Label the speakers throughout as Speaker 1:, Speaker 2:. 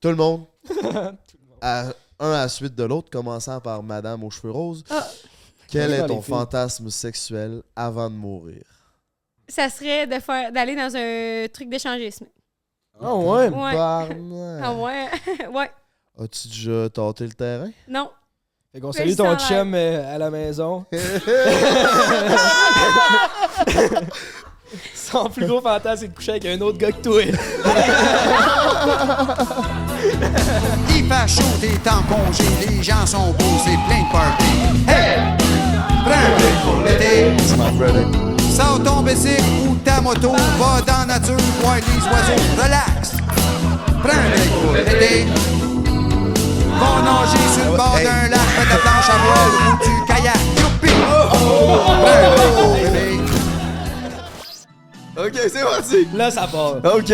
Speaker 1: Tout le monde,
Speaker 2: Tout le monde.
Speaker 1: à- un à la suite de l'autre, commençant par Madame aux cheveux roses.
Speaker 3: Ah.
Speaker 1: Quel
Speaker 2: Bonjour,
Speaker 1: est ton
Speaker 2: les filles.
Speaker 1: fantasme sexuel avant de mourir?
Speaker 3: Ça serait de faire d'aller dans un truc d'échangisme.
Speaker 2: Ah ouais.
Speaker 3: Ouais.
Speaker 1: Barnac.
Speaker 3: Ah ouais? ouais.
Speaker 1: As-tu déjà tenté le terrain?
Speaker 3: Non.
Speaker 2: Fait qu'on
Speaker 3: Fais
Speaker 2: salue
Speaker 3: le
Speaker 2: ton
Speaker 3: salaire.
Speaker 2: chum euh, à la maison. Son plus gros fantasme, c'est de coucher avec un autre gars que toi.
Speaker 4: Il fait chaud, t'es en congé, les gens sont beaux, c'est plein de party. Hey! Prends un break pour l'été. Sors ton bicycle ou ta moto, va dans la nature, voir les oiseaux, relax. Prends un break pour l'été. Va nager sur le bord d'un lac, fais ta planche à voile ou du kayak. Youpi! Prends un break pour l'été.
Speaker 5: Ok, c'est parti.
Speaker 2: Là, ça part.
Speaker 5: Ok.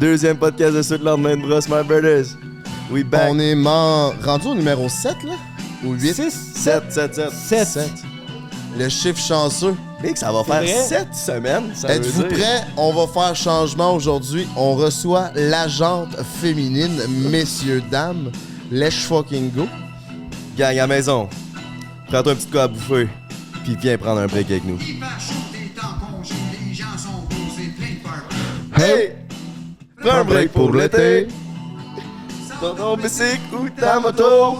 Speaker 5: Deuxième podcast de suite, lendemain de brosse, my brothers. We back.
Speaker 1: Ben, On est man- rendu au numéro 7, là? Ou 8?
Speaker 2: 6,
Speaker 5: 7, 7, 7.
Speaker 2: 7.
Speaker 1: Le chiffre chanceux.
Speaker 5: Mec, ça va
Speaker 2: C'est
Speaker 5: faire
Speaker 2: vrai?
Speaker 5: 7 semaines. ça
Speaker 1: Êtes-vous
Speaker 5: veut dire.
Speaker 1: prêts? On va faire changement aujourd'hui. On reçoit l'agente féminine, messieurs, dames. Let's fucking go.
Speaker 5: Gang à la maison. Prends-toi un petit coup à bouffer. Puis viens prendre un break avec nous.
Speaker 4: Il fait chaud, t'es en congé, les gens sont beaux, c'est plein de party.
Speaker 5: Hey! Prends un break pour l'été. Dans
Speaker 4: Sors
Speaker 5: ton
Speaker 4: ton
Speaker 5: bicycle ou ta moto.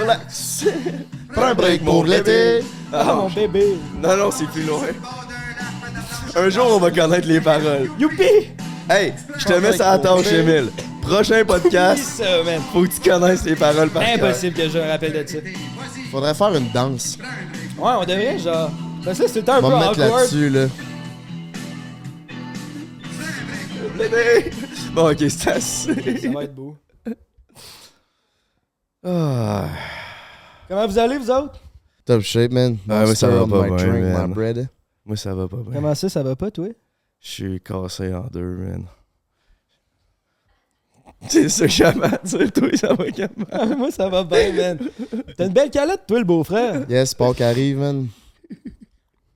Speaker 5: Relax. Prends un break pour l'été.
Speaker 2: Ah, mon bébé.
Speaker 5: Non, non, c'est plus loin.
Speaker 4: bord d'un lac, fais ta planche
Speaker 5: Un jour, on va connaître les paroles.
Speaker 2: Youpi!
Speaker 5: Hey, je te mets ça à tâche, Emile. Prochain
Speaker 2: Yes,
Speaker 5: podcast,
Speaker 2: ça, man.
Speaker 5: faut que tu connaisses les paroles par cœur.
Speaker 2: Impossible que je me rappelle de ça. Ouais,
Speaker 1: Faudrait faire une danse.
Speaker 2: on devrait, genre. Parce que c'est tout le temps un
Speaker 1: On
Speaker 2: peu
Speaker 1: va me mettre
Speaker 2: awkward.
Speaker 1: là-dessus, là.
Speaker 5: L'été. Bon, ok, c'est assez.
Speaker 2: Ça va être beau.
Speaker 5: Ah.
Speaker 2: Comment vous allez, vous autres?
Speaker 1: Top shape, man.
Speaker 5: Ah, mais
Speaker 1: Monster
Speaker 5: ça va
Speaker 1: on
Speaker 5: pas
Speaker 1: my
Speaker 5: bien,
Speaker 1: drink,
Speaker 5: man.
Speaker 1: my bread.
Speaker 5: Moi, ça va pas bien.
Speaker 2: Comment ça, ça va pas, toi?
Speaker 5: Je suis cassé en deux, man. C'est ça que j'avais à dire, toi, ça va comment?
Speaker 2: Moi, ça va bien, man. T'as une belle calotte, toi, le beau-frère.
Speaker 1: Yes, Paul qui arrive, man.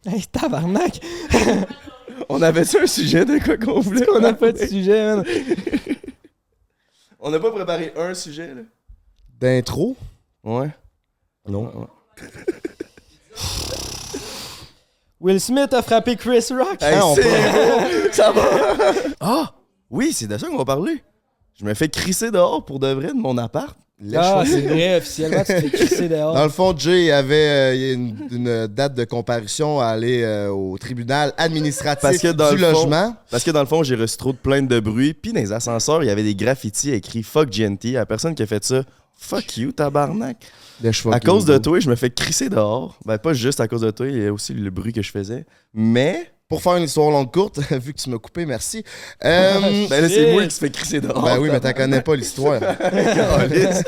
Speaker 2: Hey, tabarnak!
Speaker 5: On avait-tu un sujet de quoi qu'on voulait?
Speaker 2: On n'a pas de
Speaker 5: parler?
Speaker 2: sujet, man.
Speaker 5: On n'a pas préparé un sujet, là?
Speaker 1: D'intro?
Speaker 5: Ouais.
Speaker 1: Non.
Speaker 2: Will Smith a frappé Chris Rock.
Speaker 5: Hey,
Speaker 2: Ah, on
Speaker 5: c'est beau. Ça va! Ah! Oui, c'est de ça qu'on va parler. Je me fais crisser dehors pour de vrai de mon appart.
Speaker 2: peut- Ah, c'est vrai, officiellement, tu te fais crisser dehors.
Speaker 1: Dans le fond, Jay avait euh, une, une date de comparution à aller euh, au tribunal administratif
Speaker 5: Parce que dans
Speaker 1: du
Speaker 5: le fond-
Speaker 1: logement.
Speaker 5: Parce que dans le fond, j'ai reçu trop de plaintes de bruit. Puis dans les ascenseurs, il y avait des graffitis écrits Fuck GNT. La personne qui a fait ça, Fuck you, tabarnak.
Speaker 1: Le cheval
Speaker 5: À
Speaker 1: qui
Speaker 5: cause de
Speaker 1: roule.
Speaker 5: toi, je me fais crisser dehors. Ben, pas juste à cause de toi, il y a aussi le bruit que je faisais. Mais.
Speaker 1: Pour faire une histoire longue courte, vu que tu m'as coupé, merci. Euh, ben,
Speaker 5: Ben là, c'est
Speaker 2: Shit.
Speaker 5: moi qui se fait crisser dehors.
Speaker 1: oui, mais t'en connais pas l'histoire.
Speaker 5: Calice.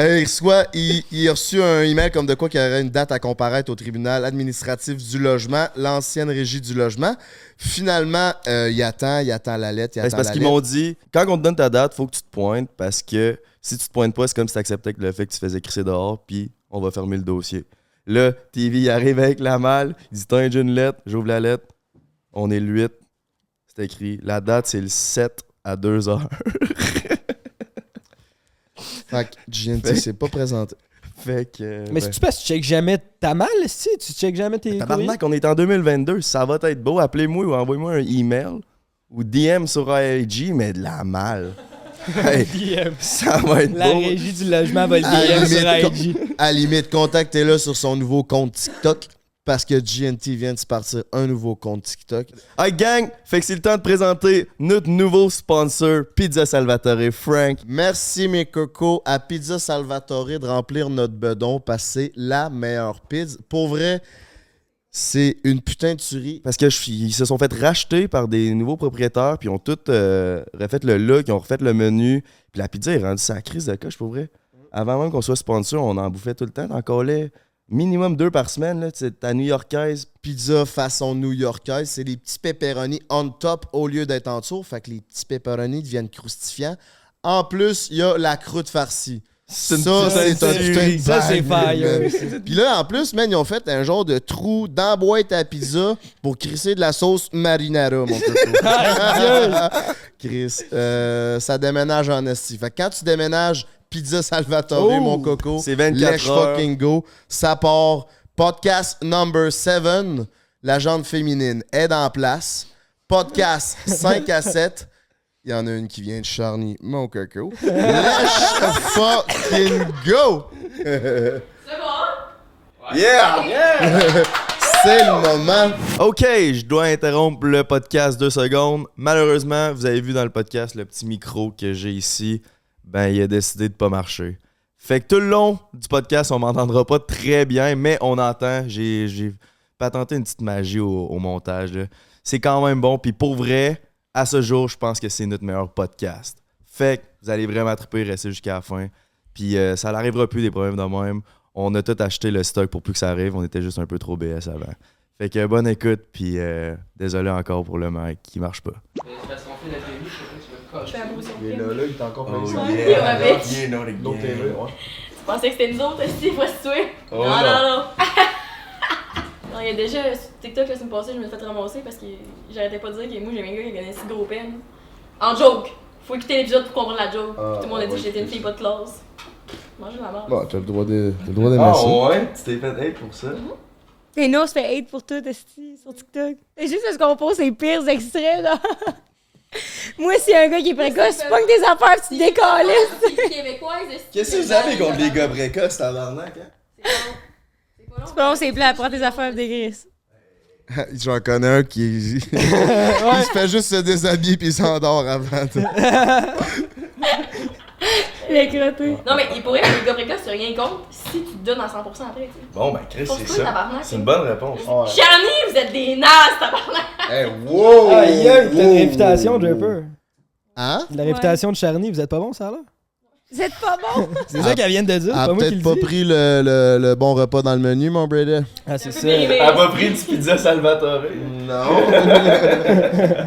Speaker 1: Euh, il, reçoit- il- il a reçu un email comme de quoi qu'il y aurait une date à comparaître au tribunal administratif du logement, l'ancienne régie du logement. Finalement, euh, il attend, il attend la lettre, il
Speaker 5: Ben,
Speaker 1: attend
Speaker 5: c'est parce
Speaker 1: la
Speaker 5: qu'ils
Speaker 1: lettre.
Speaker 5: m'ont dit quand on te donne ta date, faut que tu te pointes parce que si tu te pointes pas, c'est comme si t'acceptais que le fait que tu faisais crisser dehors, puis on va fermer le dossier. Là, TV il arrive avec la malle, il dit t'as une lettre, j'ouvre la lettre, on est le 8, c'est écrit. La date, c'est le 7 à 2 heures.
Speaker 1: Fait que GNT s'est pas présenté.
Speaker 5: fait que. euh,
Speaker 2: Mais
Speaker 5: ben,
Speaker 2: c'est-tu parce que tu checkes jamais ta malle, si? Tu checkes jamais tes. courriers?
Speaker 5: Tabarnak, on est en 2022, ça va être beau, appelez-moi ou envoyez-moi un email ou DM sur IG, mais de la malle. Hey,
Speaker 2: DM.
Speaker 5: ça va être
Speaker 2: La
Speaker 5: beau.
Speaker 2: régie du logement va
Speaker 1: À la limite,
Speaker 2: le DM
Speaker 1: co-
Speaker 2: sur IG.
Speaker 1: à la limite, contactez-le sur son nouveau compte TikTok parce que GNT vient de se partir un nouveau compte TikTok.
Speaker 5: Hey gang, fait que c'est le temps de présenter notre nouveau sponsor, Pizza Salvatore Frank.
Speaker 1: Merci mes cocos à Pizza Salvatore de remplir notre bedon parce que c'est la meilleure pizza. Pour vrai, c'est une putain de tuerie.
Speaker 5: Parce que je suis- ils se sont fait racheter par des nouveaux propriétaires, puis ils ont tout euh, refait le look, ils ont refait le menu. Puis la pizza est rendue sa crise de coche pour vrai. Avant même qu'on soit sponsor, on en bouffait tout le temps. T'en collais minimum deux par semaine, là, tu sais, ta new-yorkaise.
Speaker 1: Pizza façon new-yorkaise, c'est les petits pepperoni on top au lieu d'être en dessous. Fait que les petits pepperoni deviennent crustifiants. En plus, il y a la croûte farcie.
Speaker 5: C'est une
Speaker 1: Ça,
Speaker 5: putain de
Speaker 1: c'est un
Speaker 5: tuerie.
Speaker 1: putain de
Speaker 2: Ça, c'est
Speaker 1: bague,
Speaker 2: fire.
Speaker 1: man. Puis là, en plus, man, ils ont fait un genre de trou dans la boîte à pizza pour crisser de la sauce marinara, mon coco. Chris, euh, ça déménage en esti. Fait que quand tu déménages Pizza Salvatore,
Speaker 2: Oh,
Speaker 1: mon coco,
Speaker 5: c'est 24
Speaker 1: let's
Speaker 5: heures.
Speaker 1: fucking go. Ça part. Podcast number 7, la jante féminine est en place. Podcast 5 à 7. Il y en a une qui vient de Charny, mon coco. Let's fucking go!
Speaker 5: Yeah!
Speaker 1: C'est le moment.
Speaker 5: OK, je dois interrompre le podcast deux secondes. Malheureusement, vous avez vu dans le podcast le petit micro que j'ai ici. Ben, il a décidé de pas marcher. Fait que tout le long du podcast, on m'entendra pas très bien, mais on entend. J'ai, j'ai patenté une petite magie au, au montage. là. C'est quand même bon. Puis pour vrai, à ce jour, je pense que c'est notre meilleur podcast. Fait que vous allez vraiment triper, rester jusqu'à la fin. Puis euh, ça n'arrivera plus des problèmes de même. On a tout acheté le stock pour plus que ça arrive. On était juste un peu trop BS avant. Fait que bonne écoute, puis euh, désolé encore pour le mic qui marche pas.
Speaker 6: Je fais un beau son
Speaker 1: Il est
Speaker 6: film.
Speaker 1: là, là, il est encore
Speaker 6: Oh, yeah, yeah, bitch.
Speaker 1: L'autre TV, ouais.
Speaker 6: Tu pensais que c'était nous autres, aussi, faut se tuer.
Speaker 5: Oh,
Speaker 6: non,
Speaker 5: non.
Speaker 6: non, non. Non, il y a déjà, euh, sur TikTok, la semaine passée, je me suis fait ramasser parce que j'arrêtais pas de dire que moi, j'aimais un gars qui gagnait si gros peine. En joke. Faut écouter l'épisode pour comprendre la joke.
Speaker 1: Ah,
Speaker 6: Tout le monde a dit
Speaker 1: ouais,
Speaker 6: que j'étais une
Speaker 1: c'est
Speaker 6: fille pas de classe. Mangez la merde.
Speaker 1: Bon, t'as le droit de- t'as le droit d'aimer
Speaker 5: Ah
Speaker 1: ça.
Speaker 5: ouais? Tu t'es fait hate pour ça?
Speaker 3: Et non, se fait hate pour tout, esti, sur TikTok. C'est juste parce qu'on pose les pires extraits, là. Moi, c'est un gars qui est précoce, tu pognes des affaires, pis tu te décolles.
Speaker 6: Ah, Québécoise,
Speaker 5: gars précoces, tabarnak? Hein?
Speaker 3: Tu prononces les plats, prends tes affaires, pis des grises.
Speaker 1: J'en connais un qui. il se fait juste se déshabiller puis il s'endort avant. tu sais.
Speaker 3: Il est crotté.
Speaker 6: Non, mais il pourrait, mais les gars précoces, tu rien contre si tu te donnes à 100% après, tu sais.
Speaker 5: Bon, ben Chris,
Speaker 6: Faut se
Speaker 5: c'est
Speaker 6: tuer,
Speaker 5: ça.
Speaker 6: tabarnak.
Speaker 5: C'est une bonne réponse.
Speaker 6: Charny, vous êtes des nazes, tabarnak.
Speaker 1: Hey, wow!
Speaker 2: Aïe, oh. aïe, t'as une
Speaker 1: wow.
Speaker 2: réputation, Jumper.
Speaker 1: Hein?
Speaker 2: La réputation de Charny, vous êtes pas bon, ça, là?
Speaker 3: Vous êtes pas bon.
Speaker 2: C'est
Speaker 1: Ah,
Speaker 2: ça qu'elle vient de dire,
Speaker 1: Elle
Speaker 2: c'est
Speaker 1: a
Speaker 2: pas moi qui
Speaker 1: peut-être
Speaker 2: le
Speaker 1: pas
Speaker 2: dis.
Speaker 1: pris le, le- le bon repas dans le menu, mon brother.
Speaker 2: Ah, c'est ça.
Speaker 6: périmé.
Speaker 5: Elle m'a pris une petite pizza Salvatore.
Speaker 1: Non!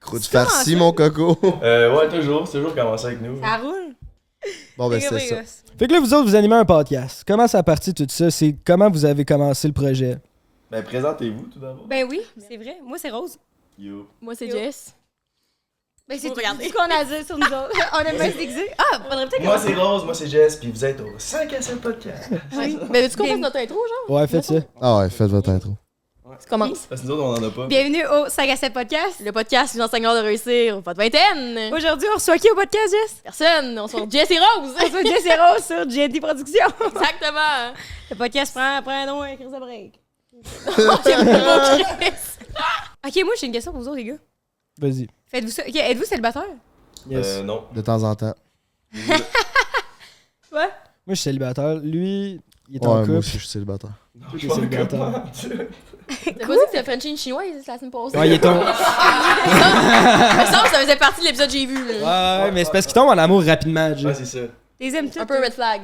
Speaker 1: Croûte farcie, mon coco.
Speaker 5: Euh, ouais, toujours. C'est toujours commencé avec nous.
Speaker 3: Ça roule.
Speaker 1: Bon, ben,
Speaker 3: Les gars,
Speaker 1: c'est
Speaker 3: les
Speaker 1: ça.
Speaker 3: gosses.
Speaker 2: Fait que là, vous autres, vous animez un podcast. Comment ça a parti tout ça? C'est comment vous avez commencé le projet?
Speaker 5: Ben, présentez-vous tout d'abord.
Speaker 3: Ben oui, c'est vrai. Moi, c'est Rose.
Speaker 5: Yo.
Speaker 6: Moi, c'est
Speaker 3: Yo.
Speaker 6: Jess.
Speaker 3: Ben, c'est
Speaker 6: Vous
Speaker 3: tout
Speaker 6: regardez.
Speaker 3: ce qu'on a à dire sur nous autres. On aime bien se déguiser. Ah, faudrait peut-être
Speaker 5: Moi, c'est Rose, moi, c'est Jess, puis vous êtes au 5 à 7 podcast.
Speaker 3: Oui.
Speaker 6: Mais veux-tu qu'on
Speaker 3: Bien-
Speaker 6: fasse notre intro, genre?
Speaker 2: Ouais, faites ça.
Speaker 1: Ah ouais, faites votre intro.
Speaker 6: Tu commences.
Speaker 5: Parce que nous autres, on en a pas.
Speaker 3: Bienvenue au 5 à 7 podcast.
Speaker 6: Le podcast, les enseignants de réussir, pas de vingtaine.
Speaker 3: Aujourd'hui, on reçoit qui au podcast, Jess?
Speaker 6: Personne, on se retrouve Jess et Rose.
Speaker 3: On reçoit Jess et Rose sur GND Productions.
Speaker 6: Exactement.
Speaker 3: Le podcast prend, prend un nom, un Chris de break.
Speaker 6: J'aime le mot Chris.
Speaker 3: Ok, moi, j'ai une question pour vous autres, les gars.
Speaker 2: Vas-y.
Speaker 3: Faites-vous ça? ok, Êtes-vous célibataire?
Speaker 2: Yes.
Speaker 5: Euh, non.
Speaker 1: De temps en temps.
Speaker 3: Ouais.
Speaker 2: Moi, je suis célibataire. Lui, il est en
Speaker 1: Ouais, moi
Speaker 2: couple.
Speaker 1: aussi, je suis célibataire.
Speaker 2: Je suis célibataire.
Speaker 6: T'as pas dit que t'as Frenchie une chinoise la semaine passée?
Speaker 2: Ouais, il est en... Ouais,
Speaker 6: Ça me semble que ça faisait partie de l'épisode que j'ai vu. là.
Speaker 2: ouais, mais c'est parce qu'il tombe en amour rapidement, Jay.
Speaker 5: Ouais, c'est ça.
Speaker 3: Les aimes tous.
Speaker 6: Un peu red flag.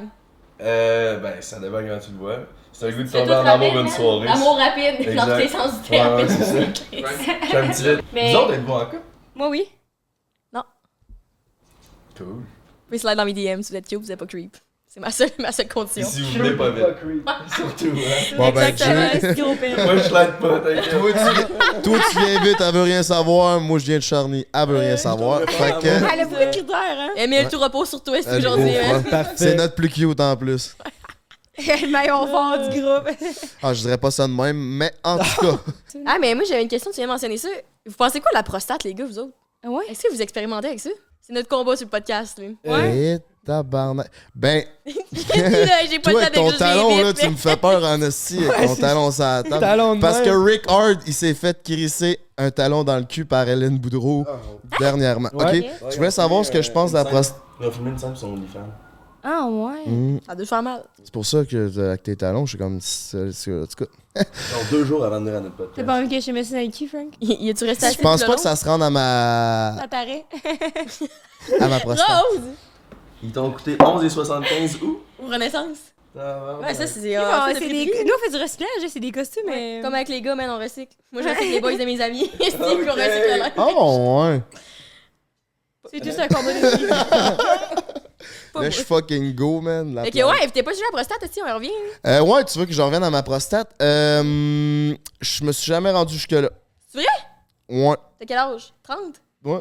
Speaker 5: Euh, ben, ça dépend comment tu le vois. C'est un goût de
Speaker 6: C'est tout
Speaker 5: tomber en amour
Speaker 6: rapide,
Speaker 5: une
Speaker 6: hein?
Speaker 5: soirée.
Speaker 6: Amour rapide,
Speaker 5: Exact.
Speaker 6: dans tous les sens du
Speaker 5: Ouais,
Speaker 6: terme.
Speaker 5: ouais, c'est ça. Je suis un petit lit.
Speaker 6: Mais-
Speaker 5: Vous autres, êtes-vous en couple?
Speaker 3: Moi, oui.
Speaker 5: Cool.
Speaker 6: Vous pouvez slide dans mes DM si vous êtes cute, vous êtes pas creep. C'est ma seule, ma seule
Speaker 5: Et
Speaker 6: condition.
Speaker 5: si vous voulez pas vite. Surtout, hein.
Speaker 1: Bon, ben,
Speaker 3: Exactement, c'est gros père.
Speaker 5: Moi, je l'aide pas, t'inquiète.
Speaker 1: Toi tu, toi, tu viens vite, elle veut rien savoir. Moi, je viens de Charny, elle veut rien savoir. Fait que
Speaker 3: Elle a beaucoup de critères, hein?
Speaker 6: Emile, tout repose sur toi, c'est
Speaker 1: Elle
Speaker 6: aujourd'hui.
Speaker 1: est
Speaker 6: hein.
Speaker 1: beau,
Speaker 2: Parfait.
Speaker 1: c'est notre plus cute en plus.
Speaker 3: hein? Le maillon fort du groupe.
Speaker 1: Ah, je dirais pas ça de même, mais en tout cas,
Speaker 6: Ah, mais moi, j'avais une question, tu viens de mentionner ça. Vous pensez quoi de la prostate, les gars, vous autres?
Speaker 3: Ah ouais?
Speaker 6: Est-ce que vous expérimentez avec ça? C'est notre combat sur le podcast, lui.
Speaker 2: Ouais.
Speaker 1: Eh, tabarnak. Ben,
Speaker 6: Là, j'ai pas
Speaker 1: toi,
Speaker 6: le temps
Speaker 1: ton
Speaker 6: d'être
Speaker 1: talon, là,
Speaker 6: juste
Speaker 1: tu me fais peur en esti avec ton
Speaker 2: c'est-
Speaker 1: talon sur la table.
Speaker 2: Talon de
Speaker 1: Parce
Speaker 2: main.
Speaker 1: que Rick Hard, il s'est fait crisser un talon dans le cul par Hélène Boudreau dernièrement.
Speaker 2: Ouais.
Speaker 1: Ok? Tu voulais savoir ce que je pense de la prostitution.
Speaker 5: Il a filmé une scène sur OnlyFans.
Speaker 6: Ah, ouais. Ça doit faire mal.
Speaker 1: Hmm. C'est pour ça que euh, avec tes talons, je suis comme. c'est- c'est- En tout cas,
Speaker 5: Genre deux jours avant de venir à notre
Speaker 3: T'as
Speaker 5: podcast.
Speaker 3: pas envie que je te mette ça dans le cul, Frank?
Speaker 6: Y a-tu resté
Speaker 1: je pense pas que ça se rende à ma.
Speaker 3: Ça paraît.
Speaker 1: à ma prostate.
Speaker 6: Rose!
Speaker 5: Ils t'ont coûté 11,75 ou?
Speaker 6: Ou Renaissance? Ouais, ça, c'est. euh,
Speaker 3: Ah,
Speaker 6: ça,
Speaker 3: c'est
Speaker 6: c'est
Speaker 3: des-
Speaker 6: pris
Speaker 3: Nous, on fait du recyclage, hein, c'est des costumes.
Speaker 6: Ouais,
Speaker 3: mais-
Speaker 6: Comme avec les gars, man, on recycle. Moi, je recycle les boys de mes amis. Si, puis on recycle la leur.
Speaker 1: Oh, Ah, ouais.
Speaker 3: C'est juste un combat de vie.
Speaker 6: pas moi.
Speaker 1: Let's fucking go, man. la
Speaker 6: Fait que
Speaker 1: planète.
Speaker 6: ouais, évitez pas de juger la prostate, si on revient.
Speaker 1: Euh, ouais, tu veux que je revienne à ma prostate? Euh, je me suis jamais rendu jusque-là.
Speaker 6: C'est vrai?
Speaker 1: Ouais.
Speaker 6: T'as quel âge? 30?
Speaker 1: Ouais.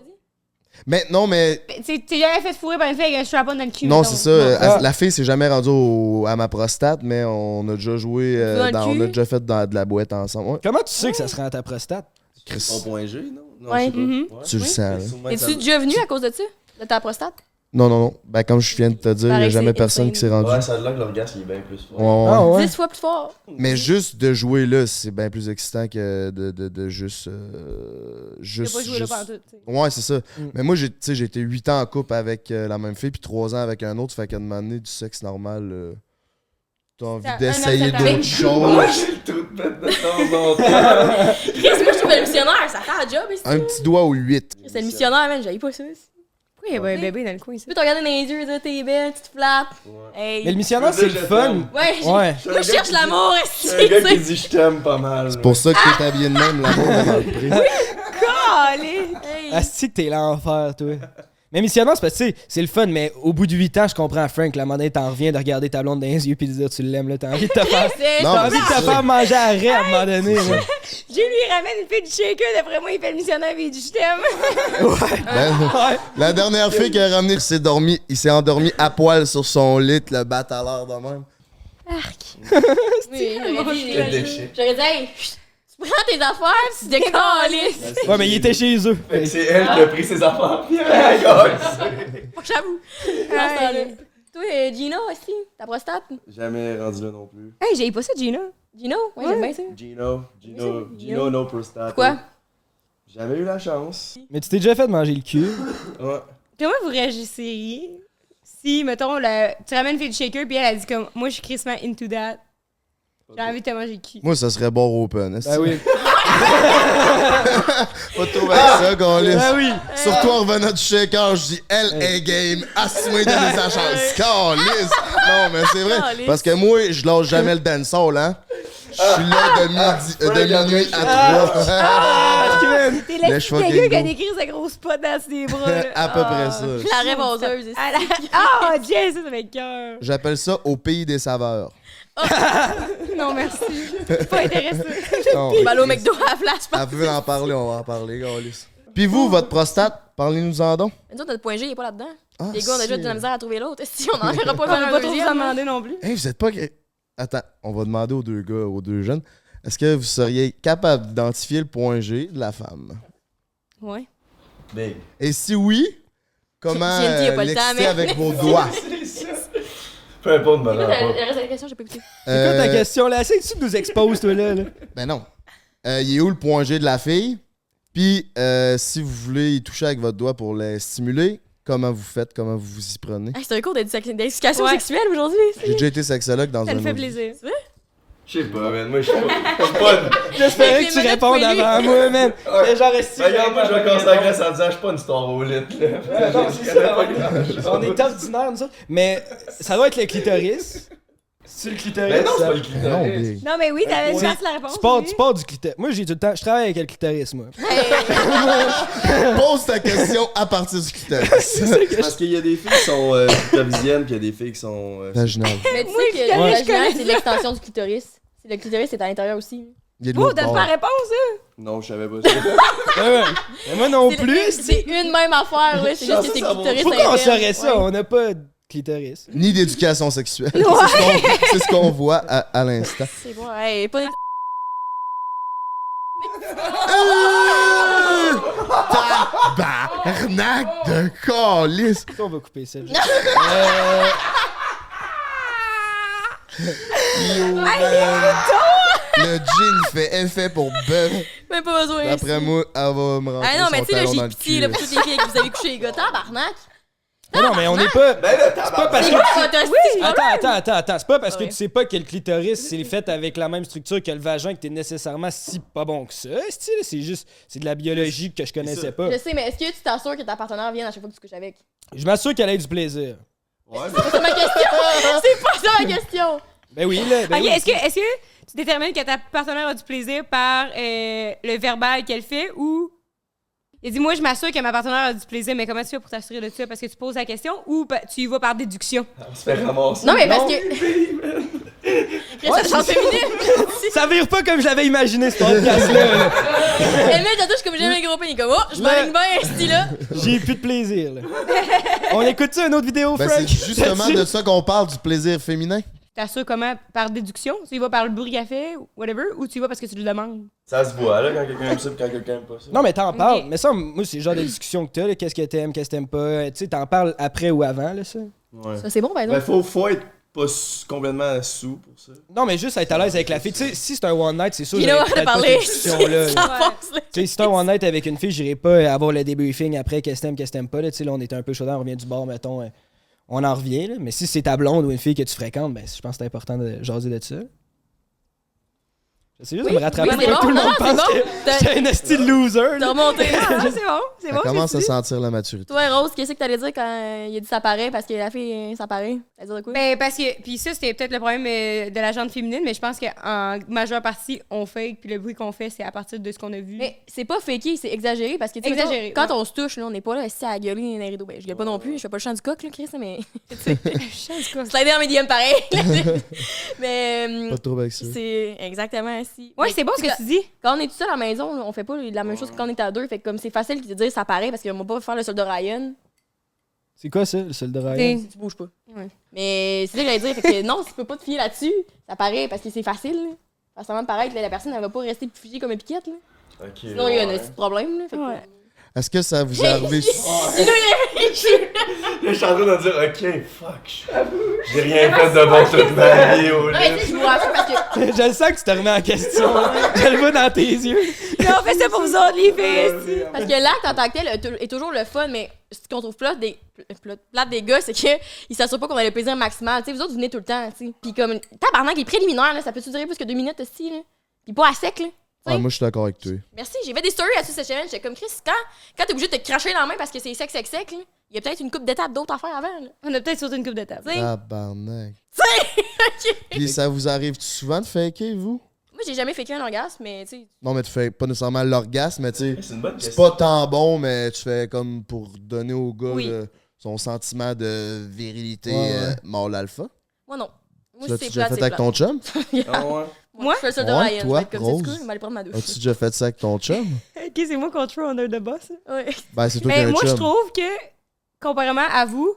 Speaker 1: Mais non, mais.
Speaker 3: Mais T'es t'es jamais fait fourrer par une fille avec un strap-on dans le cul.
Speaker 1: Non,
Speaker 3: mettons.
Speaker 1: c'est ça. euh,
Speaker 2: Ah.
Speaker 1: à- La fille s'est jamais rendue au- à ma prostate, mais on a déjà joué. euh,
Speaker 6: Dans le
Speaker 1: dans- on
Speaker 6: cul?
Speaker 1: a déjà fait dans- de la boîte ensemble. Ouais.
Speaker 2: Comment tu sais que ça se rend à ta prostate?
Speaker 1: Chris,
Speaker 5: Ton point G, non? Non,
Speaker 6: Ouais.
Speaker 5: je sais pas.
Speaker 6: Mhm.
Speaker 5: Ouais.
Speaker 1: tu le sens, là.
Speaker 5: Sûrement que ça-
Speaker 6: Es-tu déjà venu à cause de ça? De ta prostate?
Speaker 1: Non, non, non. Ben, comme je viens de te dire, il n'y a
Speaker 6: Pareil,
Speaker 1: jamais
Speaker 6: c'est
Speaker 1: personne
Speaker 6: insane.
Speaker 1: qui s'est rendu.
Speaker 5: Ouais, ça a l'air que l'orgasme il est bien plus fort.
Speaker 1: Ouais, ouais, ouais.
Speaker 2: Ah ouais?
Speaker 6: 10 fois plus fort.
Speaker 1: Mais juste de jouer là, c'est bien plus excitant que de, de, de juste. euh,
Speaker 3: T'as
Speaker 1: juste.
Speaker 3: pas joué là
Speaker 1: juste-
Speaker 3: pendant tout.
Speaker 1: Ouais, c'est ça.
Speaker 2: Mm.
Speaker 1: Mais moi, j'ai tu sais, j'ai été 8 ans en couple avec euh, la même fille, puis 3 ans avec un autre. Fait qu'à demander du sexe normal, euh, t'as envie
Speaker 3: un homme,
Speaker 1: d'essayer
Speaker 3: ça t'arrive.
Speaker 1: d'autres choses.
Speaker 6: Chris, moi, je trouve le missionnaire, ça fait un job ici.
Speaker 1: un petit doigt au 8.
Speaker 6: C'est le missionnaire, man, j'aille pas ça. ici.
Speaker 3: Pourquoi il y avait un bébé dans le coin,
Speaker 6: Tu
Speaker 3: ça?
Speaker 6: peux te regarder dans les yeux, dire t'es belle, tu te flattes. Hey.
Speaker 2: Mais le missionnaire, c'est le fun.
Speaker 6: Ouais, j'ai-
Speaker 2: Ouais.
Speaker 6: moi, je cherche l'amour, est-ce
Speaker 5: C'est un gars
Speaker 6: que
Speaker 5: qui
Speaker 6: tu sais?
Speaker 5: dit je t'aime pas mal.
Speaker 1: C'est pour ça que t'es habillé de même, là dans le prix.
Speaker 3: Calé!
Speaker 6: Hey.
Speaker 2: Asti que t'es l'enfer, toi. Mais missionnaire, c'est parce que, tu sais, c'est le fun, mais au bout de 8 ans, je comprends, Frank, la monnaie, t'en reviens de regarder ta blonde dans les yeux puis de dire tu l'aimes, là, t'as envie de te faire...
Speaker 6: C'est-
Speaker 1: Non,
Speaker 2: T'as
Speaker 1: mais
Speaker 2: envie de
Speaker 1: c'est
Speaker 2: te
Speaker 1: ça.
Speaker 2: faire manger à raie à un moment donné, là.
Speaker 3: J'ai lui ramène une fille du shaker, d'après moi, il fait le missionnaire et il dit je t'aime.
Speaker 1: Ben,
Speaker 2: Ouais.
Speaker 1: la dernière fille qui a ramené, il s'est dormi, il s'est endormi à poil sur son lit, le bat à l'air de même.
Speaker 6: Oui, j'aurais dit-
Speaker 5: Le déchet.
Speaker 6: J'aurais dit, hey, chut, tu prends tes affaires, pis tu décolles.
Speaker 2: Ouais, mais il était chez eux.
Speaker 5: Fait que C'est elle qui a pris ses affaires. Yeah, guys.
Speaker 6: Faut que j'avoue. Dans ce temps-là. Toi, euh, Gino aussi, ta prostate.
Speaker 5: Jamais rendu là non plus.
Speaker 3: Hey, j'ai pas ça, Gina.
Speaker 6: Gino, ouais, j'aime bien ça.
Speaker 5: Gino, Gino,
Speaker 6: Oui, c'est
Speaker 5: Gino, no prostate.
Speaker 6: Pourquoi?
Speaker 5: Jamais eu la chance.
Speaker 2: Mais tu t'es déjà fait manger le cul.
Speaker 5: Ouais.
Speaker 3: Comment vous réagissez si, mettons, la- tu ramènes une fille du shaker, puis elle a dit comme moi, je suis crissement into that. J'ai envie de te manger le cul.
Speaker 1: Moi, ça serait bord open. est-ce
Speaker 2: Ben oui.
Speaker 1: que- Pas de trouble avec ça, qu'on
Speaker 2: Ben oui.
Speaker 1: Surtout en revenant du shaker, Ah, je dis elle est game, à soin de mes agences. Calisse! Non, mais c'est vrai.
Speaker 6: Calisse.
Speaker 1: Parce que moi, je lâche jamais le dancehall, hein. Je suis là de,
Speaker 6: Ah.
Speaker 1: midi, euh, de minuit à
Speaker 3: T'es la
Speaker 1: Laisse
Speaker 3: petite dégueu qui a
Speaker 1: fucking go.
Speaker 3: des crises de grosses potes dans ses bras.
Speaker 1: 3.
Speaker 3: là.
Speaker 1: à peu
Speaker 3: Ah.
Speaker 1: près ça.
Speaker 6: La rêve oseuse ici.
Speaker 3: Ah, la- Ah, Jess, ça fait cœur.
Speaker 1: J'appelle ça au pays des saveurs.
Speaker 3: Non, merci. Je suis pas intéressée.
Speaker 1: Non,
Speaker 6: Ben, aller au McDo à la place, pas.
Speaker 1: elle veut en parler, on va en parler, Gaulis. Puis vous, votre prostate, parlez-nous-en donc.
Speaker 6: Nous autres, notre point G, il est pas là-dedans.
Speaker 1: Ah,
Speaker 6: Les gars, on a déjà
Speaker 1: si.
Speaker 6: de la misère à trouver l'autre. Si on n'en verra Ah, pas
Speaker 3: On va
Speaker 6: faire un
Speaker 3: pas trop vous en
Speaker 6: deuxième.
Speaker 3: demander non plus.
Speaker 1: Hey, vous êtes pas. Attends, on va demander aux deux gars, aux deux jeunes, est-ce que vous seriez capable d'identifier le point G de la femme?
Speaker 6: Ouais.
Speaker 5: Big.
Speaker 1: Et si oui, comment
Speaker 6: J'ai- j'ai dit, y a
Speaker 1: euh,
Speaker 6: pas le temps,
Speaker 1: l'exciter
Speaker 6: mais-
Speaker 1: avec vos doigts?
Speaker 5: Peu importe, me
Speaker 6: Écoute,
Speaker 5: rends
Speaker 6: elle-
Speaker 5: pas.
Speaker 6: elle reste à la question, j'ai pas écouté.
Speaker 2: C'est quoi ta
Speaker 1: Euh,
Speaker 2: question là? Essaye tu de nous exposes, toi là? là?
Speaker 1: Ben non. Euh, il est où le point G de la fille? Puis, euh, si vous voulez y toucher avec votre doigt pour les stimuler, comment vous faites? Comment vous vous y prenez?
Speaker 6: Hey, c'est un cours d'éducation d'éducation
Speaker 3: Ouais.
Speaker 6: sexuelle aujourd'hui.
Speaker 1: J'ai déjà été sexologue dans
Speaker 3: Ça
Speaker 1: un
Speaker 3: nous fait
Speaker 1: autre-
Speaker 3: plaisir.
Speaker 5: Je sais pas, man. Moi, je suis pas. je suis pas une-
Speaker 2: J'espérais
Speaker 6: Mais
Speaker 2: que tu
Speaker 6: les manettes
Speaker 2: répondes
Speaker 6: poilues.
Speaker 2: avant moi, man.
Speaker 5: Ouais.
Speaker 2: Genre, est-ce
Speaker 5: Ben, regarde, moi, je vais consacrer ça en disant, je suis pas une star au lit, là.
Speaker 2: non,
Speaker 5: Je
Speaker 2: c'est
Speaker 5: connais
Speaker 2: ça.
Speaker 5: pas grand-chose.
Speaker 2: On est ordinaire, nous autres. Mais ça doit être le clitoris. C'est le clitoris.
Speaker 5: Mais non, c'est
Speaker 2: ça?
Speaker 5: pas le
Speaker 1: Ben non,
Speaker 5: clitoris.
Speaker 1: big.
Speaker 3: Non, mais oui, t'avais
Speaker 2: Ouais.
Speaker 3: juste la réponse.
Speaker 2: Tu pars,
Speaker 3: oui.
Speaker 2: tu pars du clitoris. Moi, j'ai tout le temps. Je travaille avec le clitoris, moi.
Speaker 1: Pose ta question à partir du clitoris.
Speaker 5: C'est Parce qu'il y a des filles qui sont euh, clitorisiennes, puis il y a des filles qui sont. euh,
Speaker 1: Vaginal.
Speaker 6: Mais tu
Speaker 3: Oui,
Speaker 6: sais
Speaker 3: le
Speaker 6: que le
Speaker 3: clitoris, je
Speaker 6: vaginal,
Speaker 3: connais
Speaker 6: c'est l'extension du clitoris. C'est- Le clitoris, c'est à l'intérieur aussi.
Speaker 1: Il est de
Speaker 3: Oh,
Speaker 1: l'autre
Speaker 3: donne
Speaker 1: bord.
Speaker 3: pas réponse, hein?
Speaker 5: Non, je savais pas ça.
Speaker 2: Ouais, ouais. Mais moi non
Speaker 6: C'est-
Speaker 2: plus. c'est-
Speaker 6: C'est une même affaire, là. C'est juste que c'est
Speaker 5: Ça, ça va.
Speaker 6: clitoris.
Speaker 2: Pourquoi on
Speaker 6: interne.
Speaker 2: saurait ça?
Speaker 6: Ouais.
Speaker 2: On n'a pas de clitoris.
Speaker 1: Ni d'éducation sexuelle. C'est ce qu'on- C'est ce qu'on voit à, à l'instant.
Speaker 6: C'est bon, hey, pas des.
Speaker 1: Euh, Tabarnak de calice!
Speaker 2: Est-ce qu'on va couper ça? Euh,
Speaker 1: Yo, man. Le jean fait effet pour bœuf.
Speaker 6: Même pas besoin.
Speaker 1: D'après
Speaker 6: si.
Speaker 1: moi, elle va me rentrer
Speaker 6: Ah non, mais
Speaker 1: son
Speaker 6: tu sais, là,
Speaker 1: talon dans
Speaker 6: j'ai
Speaker 1: le cul.
Speaker 6: pitié
Speaker 1: Ben,
Speaker 6: là, pour toutes les filles avec qui vous avez couché, les gars. Tabarnak.
Speaker 2: Mais non, mais on n'est pas.
Speaker 5: Ben là,
Speaker 2: C'est pas parce
Speaker 6: C'est
Speaker 2: que.
Speaker 6: quoi votre hostie?
Speaker 2: Attends, attends, attends, attends. C'est pas parce que
Speaker 6: Ouais.
Speaker 2: tu sais pas que le clitoris, c'est fait avec la même structure que le vagin que t'es nécessairement si pas bon que ça. esti, là. C'est juste, c'est de la biologie que je
Speaker 5: C'est
Speaker 2: connaissais
Speaker 5: ça.
Speaker 2: pas.
Speaker 6: Je sais, mais est-ce que tu t'assures que ta partenaire vienne à chaque fois que tu couches avec?
Speaker 2: Je m'assure qu'elle ait du plaisir.
Speaker 5: Ouais,
Speaker 6: C'est pas ça ma question! C'est pas ça ma question!
Speaker 2: Ben oui, là. Ben
Speaker 3: Ok,
Speaker 2: oui.
Speaker 3: est-ce que, est-ce que tu détermines que ta partenaire a du plaisir par euh, le verbal qu'elle fait ou
Speaker 7: Il dit Moi, je m'assure que ma partenaire a du plaisir, mais comment tu fais pour t'assurer de ça Parce que tu poses la question ou pa- tu y vas par déduction
Speaker 5: On se fait ramasser.
Speaker 6: Oh, Non, mais parce que.
Speaker 2: Ouais,
Speaker 6: Reste genre féminine!
Speaker 2: Ça vire pas comme je l'avais imaginé, ce podcast-là. là.
Speaker 6: Et le mec, t'as touché comme j'aime le gros pin, il est comme, oh, je m'aligne bien, style là.
Speaker 2: J'ai plus de plaisir. là. On écoute ça, une autre vidéo,
Speaker 1: Ben,
Speaker 2: Frank?
Speaker 1: c'est justement
Speaker 2: Là-dessus?
Speaker 1: de ça qu'on parle, du plaisir féminin.
Speaker 7: Tu t'assures comment Par déduction Tu y vas par le bruit café, whatever, ou tu y vas parce que tu le demandes
Speaker 5: Ça se voit, là, quand quelqu'un aime ça pis quand quelqu'un aime pas ça.
Speaker 2: Non, mais t'en
Speaker 7: Ok.
Speaker 2: parles. Mais ça, moi, c'est le genre de discussion que t'as. là. Qu'est-ce que t'aimes, qu'est-ce que t'aimes pas. euh, Tu sais, t'en parles après ou avant, là, ça.
Speaker 5: Ouais.
Speaker 6: Ça, c'est bon, ben
Speaker 5: Ben,
Speaker 6: non.
Speaker 5: faut, faut être pas s- complètement sous pour ça.
Speaker 2: Non, mais juste être à l'aise avec la fille. Tu sais, si c'est un one night, c'est sûr
Speaker 6: Il
Speaker 2: j'aurais
Speaker 6: a hâte de
Speaker 2: peut-être pas
Speaker 6: parler.
Speaker 2: cette discussion-là, là. Tu sais, si t'es un one night avec une fille, j'irai pas euh, avoir le débriefing après qu'est-ce que t'aimes, qu'est-ce que t'aimes pas. Là, Tu sais, là, on est un peu chaud, on revient du bar, mettons. euh, On en revient, là. Mais si c'est ta blonde ou une fille que tu fréquentes, ben, je pense que c'est important de jaser de ça. C'est juste de me rattraper
Speaker 6: oui,
Speaker 2: pour
Speaker 6: c'est
Speaker 2: que
Speaker 6: bon.
Speaker 2: tout le
Speaker 6: Non,
Speaker 2: monde
Speaker 6: non,
Speaker 2: pense
Speaker 6: c'est bon.
Speaker 2: que j'étais un esti de loser.
Speaker 6: T'as
Speaker 2: là.
Speaker 6: remonté.
Speaker 7: Ah, c'est bon, c'est
Speaker 1: Ça
Speaker 7: bon.
Speaker 1: commence
Speaker 7: c'est
Speaker 1: à
Speaker 7: dit.
Speaker 1: sentir la maturité.
Speaker 6: Toi, Rose, qu'est-ce que t'allais dire quand euh, il a dit ça paraît parce que la fille, euh, ça paraît? T'as dit de quoi?
Speaker 7: Ben, parce que, puis ça, c'était peut-être le problème euh, de la gente féminine, mais je pense qu'en majeure partie, on fake, puis le bruit qu'on fait, c'est à partir de ce qu'on a vu.
Speaker 6: Mais ben, c'est pas fakey, c'est exagéré parce que tu sais,
Speaker 7: Exagéré,
Speaker 6: mettons, quand on se touche, là, on n'est pas là assis à gueuler dans les rideaux. Ben, je gueule pas non plus, je fais pas le chant du coq, là, Chris, mais. Slider en médium pareil. mais. euh,
Speaker 1: Pas de trouble avec ça.
Speaker 6: C'est exactement si.
Speaker 7: Ouais, c'est bon ce que tu dis.
Speaker 6: Quand on est tout seul à la maison, là, on fait pas la même chose que quand on est à deux. Fait que comme c'est facile de dire ça paraît parce qu'on va pas faire le soldat Ryan,
Speaker 2: C'est quoi ça, le soldat Ryan?
Speaker 7: T'es-
Speaker 6: tu bouges pas.
Speaker 7: Ouais.
Speaker 6: Mais c'est ça que j'allais dire. Fait que non, tu peux pas te fier là-dessus. Ça paraît parce que c'est facile. là. Faire semblant de paraître, là, la personne elle va pas rester figée comme une piquette. Là.
Speaker 5: Ok.
Speaker 6: Sinon, il y a un
Speaker 5: ouais.
Speaker 6: petit problème. Là, fait que-
Speaker 1: Est-ce que ça vous est arrivé... Ah,
Speaker 5: Là, je suis en train de dire, ok, fuck, j'ai rien fait de bon toute ma vie oh, au
Speaker 6: Non, mais tu sais, je vous rassure parce que
Speaker 2: je le sens que tu te remets en question. je le vois dans tes yeux.
Speaker 7: Là, on fait ça pour vous autres, les
Speaker 1: Ah,
Speaker 7: filles.
Speaker 6: Parce que l'acte en tant que tel est tou- est toujours le fun, mais ce qu'on trouve plate des, pl- plate des gars, c'est qu'ils s'assurent pas qu'on a le plaisir maximal. Tu sais, vous autres, vous venez tout le temps. tu sais. Puis comme, tabarnak, les préliminaires, là, ça peut-tu durer plus que deux minutes aussi? Là? Puis pas à sec, là.
Speaker 1: Ouais, Ah, moi, je suis d'accord avec toi.
Speaker 6: Merci, j'ai fait des stories là-dessus cette semaine. J'étais comme, Chris, quand, quand t'es obligé de te cracher dans la main parce que c'est sec, sec, sec, là, il y a peut-être une coupe d'étapes d'autres à faire avant. Là.
Speaker 7: On a peut-être sauté une coupe de table.
Speaker 6: Tu sais,
Speaker 1: Tabarnak. Puis ça vous arrive souvent de faker, vous?
Speaker 6: Moi, j'ai jamais fait qu'un orgasme, mais tu sais,
Speaker 1: Non, mais tu fais pas nécessairement l'orgasme, mais tu sais,
Speaker 5: C'est une bonne
Speaker 1: c'est
Speaker 5: question.
Speaker 1: pas tant bon, mais tu fais comme pour donner au gars
Speaker 7: Oui.
Speaker 1: le- son sentiment de virilité
Speaker 2: Ouais, ouais.
Speaker 1: euh, mâle alpha.
Speaker 6: moi non. Moi,
Speaker 1: Tu l'as-tu
Speaker 6: c'est
Speaker 1: déjà
Speaker 6: plate,
Speaker 1: fait
Speaker 6: c'est
Speaker 1: avec
Speaker 6: plate.
Speaker 1: ton chum?
Speaker 5: Ah ouais.
Speaker 6: Moi, je fais ça de
Speaker 1: Ouais,
Speaker 6: Ryan. Je
Speaker 1: toi,
Speaker 6: vais être comme,
Speaker 1: Rose.
Speaker 6: c'est cool, je vais aller prendre ma douche.
Speaker 1: As-tu déjà fait ça avec ton chum?
Speaker 7: Ok, c'est moi contre toi, on a de boss.
Speaker 6: Ouais.
Speaker 1: Ben, c'est toi qui as
Speaker 7: Mais
Speaker 1: un
Speaker 7: moi, je
Speaker 1: chum.
Speaker 7: trouve que, comparément à vous,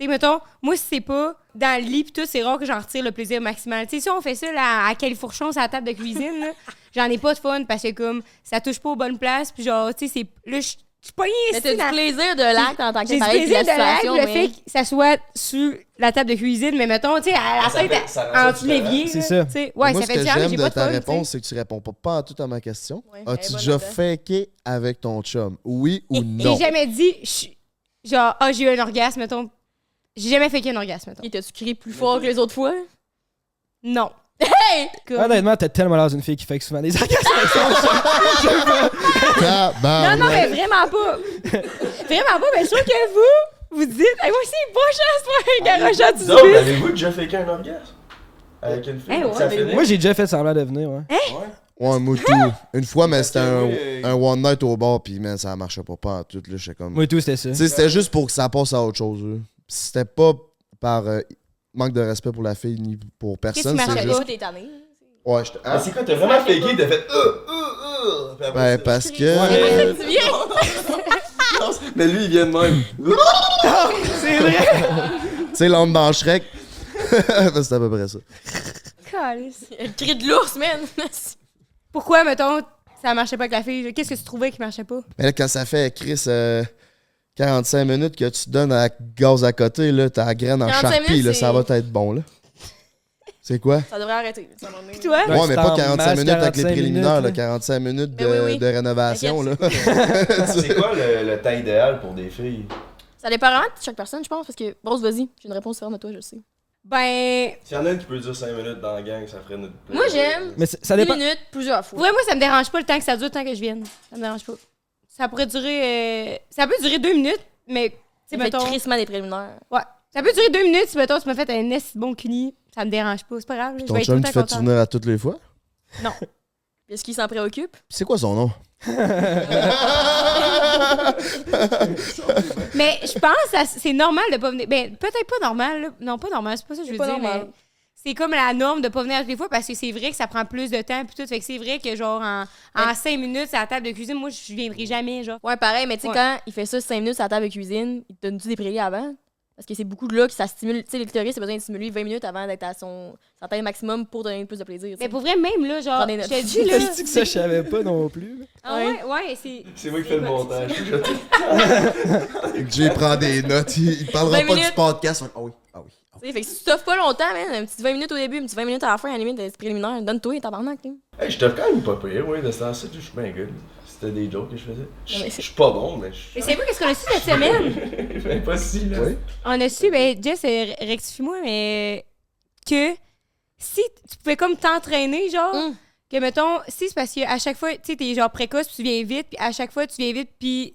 Speaker 7: c'est, mettons, moi, si c'est pas dans le lit pis tout, c'est rare que j'en retire le plaisir maximal. Tu sais, si on fait ça là, à Califourchon, sur la table de cuisine, là, j'en ai pas de fun parce que, comme, ça touche pas aux bonnes places pis genre, tu sais, c'est. Là, je je suis pognée
Speaker 6: Mais
Speaker 7: ici
Speaker 6: t'as
Speaker 7: dans-
Speaker 6: du plaisir de l'acte en tant que
Speaker 7: J'ai du
Speaker 6: pareil, puis la
Speaker 7: plaisir de l'acte,
Speaker 6: situation,
Speaker 7: le
Speaker 6: mais-
Speaker 7: fait que ça soit sur la table de cuisine, mais mettons, tu sais, à la
Speaker 5: Ça fait-
Speaker 7: tête,
Speaker 5: ça rend ça
Speaker 7: en dessous de
Speaker 5: différent.
Speaker 7: l'évier.
Speaker 2: C'est
Speaker 7: là,
Speaker 2: ça.
Speaker 7: tu sais. Ouais,
Speaker 1: moi,
Speaker 7: ça
Speaker 1: ce
Speaker 7: fait
Speaker 1: que
Speaker 7: du genre, mais
Speaker 1: j'aime
Speaker 7: j'ai
Speaker 1: de
Speaker 7: pas de
Speaker 1: ta
Speaker 7: fun, tu sais.
Speaker 1: réponse, c'est que tu réponds pas, pas en tout à ma question.
Speaker 6: Ouais, elle est
Speaker 1: As-tu
Speaker 6: bonne
Speaker 1: déjà
Speaker 6: là-dedans.
Speaker 1: faké avec ton chum? Oui ou
Speaker 7: Et-
Speaker 1: non?
Speaker 7: J'ai jamais dit, je suis- genre, ah, j'ai eu un orgasme, mettons. J'ai jamais fait qu'un orgasme, mettons.
Speaker 6: Et t'as-tu crié plus fort que les autres fois?
Speaker 7: Non.
Speaker 6: Hey!
Speaker 7: Comme-
Speaker 2: Honnêtement, t'as tellement l'air d'une fille qui fait que souvent des orgasmes.
Speaker 7: Non,
Speaker 1: Tabarnak.
Speaker 7: non, mais vraiment pas. vraiment pas, mais je trouve que vous, vous dites, hey, moi aussi, pas chance
Speaker 1: Ah,
Speaker 7: pour un garochon du
Speaker 5: Non,
Speaker 7: bus.
Speaker 5: mais avez-vous déjà fait un orgasme? Avec une fille?
Speaker 7: Eh ouais,
Speaker 5: ça
Speaker 6: mais
Speaker 5: fait
Speaker 2: Moi, j'ai déjà fait semblant de venir, ouais.
Speaker 6: Hein?
Speaker 1: Ouais, moi, tout. Une fois, mais c'était un,
Speaker 5: Parce que moi,
Speaker 1: un one night au bar, puis man, ça marchait pas, pas en tout. Là, j'étais comme.
Speaker 2: Moi et tout, c'était ça.
Speaker 1: Tu sais, c'était juste pour que ça passe à autre chose. là. Puis C'était pas par euh, manque de respect pour la fille ni pour personne.
Speaker 7: Qu'est-ce qui
Speaker 1: C'est
Speaker 7: marchait
Speaker 1: juste.
Speaker 6: t'es tanné.
Speaker 1: Ouais, j'étais.
Speaker 5: Ah, c'est quoi, t'as vraiment fait gay, t'as fait euh, euh, euh. puis après
Speaker 1: Ben,
Speaker 5: ça-
Speaker 1: parce que. Euh,
Speaker 5: Ouais,
Speaker 6: Tu viens?
Speaker 5: Mais lui, il vient de même.
Speaker 2: C'est vrai!
Speaker 1: Tu sais, l'homme dans Shrek. c'est à peu près ça.
Speaker 7: Calisse.
Speaker 6: Le cri de l'ours, man!
Speaker 7: Pourquoi, mettons, ça marchait pas avec la fille? Qu'est-ce que tu trouvais qui marchait pas?
Speaker 1: Mais là, quand ça fait, Chris, euh, 45 minutes que tu donnes à la gaz à côté, là, t'as la graine en
Speaker 6: 45
Speaker 1: charpie,
Speaker 6: minutes,
Speaker 1: là, ça va
Speaker 6: c'est-
Speaker 1: être bon, là. C'est quoi?
Speaker 6: Ça devrait arrêter.
Speaker 7: Puis toi?
Speaker 1: Ouais, mais
Speaker 2: c'est
Speaker 1: pas
Speaker 2: en
Speaker 1: 45
Speaker 2: masse,
Speaker 1: minutes avec les
Speaker 2: 45
Speaker 1: préliminaires,
Speaker 2: minutes,
Speaker 1: là, 45 minutes de,
Speaker 6: Ben oui, oui.
Speaker 1: de rénovation. Là.
Speaker 6: T'inquiète,
Speaker 5: Ah, C'est quoi le, le temps idéal pour des filles?
Speaker 6: Ça dépend vraiment de chaque personne, je pense, parce que, Rose, vas-y, j'ai une réponse ferme à toi, je le sais.
Speaker 7: Ben,
Speaker 5: S'il y en a une qui peut dire 5 minutes dans la gang, ça ferait notre plaisir.
Speaker 6: Moi, j'aime.
Speaker 2: Mais c- ça
Speaker 6: Une
Speaker 2: dépend.
Speaker 6: minute, plusieurs fois.
Speaker 7: pour vrai, moi, ça me dérange pas le temps que ça dure, le temps que je vienne. Ça me dérange pas. Ça pourrait durer. euh, Ça peut durer deux minutes, mais,
Speaker 6: C'est
Speaker 7: tu sais,
Speaker 6: fait
Speaker 7: mettons.
Speaker 6: crissement des préliminaires.
Speaker 7: Ouais. Ça peut durer deux minutes si, mettons, tu m'as fait un esti de bon cuni. Ça me dérange pas, c'est pas grave. je
Speaker 1: Ton
Speaker 7: vais être tout
Speaker 1: chum
Speaker 7: le
Speaker 1: qui
Speaker 7: temps
Speaker 1: fait
Speaker 7: contente.
Speaker 1: tourner à toutes les fois.
Speaker 6: Est-ce qu'il s'en préoccupe?
Speaker 1: C'est quoi son nom?
Speaker 7: Mais je pense à- c'est normal de pas venir. Ben, peut-être pas normal. là. Non, pas normal, c'est pas ça que je veux
Speaker 6: C'est pas
Speaker 7: dire.
Speaker 6: normal.
Speaker 7: mais C'est comme la norme de pas venir toutes les fois parce que c'est vrai que ça prend plus de temps puis tout. Fait que c'est vrai que genre en, en cinq minutes à la table de cuisine, moi je viendrai jamais genre.
Speaker 6: Ouais, pareil, mais tu sais,
Speaker 7: Ouais.
Speaker 6: quand il fait ça 5 minutes à la table de cuisine, il te donne-tu des préliers avant? Parce que c'est beaucoup de là que ça stimule. Tu sais, l'éclairé, c'est besoin de stimuler 20 minutes avant d'être à son, sa taille maximum pour donner plus de plaisir. tu sais.
Speaker 7: Mais pour vrai, même là, genre,
Speaker 6: Prenez
Speaker 7: je
Speaker 6: note.
Speaker 7: te dis là.
Speaker 2: que ça, je savais pas non plus.
Speaker 7: Ah ouais, ouais, c'est.
Speaker 5: C'est moi qui fais le montage.
Speaker 1: Jay prend des notes, il, il parlera
Speaker 6: 20
Speaker 1: pas du
Speaker 6: minutes.
Speaker 1: podcast. Ah oui, ah oui.
Speaker 6: Tu sais, Fait que si tu t'offres pas longtemps, man, un petit 20 minutes au début, un petit 20 minutes à la fin, à la limite, c'est préliminaire. Donne-toi, tabarnak. là.
Speaker 5: Hey, je te quand même pas pire, oui, de ce temps-ci, je suis bien good. C'était des jokes que je faisais.
Speaker 6: Non,
Speaker 5: Je
Speaker 6: mais
Speaker 5: je
Speaker 6: c'est-
Speaker 5: suis pas bon, mais je
Speaker 7: Mais c'est pas qu'est-ce qu'on a su cette semaine?
Speaker 5: suis pas si, là.
Speaker 1: Oui.
Speaker 7: On a su, ben, Jess, euh, rectifie-moi, mais euh, que si tu pouvais comme t'entraîner, genre,
Speaker 6: Mm.
Speaker 7: que mettons, si c'est parce que à chaque fois, tu sais, t'es genre précoce, puis tu viens vite, puis à chaque fois, tu viens vite, puis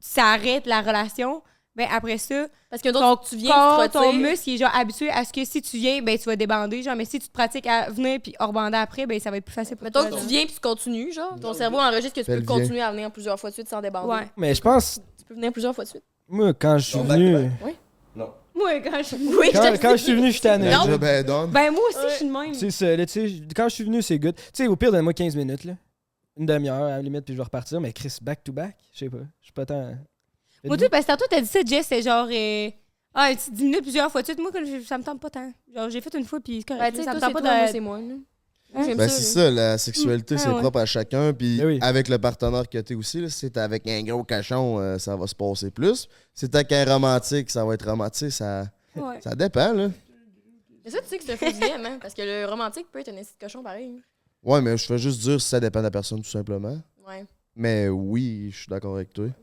Speaker 7: ça arrête la relation, ben après ça,
Speaker 6: Parce que
Speaker 7: ton,
Speaker 6: donc, tu viens,
Speaker 7: corps,
Speaker 6: tu te
Speaker 7: ton
Speaker 6: retires.
Speaker 7: muscle, il est genre habitué à ce que si tu viens, ben tu vas débander, genre, mais si tu te pratiques à venir puis hors bander après, ben ça va être plus facile pour
Speaker 6: Mettons
Speaker 7: toi.
Speaker 6: que
Speaker 7: genre.
Speaker 6: tu viens puis tu continues, genre. Ton cerveau enregistre que tu
Speaker 1: Elle
Speaker 6: peux
Speaker 1: vient.
Speaker 6: continuer à venir plusieurs fois de suite sans débander.
Speaker 7: Ouais.
Speaker 2: Mais je pense,
Speaker 6: Tu peux venir plusieurs fois de suite.
Speaker 2: moi, quand je suis venu.
Speaker 7: Moi, quand je...
Speaker 6: Oui, je
Speaker 2: Quand,
Speaker 6: te-
Speaker 2: quand je suis venu, je suis tanné.
Speaker 1: La job est done.
Speaker 7: Ben moi aussi, je suis de même.
Speaker 2: C'est ça, là, tu sais, quand je suis venu, c'est good. Tu sais, au pire, donne-moi 15 minutes, là. Une demi-heure, à la limite, puis je vais repartir. Mais Chris, back-to-back, je sais pas. Je suis pas tant.
Speaker 7: Moi, tout, parce que tantôt, t'as dit ça, Jess, c'est genre. euh, ah, une petite 10 minutes plusieurs fois. Tu sais, moi, quand je- ça me tente pas tant. Genre, j'ai fait une fois, puis c'est correct.
Speaker 6: Ben, tu sais,
Speaker 7: ça me
Speaker 6: toi,
Speaker 7: tente
Speaker 6: c'est
Speaker 7: pas
Speaker 6: toi,
Speaker 7: de.
Speaker 6: moi, c'est moi. là. J'aime
Speaker 1: Ben,
Speaker 6: ça,
Speaker 1: c'est ça,
Speaker 6: là. Mmh.
Speaker 1: la sexualité,
Speaker 7: Mm.
Speaker 1: c'est
Speaker 7: Ah ouais.
Speaker 1: propre à chacun. Puis
Speaker 2: Ben oui.
Speaker 1: avec le partenaire que t'es aussi, là, si t'es avec un gros cachon, euh, ça va se passer plus. Si t'es avec un romantique, ça va être romantique. Ça,
Speaker 7: Ouais.
Speaker 1: ça dépend, là.
Speaker 6: Mais ça, tu sais que c'est un faux dilemme, hein, parce que le romantique peut être un esti de cochon pareil. hein.
Speaker 1: Ouais, mais je fais juste dire si ça dépend de la personne, tout simplement.
Speaker 6: Ouais.
Speaker 1: Mais oui, je suis d'accord avec toi.
Speaker 6: Mmh.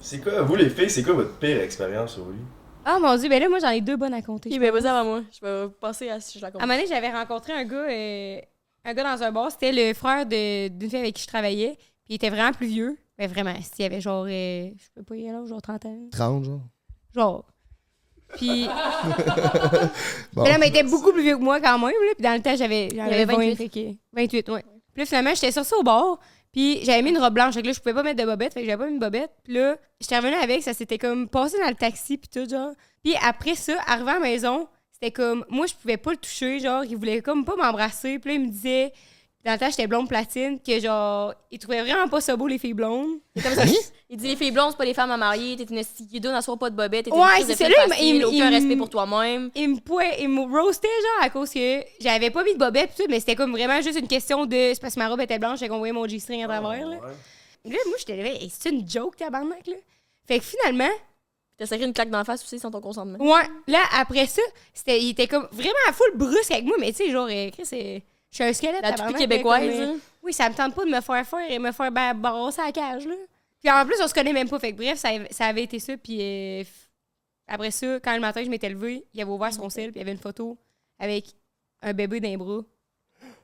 Speaker 5: C'est quoi, vous les filles, c'est quoi votre pire expérience au lit?
Speaker 7: Ah, mon dieu, ben là, moi, j'en ai deux bonnes à compter.
Speaker 6: Ok, ben vas-y avant moi. Je vais passer à si je la
Speaker 7: À un
Speaker 6: comprends.
Speaker 7: moment donné, j'avais rencontré un gars, euh, un gars dans un bar. C'était le frère de- d'une fille avec qui je travaillais. Puis il était vraiment plus vieux. Ben vraiment, s'il avait genre. euh, je peux pas y aller, genre 30 ans.
Speaker 1: 30, genre.
Speaker 7: Genre. Puis.
Speaker 1: Bon.
Speaker 7: Mais là, mais il était beaucoup plus vieux que moi quand même. Là. Puis dans le temps, j'avais j'avais
Speaker 6: avait 28.
Speaker 7: 20, ok. 28, ouais. Puis là, finalement, j'étais sur ça au bord. Puis j'avais mis une robe blanche. Fait que là, je pouvais pas mettre de bobette. Fait que j'avais pas mis de bobette. Puis là, j'étais revenue avec. Ça s'était comme passé dans le taxi. Puis tout, genre. Puis après ça, arrivé à la maison, c'était comme. Moi, je pouvais pas le toucher. Genre, il voulait comme pas m'embrasser. Puis là, il me disait. Dans le temps, j'étais blonde platine. Que genre, il trouvait vraiment pas ça beau, les filles blondes.
Speaker 6: Il dit les filles blondes, c'est pas les femmes à marier, t'es une esti guidon, n'assois pas de bobette, t'es
Speaker 7: Ouais,
Speaker 6: une
Speaker 7: c'est
Speaker 6: crise de
Speaker 7: ça,
Speaker 6: fille
Speaker 7: là, il-
Speaker 6: facile,
Speaker 7: il-
Speaker 6: aucun
Speaker 7: il-
Speaker 6: respect pour toi-même.
Speaker 7: il me pouvait, il me roastait genre à cause que j'avais pas mis de bobette pis tout, mais c'était comme vraiment juste une question de c'est parce que ma robe était blanche, j'ai qu'on voyait mon G-string à travers là. Là moi j'étais là, Hey, c'est une joke tabarnak là. Fait que finalement,
Speaker 6: T'as sacré une claque dans la face aussi sans ton consentement.
Speaker 7: ouais, là après ça, c'était il était comme vraiment à full brusque avec moi, mais tu sais genre euh, Chris, euh, je suis un squelette
Speaker 6: La
Speaker 7: tabarnak,
Speaker 6: toupie
Speaker 7: là,
Speaker 6: québécoise.
Speaker 7: comme, euh,
Speaker 6: hein.
Speaker 7: oui, ça me tente pas de me faire faire et me faire ba- barrasser à la cage, là. Puis en plus, on se connaît même pas. Fait que bref, ça, ça avait été ça. Puis euh, f- après ça, quand le matin, je m'étais levée, il avait ouvert son sel, puis il y avait une photo avec un bébé d'un bras.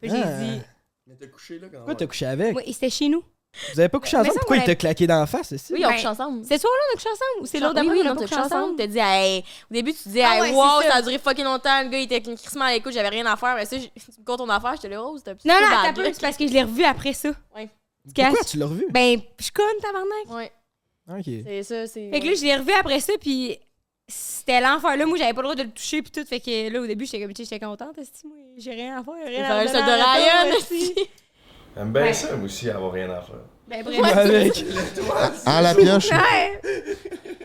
Speaker 7: Puis j'ai
Speaker 2: Ah.
Speaker 7: dit,
Speaker 5: Mais t'as couché là quand
Speaker 2: Pourquoi t'as couché avec
Speaker 7: oui, et c'était chez nous.
Speaker 2: Vous avez pas couché
Speaker 7: Mais
Speaker 2: ensemble
Speaker 7: ça,
Speaker 2: Pourquoi
Speaker 7: on
Speaker 2: il t'a claqué dans la face ici
Speaker 6: Oui, on
Speaker 7: Ben,
Speaker 6: couche ensemble.
Speaker 7: C'est ce soir-là, on a couché ensemble? Ou c'est l'autre
Speaker 6: Oui,
Speaker 7: d'après,
Speaker 6: oui,
Speaker 7: on a
Speaker 6: non,
Speaker 7: pas
Speaker 6: t'as
Speaker 7: couché
Speaker 6: couché ensemble.
Speaker 7: ensemble?
Speaker 6: T'as dit, hey, au début, tu disais,
Speaker 7: Ah
Speaker 6: hey,
Speaker 7: ouais,
Speaker 6: wow,
Speaker 7: c'est ça.
Speaker 6: ça a duré fucking longtemps, le gars, il était crissement à l'écoute, j'avais rien à faire. Mais ça, je- tu me comptes ton affaire, j'étais là, oh, c'était un petit
Speaker 7: Non,
Speaker 6: peu
Speaker 7: non,
Speaker 6: bad
Speaker 7: t'as peu,
Speaker 6: luck.
Speaker 7: c'est parce que je l'ai revu après ça.
Speaker 6: Ouais.
Speaker 7: Tu
Speaker 2: Pourquoi
Speaker 7: caches?
Speaker 2: tu l'as revu
Speaker 7: Ben, je suis conne, tabarnak.
Speaker 6: Ouais,
Speaker 7: Ben,
Speaker 2: Ok.
Speaker 6: c'est ça, c'est.
Speaker 7: Fait que là, je l'ai revu après ça, puis c'était l'enfer. Là, moi, j'avais pas le droit de le toucher, puis tout. Fait que là, au début, j'étais comme, tu sais, j'étais contente, esti, moi, j'ai rien à faire.
Speaker 6: Il
Speaker 7: Rien à
Speaker 6: fallait le
Speaker 7: faire
Speaker 6: sol de Ryan aussi.
Speaker 5: J'aime bien ça, moi aussi, avoir rien à faire.
Speaker 7: Ben,
Speaker 2: Ouais,
Speaker 7: bref.
Speaker 2: avec-
Speaker 1: En la pioche.
Speaker 7: Ouais.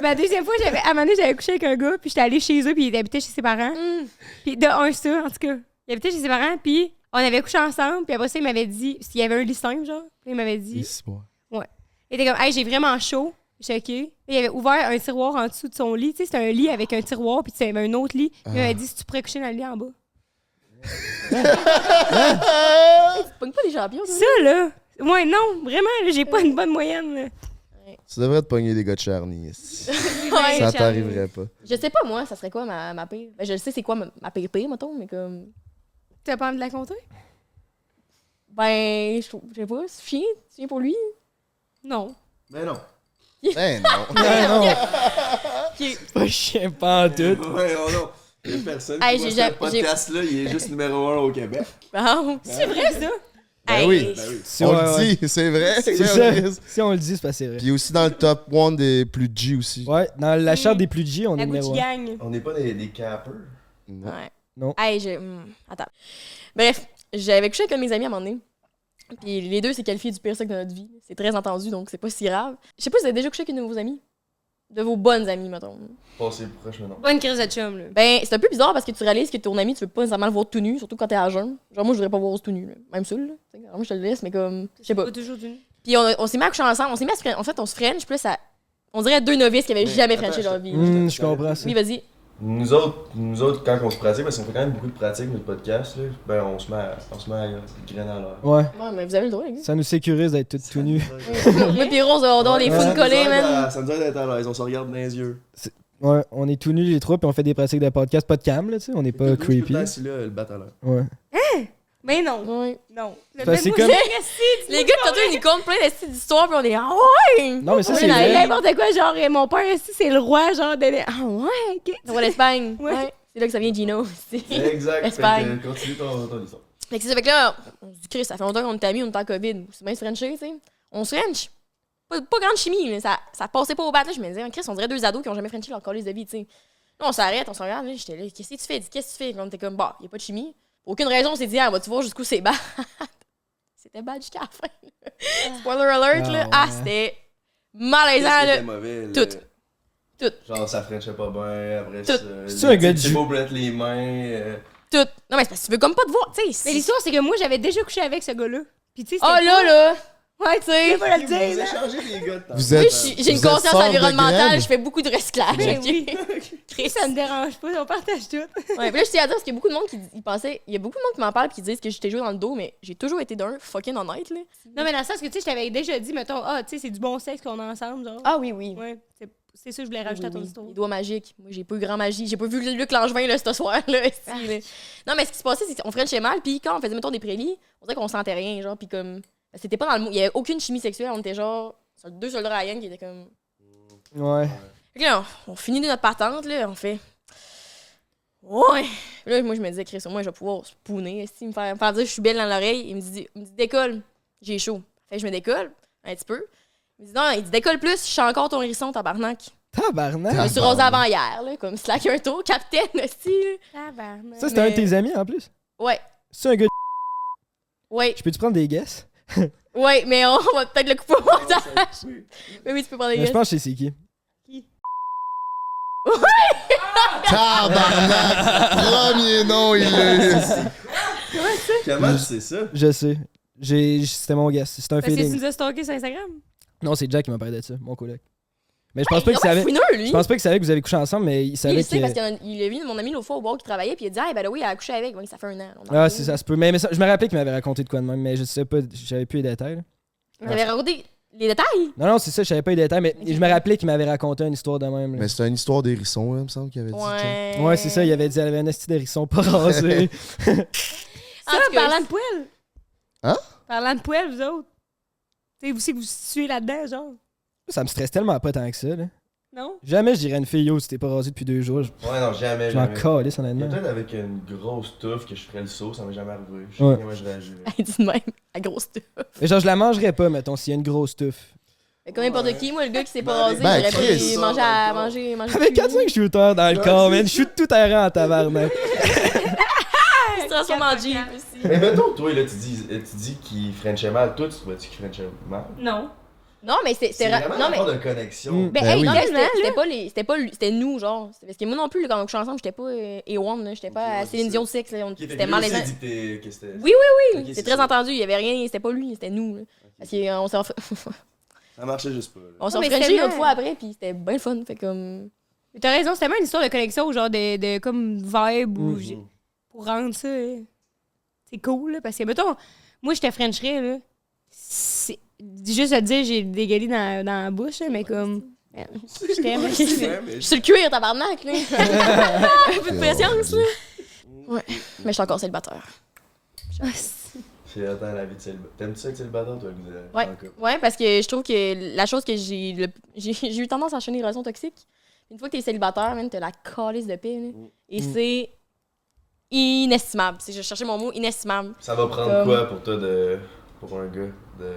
Speaker 7: Ma deuxième fois, j'avais, à un moment donné, j'avais couché avec un gars, puis j'étais allée chez eux, puis il habitait chez ses
Speaker 6: Mm.
Speaker 7: parents.
Speaker 6: Hmm.
Speaker 7: Puis de un, ça, en tout cas. Il habitait chez ses parents, puis on avait couché ensemble, puis après ça, il m'avait dit, s'il y avait un lit simple, genre, puis il m'avait dit,
Speaker 1: Ici, ouais.
Speaker 7: il était comme, hey, j'ai vraiment chaud. J'étais OK. Il avait ouvert un tiroir en dessous de son lit. Tu sais, c'était un lit avec un tiroir, puis tu sais, il y avait un autre lit.
Speaker 2: Ah.
Speaker 7: Il m'avait dit, si tu pourrais coucher dans le lit en bas.
Speaker 6: Tu pognes pas des champions, toi?
Speaker 7: Ça, là. Ouais, non, vraiment, là, j'ai pas une bonne moyenne. là.
Speaker 1: Tu devrais te pogner des gars de Charny. ici.
Speaker 6: Ouais.
Speaker 1: Ça t'arriverait pas.
Speaker 6: Je sais pas, moi, ça serait quoi ma, ma pire. Ben, je sais, c'est quoi ma, ma pire pire, mettons, mais comme.
Speaker 7: T'as pas envie de la compter?
Speaker 6: Ben, je trouve- je sais pas, c'est chien, tu viens pour lui.
Speaker 7: Non.
Speaker 5: Mais non.
Speaker 1: Ben non.
Speaker 2: Ouais, non. Pas chien, pas en tout.
Speaker 5: Ouais, oh non. Il y a personne
Speaker 6: Hey, j'ai- j'ai-
Speaker 5: là, il est juste numéro 1 au Québec.
Speaker 6: Bon.
Speaker 7: C'est Ah, vrai, ça?
Speaker 1: Ben oui.
Speaker 2: Si
Speaker 1: On
Speaker 2: ouais, ouais.
Speaker 1: le dit, c'est vrai.
Speaker 2: C'est ça. Si on le dit, c'est parce que c'est vrai.
Speaker 1: Puis aussi dans le top 1 des plus G aussi.
Speaker 2: Ouais, dans la charte des plus G, on est
Speaker 3: La Gucci
Speaker 2: numéro un.
Speaker 3: Gang.
Speaker 5: On n'est pas des, des cappers.
Speaker 1: Ben
Speaker 6: Ouais.
Speaker 2: Non.
Speaker 6: Hey, j'ai. hmm, attends. Bref, j'avais couché avec un de mes amis à un moment donné. Puis les deux s'est qualifié du pire sexe de notre vie. C'est très entendu, donc c'est pas si grave. Je sais pas si vous avez déjà couché avec une de vos amies. De vos bonnes amies, mettons.
Speaker 5: Passez proche maintenant.
Speaker 7: Pas une crise de chum, là.
Speaker 6: Ben, c'est un peu bizarre parce que tu réalises que ton ami, tu veux pas nécessairement le voir tout nu, surtout quand t'es à jeun. Genre, moi, je voudrais pas voir tout nu, là. même seul. Là. T'sais, Moi, je te le laisse, mais comme. Je sais pas.
Speaker 7: Pas toujours d'une.
Speaker 6: Puis on, on s'est mis à coucher ensemble. On s'est mis à se fren- En fait, on se french, plus ça. On dirait deux novices qui avaient jamais frenché leur vie.
Speaker 2: Hum, je comprends ça.
Speaker 6: Oui, vas-y.
Speaker 5: Nous autres, nous autres, quand on se pratique, parce qu'on fait quand même beaucoup de pratiques, notre podcast, là, ben on se met à, on se met à grainer à l'heure.
Speaker 2: Ouais,
Speaker 6: Ouais, mais vous avez le droit, les gars.
Speaker 2: ça nous sécurise d'être tout, tout nus.
Speaker 6: Moi, pis Rose, on dort les
Speaker 2: Ouais.
Speaker 6: fous collés, man.
Speaker 5: Ça nous aide à être à l'aise, on se regarde dans les yeux.
Speaker 2: Ouais, on est tout nus les trois, puis on fait des pratiques de podcast, pas de cam, là, tu sais, on n'est pas creepy.
Speaker 5: Là, le bat à l'heure.
Speaker 2: Ouais.
Speaker 7: Mais non,
Speaker 6: Ouais.
Speaker 7: non.
Speaker 2: Ben, c'est comme-
Speaker 6: Les gars, t'as ils nous comptent plein d'esti d'histoires, pis on est. Ah ouais!
Speaker 2: Non, mais ça,
Speaker 3: Oui,
Speaker 2: c'est
Speaker 3: non,
Speaker 2: vrai.
Speaker 3: N'importe quoi, genre,
Speaker 7: euh,
Speaker 3: eh, mon père, si c'est le roi, genre, de... Ah ouais, ok.
Speaker 6: On voit l'Espagne.
Speaker 3: Ouais.
Speaker 6: Ouais. C'est là que ça vient Gino. aussi.
Speaker 2: Eh,
Speaker 5: Exact.
Speaker 6: Espagne.
Speaker 5: fait que Continue ton, ton histoire.
Speaker 6: Fait que c'est ça, fait que là, on se dit, Chris, ça fait longtemps qu'on est amis, on est en COVID. C'est bien se frencher, tu sais. On se french. Pas, pas grande chimie, mais ça, ça passait pas au bat. Là, je me disais, Chris, on dirait deux ados qui ont jamais frenché leur collège de vie, tu sais. Là, on s'arrête, on se regarde, là, j'étais là, qu'est-ce que tu fais? Dis, Qu'est-ce que tu fais? Là, on était comme, bah, y a pas de chimie. Pour aucune raison, on s'est dit, ah, vas-tu voir jusqu'où c'est bad? c'était bad jusqu'à la fin. là. Spoiler alert,
Speaker 2: Ah,
Speaker 6: là.
Speaker 2: ouais.
Speaker 6: Ah, c'était malaisant, là.
Speaker 5: C'était mauvais. là.
Speaker 6: Tout. Tout.
Speaker 5: Genre, ça frenchait pas bien. Après,
Speaker 6: Tout.
Speaker 2: C'est-tu un gars de
Speaker 5: Tu
Speaker 2: jus?
Speaker 5: beau pour mettre les mains. euh,
Speaker 6: Tout. Non, mais c'est parce que tu veux comme pas te voir, tu sais.
Speaker 7: Mais
Speaker 6: si-
Speaker 7: l'histoire, c'est que moi, j'avais déjà couché avec ce gars-là. Puis tu sais,
Speaker 6: Oh
Speaker 7: c'était-
Speaker 6: là, là.
Speaker 7: Ouais, tu sais.
Speaker 3: Faut le
Speaker 5: Vous
Speaker 3: dire, là.
Speaker 5: échangez les gars de temps.
Speaker 1: Vous
Speaker 6: Oui,
Speaker 1: êtes-
Speaker 6: je suis- j'ai une
Speaker 1: vous êtes
Speaker 6: conscience
Speaker 1: sœurs de
Speaker 6: environnementale,
Speaker 1: graines.
Speaker 6: je fais beaucoup de recyclage.
Speaker 7: Ben
Speaker 6: ok?
Speaker 7: oui.
Speaker 6: Chris.
Speaker 7: Ça me dérange pas, on partage tout.
Speaker 6: Ouais, puis là, je tiens à dire parce qu'il y a beaucoup de monde qui y pensait, il y a beaucoup de monde qui m'en parle puis qui disent que j'étais joué dans le dos, mais j'ai toujours été d'un fucking honnête là.
Speaker 7: Non, mais dans le sens que tu sais, je t'avais déjà dit, mettons, ah, tu sais, c'est du bon sexe qu'on a ensemble, genre.
Speaker 6: Ah oui, oui.
Speaker 7: Ouais, c'est- c'est ça que je voulais
Speaker 6: Oui,
Speaker 7: rajouter à ton
Speaker 6: oui.
Speaker 7: histoire.
Speaker 6: Les doigts magiques. Moi, j'ai pas eu grand magie. J'ai pas vu Luc Langevin là, ce soir. Là, ici, là. Non, mais ce qui se passait, c'est qu'on frenchait mal. Puis quand on faisait, mettons, des prélis, on dirait qu'on sentait rien. Genre, puis comme. C'était pas dans le mot. Il y avait aucune chimie sexuelle. On était genre. sur- Deux soldats Ryan qui étaient comme.
Speaker 2: Ouais.
Speaker 6: Fait que là, on, on finit notre patente, là, on fait. Ouais! Puis Là, moi, je me disais, Chris, au moins, je vais pouvoir se pouner. Si, me faire, me faire dire que je suis belle dans l'oreille, il me dit, il me dit décolle. J'ai chaud. Fait que je me décolle, un petit peu. Il me dit, non, il dit, décolle plus, je suis encore ton hérisson, tabarnak. Je me
Speaker 2: Tabarnak.
Speaker 6: suis rosée avant hier, là, comme slack un tour, capitaine, aussi. là.
Speaker 7: Tabarnak.
Speaker 2: Ça, c'était un de
Speaker 6: mais-
Speaker 2: tes amis en plus.
Speaker 6: Ouais,
Speaker 2: C'est un gars de.
Speaker 6: ouais,
Speaker 2: Je peux-tu prendre des guesses?
Speaker 6: ouais, mais on va peut-être le couper au montage. Mais oui, tu peux prendre des
Speaker 2: Mais Je
Speaker 6: guesses.
Speaker 2: pense que c'est qui.
Speaker 1: Tabarnak! Premier nom, il est.
Speaker 5: Comment c'est ça?
Speaker 2: Je sais. J'ai... C'était mon guess. C'est un
Speaker 7: Parce que tu
Speaker 2: feeling.
Speaker 7: nous as stalké sur Instagram.
Speaker 2: Non, c'est Jack qui m'a parlé de ça, mon collègue. Mais je pense pas
Speaker 6: Il
Speaker 2: qu'il savait.
Speaker 6: fouineux, lui.
Speaker 2: Je pense pas qu'il savait que vous avez couché ensemble, mais il
Speaker 6: Il
Speaker 2: savait
Speaker 6: le sait
Speaker 2: que.
Speaker 6: parce qu'il y en a- il a vu mon ami l'autre fois au bar qui travaillait, puis il a dit, ah, ben là, oui, elle a accouché avec. Ouais, ça fait un an. on en
Speaker 2: Ah,
Speaker 6: parle.
Speaker 2: c'est ça, ça se peut. Mais, mais ça- je me rappelais qu'il m'avait raconté de quoi de même, mais je sais pas, j'avais plus les détails. là.
Speaker 6: Vous avez raconté les détails?
Speaker 2: Non, non, c'est ça, je savais pas les détails, mais je me rappelais qu'il m'avait raconté une histoire de même. là.
Speaker 1: Mais c'était une histoire d'hérisson, là, il me semble qu'il avait dit. Jack.
Speaker 2: Ouais, c'est ça, il avait dit elle avait un esti d'hérisson pas rasé.
Speaker 6: En
Speaker 7: Ça,
Speaker 6: tout cas,
Speaker 7: parlant de poêle.
Speaker 1: Hein?
Speaker 7: Parlant de poêle, vous autres. Tu sais, vous savez que vous suez là-dedans, genre.
Speaker 2: ça me stresse tellement pas tant que ça. Là.
Speaker 7: Non?
Speaker 2: Jamais je dirais à une fille, yo, tu t'es pas rasé depuis deux jours. je-
Speaker 5: Ouais, non, jamais.
Speaker 2: Je m'en
Speaker 5: jamais.
Speaker 2: calisse, honnêtement.
Speaker 5: Peut-être avec une grosse touffe que je ferais le saut, ça m'est jamais arrivé. Je sais
Speaker 2: Ouais.
Speaker 5: pas comment je réagirais.
Speaker 6: Elle dit de même, la grosse tue.
Speaker 2: Mais genre, je la mangerais pas, mettons, s'il y a une grosse tuffe.
Speaker 6: Mais comme n'importe qui, moi, le gars qui s'est pas
Speaker 5: Ben,
Speaker 6: rasé,
Speaker 1: ben,
Speaker 6: j'aurais
Speaker 1: Chris.
Speaker 6: pu manger à manger, manger.
Speaker 2: Avec 4-5 shooters dans le corps, man, je suis tout errant en tabarnak.
Speaker 6: qui se transforme en Jeep aussi.
Speaker 5: Mais mettons, toi, là, tu dis, euh, tu dis qu'il frenchait mal. Toi, tu trouvais-tu qu'il frenchait mal?
Speaker 7: Non.
Speaker 6: Non, mais c'est. c'est
Speaker 5: C'est
Speaker 6: ra-
Speaker 5: vraiment
Speaker 6: Non,
Speaker 5: non,
Speaker 6: mais.
Speaker 5: de connexion.
Speaker 2: Mm.
Speaker 6: Ben,
Speaker 1: Ben
Speaker 6: hey,
Speaker 1: oui.
Speaker 6: non, mais c'était
Speaker 7: Tellement,
Speaker 6: c'était pas les. C'était pas lui- C'était nous, genre. C'est Parce que moi non plus, là, quand on couchait ensemble, j'étais pas euh, A1, là. J'étais
Speaker 5: Ok,
Speaker 6: pas
Speaker 5: ouais,
Speaker 6: à Céline
Speaker 5: c'est
Speaker 6: Dion de sexe, là. On-
Speaker 5: Qui était
Speaker 6: C'était
Speaker 5: lui aussi
Speaker 6: malaisant.
Speaker 5: dit que t'es- que c'était-
Speaker 6: Oui,
Speaker 5: Ok,
Speaker 6: oui, C'est très
Speaker 5: ça.
Speaker 6: entendu, il y avait rien, c'était pas lui, c'était nous, là. Parce qu'on s'est ref-
Speaker 5: Ça marchait juste pas. là.
Speaker 6: on s'est
Speaker 7: Non, mais
Speaker 6: refrangé
Speaker 7: tellement.
Speaker 6: l'autre fois après, puis c'était bien le fun. Fait comme.
Speaker 7: Mais t'as raison, c'est tellement une histoire de connexion, genre de, de comme vibe ou
Speaker 2: Mhm.
Speaker 7: j'ai- pour rendre ça. euh, C'est cool, là, parce que, mettons, moi, je te Frencherais, là. C'est- Juste à te dire, j'ai dégueulé dans, dans la bouche, là, mais comme. euh, Je t'aime.
Speaker 5: Ouais, mais
Speaker 6: Je suis le cuir, tabarnak, là. Un peu de préscience, là. Ouais, mais je suis encore célibataire.
Speaker 5: Puis attends, la vie de célibataire. T'aimes-tu ça être célibataire, toi, vous êtes
Speaker 6: Ouais.
Speaker 5: en couple?
Speaker 6: Ouais, parce que je trouve que la chose que j'ai le- j'ai j'ai eu tendance à enchaîner les relations toxiques. Une fois que t'es célibataire, man, t'as la calice de paix. là. Et c'est inestimable. C'est- Je cherchais mon mot inestimable.
Speaker 5: Ça va prendre
Speaker 6: Comme-
Speaker 5: quoi pour toi de. pour un gars de.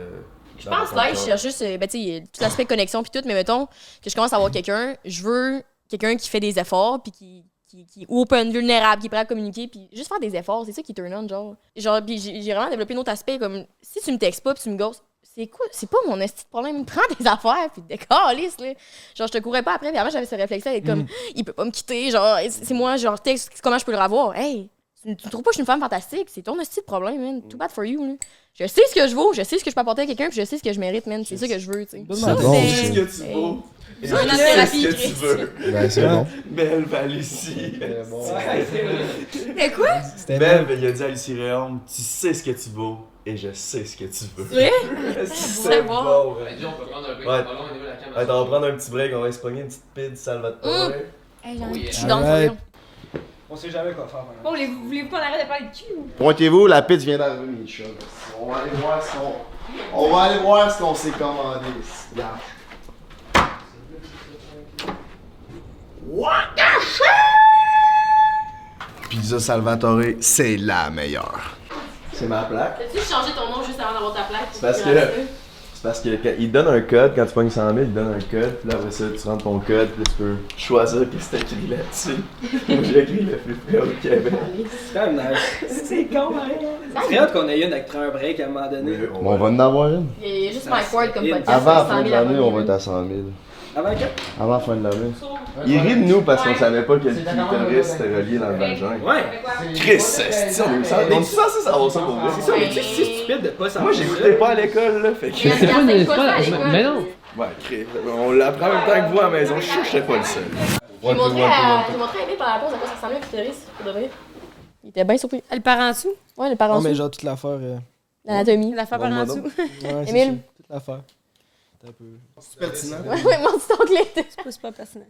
Speaker 6: Je pense là, je cherche juste euh, ben, tu sais, tout l'aspect connexion puis tout, mais mettons que je commence à avoir quelqu'un, je veux quelqu'un qui fait des efforts puis qui, qui, qui est open, vulnérable, qui est prêt à communiquer puis juste faire des efforts, c'est ça qui turn on, genre. Genre, puis j'ai j'ai vraiment développé un autre aspect, comme si tu me textes pas puis tu me gosses, c'est quoi, c'est pas mon esti de problème, prends tes affaires puis décalisse, là. Genre, je te courais pas après, puis avant j'avais ce réflexe-là d'être comme, il peut pas me quitter, genre, c'est c'est moi, genre, texte, comment je peux le revoir? Hey! Tu tu trouves pas que je suis une femme fantastique? C'est ton esti de problème, man. Too bad for you, là. Je sais ce que je vaux, je sais ce que je peux apporter à quelqu'un, puis je sais ce que je mérite, man. C'est ça que je veux, tu sais.
Speaker 2: Bonne
Speaker 6: Ça,
Speaker 2: demande.
Speaker 5: Qu'est-ce
Speaker 6: c'est-
Speaker 5: que tu vaux? Et
Speaker 6: C'est un
Speaker 5: Qu'est-ce
Speaker 6: thérapie,
Speaker 5: que tu veux?
Speaker 1: Ben, c'est bon.
Speaker 5: Belle Valérie.
Speaker 7: C'est quoi?
Speaker 2: C'était
Speaker 5: Belle, il a dit à Lucie Réaume, tu sais ce que tu vaux et je sais ce que tu veux.
Speaker 6: C'est Ah,
Speaker 5: C'est
Speaker 6: bon.
Speaker 5: bon. ouais.
Speaker 8: Ben, disons, on peut prendre un break,
Speaker 5: Ouais.
Speaker 8: pas long, on est où, la cam?
Speaker 5: Attends, on va prendre un petit break, on va se pogner une petite pide
Speaker 6: Mm.
Speaker 5: Salvatore.
Speaker 7: Hey,
Speaker 8: Oh, yeah.
Speaker 6: Je suis dans le
Speaker 2: Alright.
Speaker 6: fond.
Speaker 2: On sait jamais quoi faire.
Speaker 7: Oh, les- vous voulez pas arrêter de parler de cul? ou-
Speaker 1: Pointez-vous, la pizza vient d'arriver, les chums. On va aller voir ce qu'on. On va aller voir ce qu'on s'est commandé. Regarde. What the shit? Pizza Salvatore, c'est la meilleure.
Speaker 5: C'est ma plaque.
Speaker 6: T'as-tu changé ton nom juste avant d'avoir ta plaque? C'est
Speaker 5: parce que- C'est parce que quand il donne un code, quand tu pognes 100 000, il donne un code, puis là après ça, tu rentres ton code, puis là, tu peux choisir qu'est-ce que t'as écrit là-dessus. Moi j'ai écrit le plus près au Québec.
Speaker 2: C'est quand même nice. C'est con, hein. C'est très hâte qu'on ait une après un break à un moment donné.
Speaker 1: Bon, on va en avoir une.
Speaker 6: Il y a juste Mike Ward comme podcast.
Speaker 5: Avant la fin
Speaker 6: 100
Speaker 5: de
Speaker 6: 000
Speaker 5: l'année, on va
Speaker 6: abonnés,
Speaker 5: être à 100 000.
Speaker 2: Avant que.
Speaker 5: Avant la fin de l'année. Il rit de nous parce qu'on savait pas que le clitoris était relié dans le vagin.
Speaker 2: Ouais.
Speaker 5: Chris, c'est on est on est censé savoir ça pour vrai.
Speaker 2: C'est ça, mais tu sais, c'est stupide de pas savoir.
Speaker 5: Moi, j'écoutais pas à l'école, là, fait que.
Speaker 6: Mais c'est
Speaker 8: Mais
Speaker 6: pas
Speaker 8: c'est pas-
Speaker 6: ça à l'école.
Speaker 8: mais non.
Speaker 5: Ouais, Chris, on l'apprend en même temps que vous à la maison, je suis je sais pas le seul.
Speaker 6: J'ai montré à j'ai montré à Aimé par la pause à quoi ça ressemblait un clitoris, pour de vrai. Il était bien surpris.
Speaker 7: Le par en dessous?
Speaker 6: Ouais, le parent
Speaker 2: Non,
Speaker 6: sous,
Speaker 2: mais genre toute l'affaire. euh,
Speaker 6: l'anatomie.
Speaker 7: L'affaire par
Speaker 5: Bon,
Speaker 7: en
Speaker 5: moi
Speaker 7: dessous?
Speaker 2: Ouais, c'est
Speaker 6: Émile.
Speaker 2: ça, Toute l'affaire. T'as un peu.
Speaker 6: Ouais, ouais, mon petit anglais.
Speaker 7: C'est pas- c'est pas pertinent.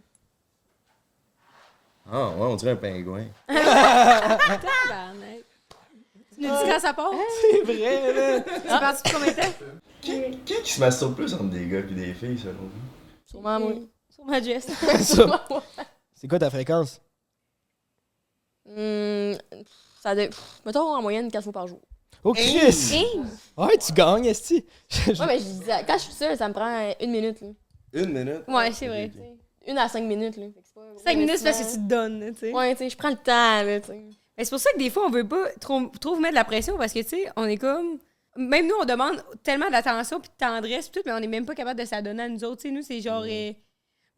Speaker 5: Ah, ouais, on dirait un pingouin.
Speaker 7: Tu nous dis quand ça part?
Speaker 2: C'est vrai, là.
Speaker 7: Tu penses de combien de temps?
Speaker 5: Qui, qui qui se masturbe plus entre des gars pis des filles, selon vous?
Speaker 6: Sûrement, moi.
Speaker 7: Sur ma Jess.
Speaker 2: Ça. C'est quoi ta fréquence?
Speaker 6: Hum, Ça doit. pff, Mettons en moyenne 4 fois par jour.
Speaker 2: Oh, Chris! Ouais, tu gagnes, Esti.
Speaker 6: Ouais, mais je disais, quand je suis seule, ça me prend une minute. Là.
Speaker 5: Une minute?
Speaker 7: Ouais, c'est vrai.
Speaker 6: Une à cinq minutes. Là. Fait que c'est pas un gros
Speaker 7: 5 minutes, c'est parce que tu
Speaker 6: investissement.
Speaker 7: te donnes, là, tu sais.
Speaker 6: Ouais, tu sais, je prends le temps. Là, tu sais.
Speaker 7: Mais c'est pour ça que des fois, on veut pas trop, trop vous mettre de la pression parce que, tu sais, on est comme. Même nous, on demande tellement d'attention puis de tendresse puis tout, mais on est même pas capable de s'adonner à nous autres. Tu sais, nous, c'est genre. euh,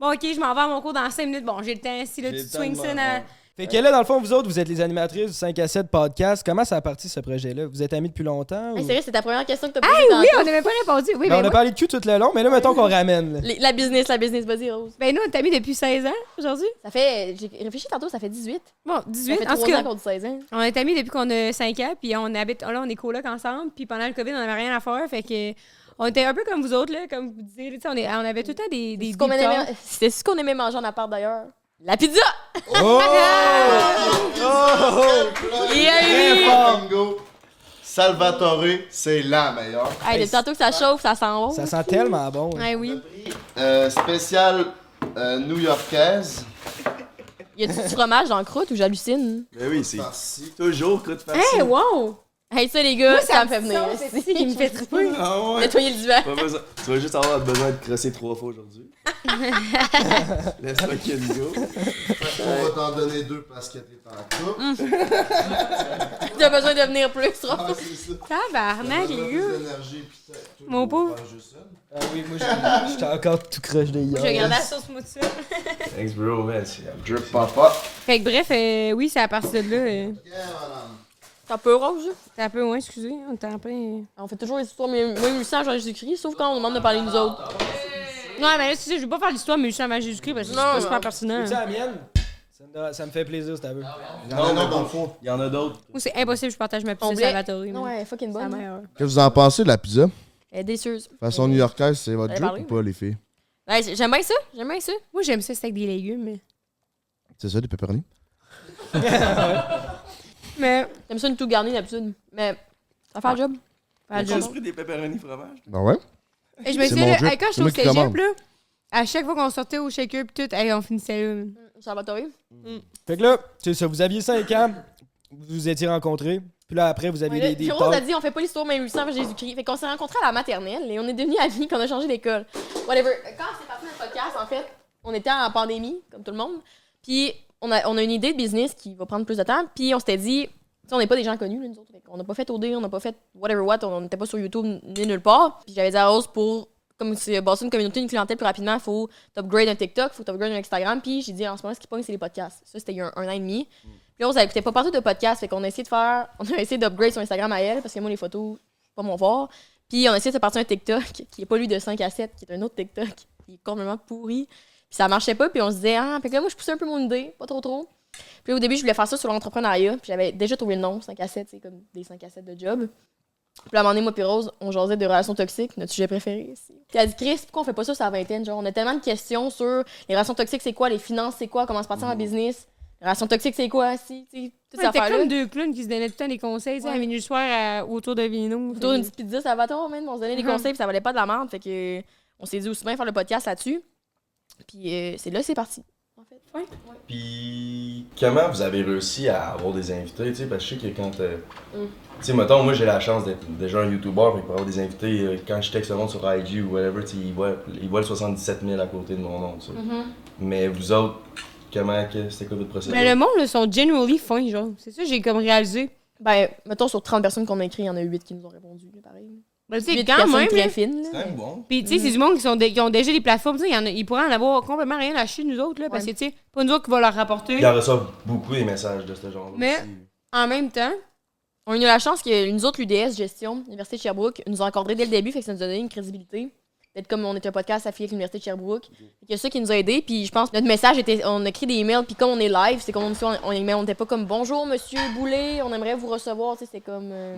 Speaker 7: bon, OK, je m'en vais à mon cours dans 5 minutes. Bon, j'ai le temps. Si là, tu swings ça dans.
Speaker 2: Fait que là, dans le fond, vous autres, vous êtes les animatrices du 5 à 7 podcast. Comment ça a parti ce projet-là? Vous êtes amis depuis longtemps?
Speaker 6: Hey,
Speaker 2: ou-
Speaker 6: sérieux, c'est ta première question que t'as
Speaker 7: Hey,
Speaker 6: posée.
Speaker 7: oui, on
Speaker 6: tantôt.
Speaker 7: n'avait pas répondu.
Speaker 2: Ben,
Speaker 7: Oui, ben,
Speaker 2: on a
Speaker 7: moi-
Speaker 2: parlé de cul tout le long, mais là, mettons qu'on ramène. là.
Speaker 6: Les- La business, la business, vas-y, Rose.
Speaker 7: ben, nous, on t'a mis depuis 16 ans aujourd'hui.
Speaker 6: Ça fait. J'ai réfléchi tantôt, ça fait 18.
Speaker 7: Bon,
Speaker 6: Ça
Speaker 7: 18.
Speaker 6: fait
Speaker 7: En tout
Speaker 6: 3
Speaker 7: cas,
Speaker 6: ans qu'on dit 16 ans.
Speaker 7: on est amis depuis qu'on a 5 ans puis on habite. Là, on est coloc ensemble puis pendant le COVID, on n'avait rien à faire. Fait que. On était un peu comme vous autres, là, comme vous disiez. là, tu sais, On, est- on avait tout le temps des. des
Speaker 6: C'est ce qu'on
Speaker 7: détours.
Speaker 6: aimait- C'est ce qu'on aimait manger en appart d'ailleurs. La pizza!
Speaker 2: Oh!
Speaker 7: Ah! Oh!
Speaker 1: Très fort, Bingo. Salvatore, c'est la meilleure.
Speaker 6: Hey, depuis tantôt que ça chauffe, ça sent bon.
Speaker 2: Ça sent tellement bon.
Speaker 7: Ouais, oui.
Speaker 1: Euh, spécial euh, new-yorkaise.
Speaker 6: Y a-tu du fromage dans la croûte ou j'hallucine?
Speaker 5: Ben oui, c'est
Speaker 1: Merci.
Speaker 5: toujours coup de facile.
Speaker 7: Hey, wow!
Speaker 6: Hey, ça les gars, ça, me fait venir.
Speaker 7: C'est ici qui me fait triper.
Speaker 5: Ah ouais!
Speaker 6: Nettoyer le duvet.
Speaker 5: Pas besoin- Tu vas juste avoir besoin de crosser trois fois aujourd'hui. Laisse-moi qu'il go.
Speaker 1: On va t'en donner deux parce que t'es en couple.
Speaker 6: T'as besoin de venir plus, Rose.
Speaker 1: Ah, c'est ça.
Speaker 7: Tabarnak, les gars! Mon
Speaker 1: Mon
Speaker 7: pauvre.
Speaker 1: pauvre.
Speaker 2: Ah oui, moi, j'ai- j'étais encore tout crush de hier.
Speaker 7: Je regarde la sauce moussa.
Speaker 5: Thanks, bro, man. c'est-
Speaker 1: Drip papa.
Speaker 7: Fait que bref, euh, oui, c'est à partir de là. euh,
Speaker 6: T'as peur, Rose? là?
Speaker 7: c'est un peu loin, excusez, on est en plein. euh.
Speaker 6: On fait toujours les histoires, mais moi, Lucien, genre Jésus-Christ, sauf quand on demande de parler de nous autres.
Speaker 7: Non, mais là, tu sais, je vais pas faire l'histoire, mais je suis à Jésus-Christ parce que
Speaker 6: Non,
Speaker 7: c'est
Speaker 6: non.
Speaker 7: pas super pertinent.
Speaker 2: C'est la mienne? Ça me, donne- ça me fait plaisir, si t'as vu.
Speaker 5: Non, mais dans le fond, il y en a d'autres.
Speaker 7: Moi, c'est impossible, je partage ma
Speaker 6: On
Speaker 7: pizza
Speaker 6: voulait-
Speaker 7: Salvatore. man.
Speaker 6: Non, ouais, fucking
Speaker 7: C'est la
Speaker 6: bonne. hein.
Speaker 7: meilleure.
Speaker 1: Que vous en pensez de la pizza?
Speaker 6: Elle est délicieuse.
Speaker 1: Façon new-yorkaise, c'est votre
Speaker 6: Elle
Speaker 1: drip
Speaker 6: parle,
Speaker 1: ou pas, les filles?
Speaker 6: Ouais, j- j'aime bien ça, j'aime bien ça.
Speaker 7: Moi, j'aime ça, c'est avec des légumes. Mais,
Speaker 1: C'est ça, des pepperonis?
Speaker 7: mais
Speaker 6: J'aime ça une tout garnie d'habitude. Mais ça fait le job.
Speaker 7: pas
Speaker 5: J'ai
Speaker 7: de
Speaker 5: juste pris des pepperoni fromage.
Speaker 1: Ah ouais?
Speaker 7: Et je me
Speaker 1: C'est
Speaker 7: souviens,
Speaker 1: mon
Speaker 7: là,
Speaker 1: drip.
Speaker 7: hey, quand
Speaker 1: C'est
Speaker 7: je suis au
Speaker 1: moi qui
Speaker 7: cégep,
Speaker 1: commande.
Speaker 7: là, à chaque fois qu'on sortait au shaker pis tout, hey, on finissait là. man.
Speaker 6: Salvatore.
Speaker 2: Fait que là, c'est ça, vous aviez 5 ans, vous vous étiez rencontrés, Puis là, après, vous avez
Speaker 6: Ouais,
Speaker 2: des,
Speaker 6: là,
Speaker 2: des
Speaker 6: Jérôme a
Speaker 2: talks.
Speaker 6: dit on fait pas l'histoire mais 800 avant Jésus-Christ. Fait qu'on s'est rencontrés à la maternelle et on est devenus amis quand on a changé d'école. Whatever. Quand c'est parti notre podcast, en fait, on était en pandémie, comme tout le monde. Puis on a, on a une idée de business qui va prendre plus de temps. Puis on s'était dit, tu sais, on n'est pas des gens connus, là, nous autres. Fait qu'on n'a pas fait OD, on n'a pas fait whatever what, on n'était pas sur YouTube ni nulle part. Puis j'avais dit à Rose pour. Comme c'est bâtir une communauté, une clientèle plus rapidement, il faut t'upgrade un TikTok, faut t'upgrade un Instagram. Puis j'ai dit, en ce moment, ce qui pogne, c'est les podcasts. Ça, c'était il y a un, un an et demi. Puis là, on n'écoutait pas partout de podcast. Fait qu'on a essayé de faire. On a essayé d'upgrade son Instagram à elle parce que moi, les photos, c'est pas mon fort. Puis on a essayé de se partir un TikTok qui est pas lui de 5 à 7, qui est un autre TikTok qui est complètement pourri. Puis ça marchait pas. Puis on se disait, ah, fait que là, moi, je poussais un peu mon idée, pas trop trop. Puis là, au début, je voulais faire ça sur l'entrepreneuriat. Puis j'avais déjà trouvé le nom, 5 à 7, c'est comme des 5 à 7 de job. Puis à un moment donné, moi puis Rose, on jasait de relations toxiques, notre sujet préféré ici. Puis elle dit, Chris, pourquoi on fait pas ça sur la vingtaine? Genre, on a tellement de questions sur les relations toxiques, c'est quoi, les finances, c'est quoi, comment se partir en business, les relations toxiques, c'est quoi, si, tu sais, toutes
Speaker 7: C'était
Speaker 6: ces affaires-là.
Speaker 7: comme deux clowns qui se donnaient tout le temps des conseils, tu sais,
Speaker 6: Ouais.
Speaker 7: à minuit du soir à- autour de Vino.
Speaker 6: autour d'une petite pizza, ça va toi, man. On se donnait des
Speaker 7: Mhm.
Speaker 6: conseils, puis ça valait pas de la merde. Fait que euh, on s'est dit aussi bien faire le podcast là-dessus. Puis euh, c'est là, c'est parti. En fait.
Speaker 5: Puis, comment vous avez réussi à avoir des invités? Tu sais, parce que je sais que quand. euh, Tu sais, mettons, moi j'ai la chance d'être déjà un YouTuber, fait que pour avoir des invités, euh, quand je texte le monde sur IG ou whatever, tu sais, ils voient, ils voient le 77 000 à côté de mon nom, tu sais. Mais vous autres, comment, que- c'était quoi votre procédé?
Speaker 7: Mais le monde, là, sont generally fin, genre. C'est ça, j'ai comme réalisé.
Speaker 6: Ben, mettons sur 30 personnes qu'on a écrit, il y en a 8 qui nous ont répondu, là, pareil.
Speaker 7: Ben, tu
Speaker 6: 8
Speaker 7: sais, quand
Speaker 6: personnes
Speaker 7: même.
Speaker 6: très
Speaker 7: là.
Speaker 6: fines. là.
Speaker 5: C'est quand même bon.
Speaker 7: Puis, tu sais, c'est du monde qui, sont des- qui ont déjà des plateformes. Tu sais, il y en a- ils pourraient en avoir complètement rien à chier, nous autres, là, parce que,
Speaker 6: Ouais.
Speaker 7: tu sais, pas nous autres qui va leur rapporter.
Speaker 5: Ils en reçoivent beaucoup des messages de ce genre-là.
Speaker 7: Mais-
Speaker 5: aussi.
Speaker 7: En même temps,
Speaker 6: On a eu la chance que nous autres, l'UDS Gestion, l'Université de Sherbrooke, nous ont encadrés dès le début, fait que ça nous a donné une crédibilité. Peut-être comme on est un podcast affilié avec l'Université de Sherbrooke. Fait que ça qui nous a aidés. Puis je pense que notre message était on a écrit des emails, puis comme on est live, c'est comme on on on n'était pas comme bonjour monsieur Boulet, on aimerait vous recevoir. Tu sais, C'était comme euh,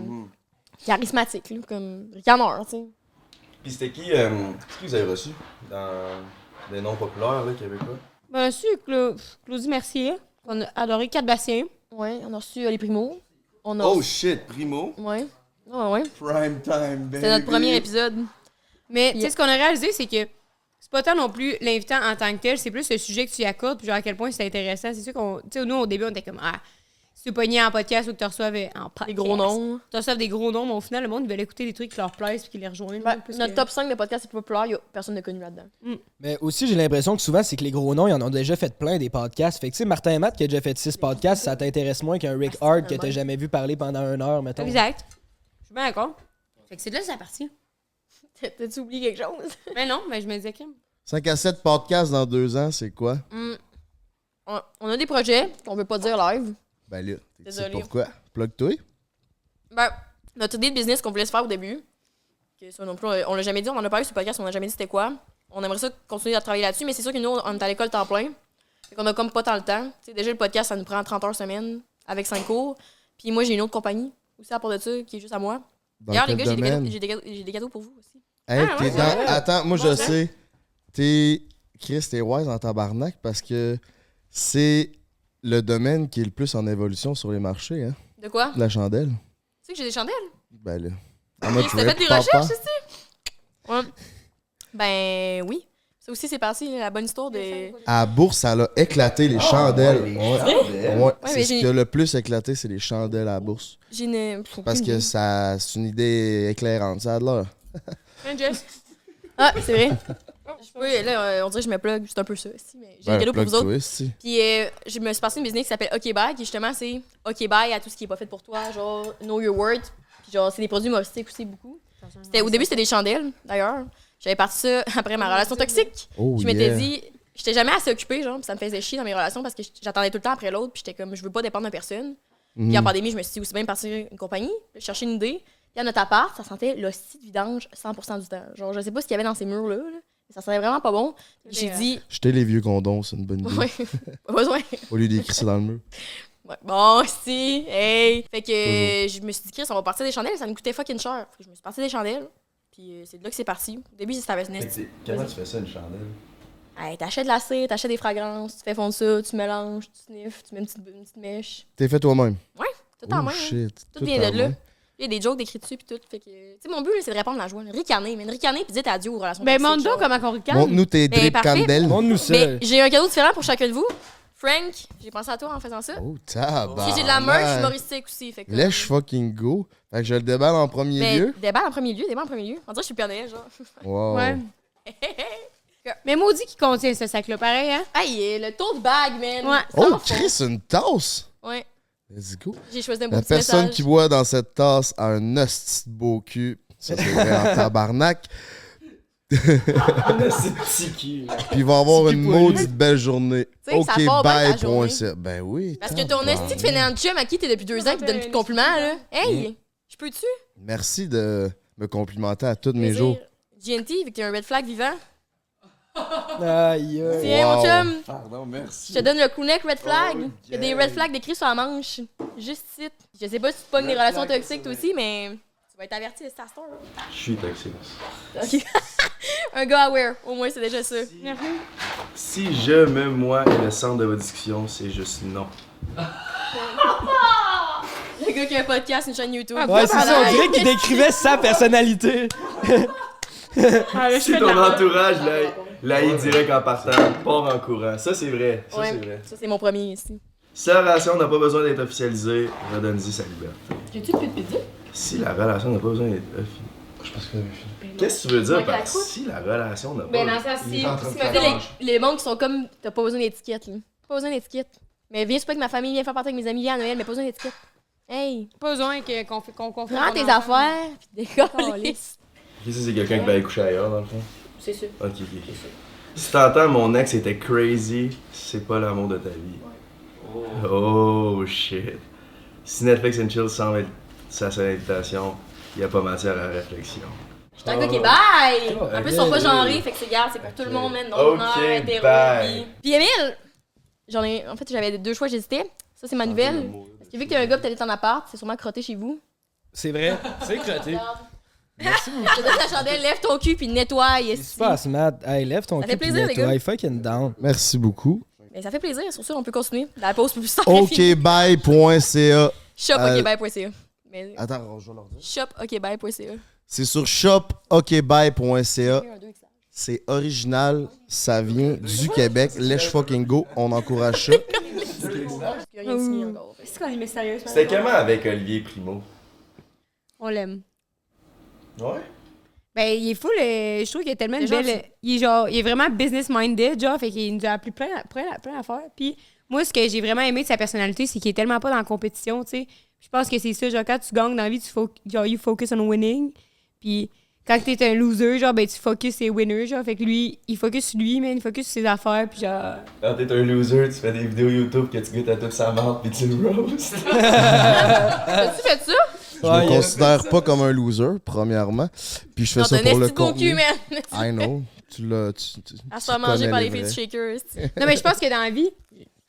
Speaker 6: charismatique, là, comme ricaneur. tu sais.
Speaker 5: Puis c'était qui, euh, c'est qui vous avez reçu dans des noms populaires, là, québécois?
Speaker 7: bien sûr, Cla- ben, Claudie Mercier, qu'on a adoré, Cat Bastien.
Speaker 6: Ouais, on a reçu euh, les primos. On a
Speaker 5: Oh
Speaker 6: reçu-
Speaker 5: shit, Primo,
Speaker 6: Ouais. Ah, Ouais, ouais.
Speaker 5: prime time, baby.
Speaker 6: C'était notre premier épisode.
Speaker 7: Mais tu sais, ce qu'on a réalisé, c'est que c'est pas tant non plus l'invitant en tant que tel, c'est plus le sujet que tu y accordes, puis genre à quel point c'est intéressant. C'est sûr qu'on. Tu sais, nous, au début, on était comme, ah, si tu pognes en podcast ou que tu reçoives euh, en podcast.
Speaker 6: Les gros noms.
Speaker 7: Tu reçoives des gros noms, mais au final, le monde, ils veulent écouter des trucs qui leur plaisent puis qui les rejoignent.
Speaker 6: Ouais,
Speaker 7: là, plus
Speaker 6: Ben, notre
Speaker 7: que-
Speaker 6: top 5 de podcast les plus populaires, y a personne de connu là-dedans.
Speaker 2: Mais aussi, j'ai l'impression que souvent, c'est que les gros noms, ils en ont déjà fait plein des podcasts. Fait que, tu sais, Martin Matt qui a déjà fait 6 podcasts, ça t'intéresse moins qu'un
Speaker 6: Ah,
Speaker 2: Rick Hard que t'as jamais vu parler pendant une heure, mettons.
Speaker 7: Exact. Je suis bien d'accord. Fait que c'est de là que ça parti.
Speaker 6: T'as-tu oublié quelque chose?
Speaker 7: Mais non, mais je me disais que.
Speaker 1: 5 à 7 podcasts dans deux ans, c'est quoi?
Speaker 6: Hmm. On, on a des projets qu'on veut pas dire live.
Speaker 1: Ben là, tu sais
Speaker 6: Désolé.
Speaker 1: pourquoi? Plug-toi.
Speaker 6: Ben, notre idée de business qu'on voulait se faire au début, que ça non plus, on on l'a jamais dit, on en a parlé sur le podcast, on n'a jamais dit c'était quoi. On aimerait ça continuer à travailler là-dessus, mais c'est sûr que nous, on est à l'école temps plein. Fait qu'on a comme pas tant le temps. Tu sais, déjà, le podcast, ça nous prend 30 heures semaine avec 5 cours. Puis moi, j'ai une autre compagnie aussi à part de ça qui est juste à moi.
Speaker 1: Dans
Speaker 6: D'ailleurs, les
Speaker 1: quel
Speaker 6: gars, j'ai des,
Speaker 1: domaine?
Speaker 6: gâteaux- j'ai des gâteaux- j'ai des gâteaux pour vous aussi.
Speaker 1: Hey,
Speaker 7: Ah,
Speaker 1: t'es
Speaker 7: ouais,
Speaker 1: dans-
Speaker 7: c'est vrai.
Speaker 1: Attends, moi je le sais. T'es. Chris, t'es wise en tabarnak parce que c'est le domaine qui est le plus en évolution sur les marchés, hein?
Speaker 6: De quoi? Tu
Speaker 1: La chandelle.
Speaker 6: sais que j'ai des chandelles?
Speaker 1: Ben là. En mode
Speaker 6: Chris, t'as fait des
Speaker 1: papa.
Speaker 6: recherches ici? Ouais. Ben oui. Ça aussi, c'est parti, la bonne histoire de.
Speaker 1: À Bourse, elle a éclaté les chandelles.
Speaker 5: les
Speaker 1: Oh, Ouais.
Speaker 5: chandelles.
Speaker 1: Ouais,
Speaker 6: mais
Speaker 1: c'est ce
Speaker 6: j'ai-
Speaker 1: qui a le plus éclaté, c'est les chandelles à la Bourse.
Speaker 6: J'ai une.
Speaker 1: Parce
Speaker 6: Mhm.
Speaker 1: que ça, c'est une idée éclairante, ça a de l'heure.
Speaker 6: Ah, c'est vrai. Oui, là, euh, on dirait que je me plug, c'est un peu ça. Si, mais j'ai
Speaker 1: Ben,
Speaker 6: un cadeau pour vous
Speaker 1: plug-toi,
Speaker 6: autres.
Speaker 1: si.
Speaker 6: Puis euh, je me suis passé une business qui s'appelle OK Buy, qui justement, c'est OK Buy à tout ce qui est pas fait pour toi, genre Know Your Worth. Puis genre, c'est des produits moustiques aussi beaucoup. C'était- Au début, c'était des chandelles, d'ailleurs. J'avais parti ça après ma relation toxique.
Speaker 1: Oh,
Speaker 6: je m'étais
Speaker 1: yeah.
Speaker 6: dit, j'étais jamais assez occupée, genre, puis ça me faisait chier dans mes relations parce que j'attendais tout le temps après l'autre, puis j'étais comme, je veux pas dépendre de personne. Puis en pandémie, je me suis dit aussi bien partir une compagnie, chercher une idée. Puis à notre appart, ça sentait le site vidange 100% du temps. Genre, je sais pas ce qu'il y avait dans ces murs-là, là, mais ça sentait vraiment pas bon. J'ai
Speaker 7: Mais, euh,
Speaker 6: dit,
Speaker 1: Jeter les vieux condoms, c'est une bonne idée.
Speaker 6: ouais, pas besoin.
Speaker 1: Au lieu d'écrire dans le mur.
Speaker 6: Ouais, Bon, si, hey! Fait que euh, je me suis dit, Chris, on va partir des chandelles, ça me coûtait fucking cher. Fait que je me suis partie des chandelles, puis euh, c'est de là que c'est parti. Au début, ça avait
Speaker 5: Fait que c'est- Comment tu fais ça, une chandelle?
Speaker 6: Hey, t'achètes de la cire, t'achètes des fragrances, tu fais fondre ça, tu mélanges, tu sniffes, tu mets une petite, une petite mèche.
Speaker 1: T'es fait toi-même.
Speaker 6: Tout en
Speaker 1: Oh
Speaker 6: main. hein.
Speaker 1: shit.
Speaker 6: Tout vient
Speaker 1: en
Speaker 6: de là.
Speaker 1: main.
Speaker 6: Il y a des jokes d'écrit dessus, puis tout. Fait que, tu sais, mon but, là, c'est de répandre la joie. là. Ricaner, mais ricaner, puis dites adieu aux relations.
Speaker 7: Ben,
Speaker 6: toxiques,
Speaker 7: montre
Speaker 6: genre.
Speaker 7: donc comment on ricane.
Speaker 1: Montre-nous tes
Speaker 6: Ben,
Speaker 1: drips
Speaker 6: parfait.
Speaker 1: candelles.
Speaker 2: Montre-nous ça.
Speaker 6: Mais j'ai un cadeau différent pour chacun de vous. Frank, j'ai pensé à toi en faisant ça.
Speaker 1: Oh, tabarnak.
Speaker 6: Si j'ai de la merch humoristique aussi. Fait que,
Speaker 1: Lèche fucking go. Fait que je le déballe en premier
Speaker 6: mais
Speaker 1: lieu.
Speaker 6: débat en premier lieu, débat en premier lieu. On dirait que je suis le Père Noël, genre.
Speaker 1: Wow.
Speaker 7: Ouais. Mais maudit qui contient ce sac-là, pareil, hein?
Speaker 6: Aïe, le tote bag, man.
Speaker 7: Ouais.
Speaker 6: Ça
Speaker 1: Oh,
Speaker 6: m'en fout.
Speaker 1: Chris, une tasse.
Speaker 6: Ouais,
Speaker 1: Let's go.
Speaker 6: j'ai choisi un beau
Speaker 1: La
Speaker 6: petit
Speaker 1: personne
Speaker 6: message.
Speaker 1: qui boit dans cette tasse a un hostie de beau cul. Ça, c'est vrai en tabarnak.
Speaker 2: C'est petit cul.
Speaker 1: Puis il va avoir
Speaker 2: C'est qui
Speaker 1: une
Speaker 2: pour lui?
Speaker 1: maudite belle journée.
Speaker 6: Tu sais, ça part bien ta journée.
Speaker 1: Okbye.ca. Ben oui.
Speaker 6: Parce que ton esti de
Speaker 1: tabarnak.
Speaker 6: fainéant de chum à qui t'es depuis deux ans qui te donne plus de compliments, là. Hey, je peux-tu?
Speaker 1: Merci de me complimenter à tous mes jours.
Speaker 6: GNT, vu que t'es un red flag vivant.
Speaker 2: Aïe, aïe.
Speaker 6: Tiens, mon
Speaker 1: Wow.
Speaker 6: chum,
Speaker 8: Pardon, merci. Oh,
Speaker 6: je te donne le coup neck red flag. Il y a des red flags décrits sur la manche. Juste cite. Je sais pas si tu pognes des relations toxiques, toi aussi, mais tu vas être averti de ça, star.
Speaker 8: Je suis toxique.
Speaker 6: Ok. Un gars aware, au moins, c'est déjà ça.
Speaker 8: Si je me moi et le centre de votre discussion, c'est juste non.
Speaker 6: Le gars qui a un podcast, une chaîne YouTube.
Speaker 2: Ouais, c'est ça, on dirait qu'il décrivait sa personnalité.
Speaker 8: Si ton entourage
Speaker 6: Ah,
Speaker 8: l'aille- l'aille direct en partant, part en courant. Ça, c'est vrai. Ça,
Speaker 6: Ouais.
Speaker 8: c'est vrai.
Speaker 6: Ça, c'est mon premier ici.
Speaker 8: Si la relation n'a pas besoin d'être officialisée, redonne-y sa liberté.
Speaker 6: J'ai-tu plus de pizza?
Speaker 8: Si la relation n'a pas besoin d'être officialisée. Je pense que fini. Qu'est-ce que tu veux dire
Speaker 6: Ouais,
Speaker 8: par
Speaker 6: la croûte.
Speaker 8: si la relation n'a pas
Speaker 7: Ben, dans ça, si.
Speaker 6: Tu sais, les, les mondes qui sont comme, t'as pas besoin d'étiquette, là. Pas besoin d'étiquette. Mais viens, c'est pas que ma famille vient faire partie avec mes amis, viens à Noël, mais pas besoin d'étiquette. Hey,
Speaker 7: Pas besoin que- qu'on fait- qu'on confie.
Speaker 6: prends
Speaker 7: ton
Speaker 6: tes
Speaker 7: enfant.
Speaker 6: affaires, pis décolle.
Speaker 8: Ok, ça, c'est quelqu'un qui va aller coucher ailleurs, dans le fond.
Speaker 6: C'est sûr.
Speaker 8: Ok, ok, ok. Si t'entends mon ex était crazy, c'est pas l'amour de ta vie. Oh. shit. Si Netflix and Chill semble être sa seule invitation, y a pas matière à réflexion.
Speaker 6: J'étais un gars qui est bye!
Speaker 2: Oh,
Speaker 6: En plus, ils
Speaker 2: ok,
Speaker 6: sont pas
Speaker 2: ok.
Speaker 6: genrés, fait que c'est garde, c'est pour tout le monde, man. Non,
Speaker 8: Ok,
Speaker 6: non, hétéro,
Speaker 8: bye.
Speaker 6: bi. Puis Emile, j'en ai. En fait, j'avais deux choix, j'hésitais. Ça, c'est ma nouvelle. Parce que vu que t'es un gars, pis t'habites en appart, c'est sûrement crotté chez vous.
Speaker 2: C'est vrai, c'est crotté.
Speaker 6: Je te donne la chandelle, lève ton cul, puis nettoie.
Speaker 2: Qu'est-ce qui se passe, Matt? Hey, lève ton
Speaker 6: Ça fait
Speaker 2: cul puis
Speaker 6: plaisir, les
Speaker 2: nettoie.
Speaker 6: gars.
Speaker 2: Fucking down.
Speaker 1: Merci beaucoup.
Speaker 6: Mais ça fait plaisir, sur ça, on peut continuer. La pause plus simple.
Speaker 1: Okbye.ca.
Speaker 6: Shopokbye.ca. Mais
Speaker 1: Attends, je vais leur dire.
Speaker 6: shopokbye.ca.
Speaker 1: C'est sur shopokbye.ca.
Speaker 6: Un, deux, ça.
Speaker 1: C'est original, ça vient du Québec. Lèche fucking go, on encourage ça.
Speaker 6: Puis rien de signé encore.
Speaker 7: C'est qu'on est mystérieux, ça.
Speaker 8: C'était comment avec Olivier Primo?
Speaker 7: On l'aime.
Speaker 8: Ouais.
Speaker 7: Ben, il est fou, le... je trouve qu'il a tellement une
Speaker 6: Déjà,
Speaker 7: belle. Il est, genre, il est vraiment business-minded, genre, fait qu'il nous a appris plein, plein, plein d'affaires. Puis moi, ce que j'ai vraiment aimé de sa personnalité, c'est qu'il est tellement pas dans la compétition, tu sais. Je pense que c'est ça, genre, quand tu gagnes dans la vie, tu fo- genre, you focus on winning. Puis quand t'es un loser, genre, ben, tu focus ses winners, genre, fait que lui, il focus sur lui, mais il focus sur ses affaires, puis genre.
Speaker 8: Quand t'es un loser, tu fais des vidéos YouTube que tu goûtes à toute sa marde pis tu le roast.
Speaker 6: T'as-tu fait ça?
Speaker 1: Je me considère pas comme un loser, premièrement. Puis je fais
Speaker 6: Non,
Speaker 1: ça
Speaker 6: t'as un
Speaker 1: pour le
Speaker 6: esti de bon
Speaker 1: contenu.
Speaker 6: cul, man.
Speaker 1: I know. Tu l'as. Tu, tu,
Speaker 6: À se
Speaker 1: tu
Speaker 6: faire manger
Speaker 1: connais
Speaker 6: par les
Speaker 1: vrais.
Speaker 6: filles du shaker. esti.
Speaker 7: Non, mais je pense que dans la vie,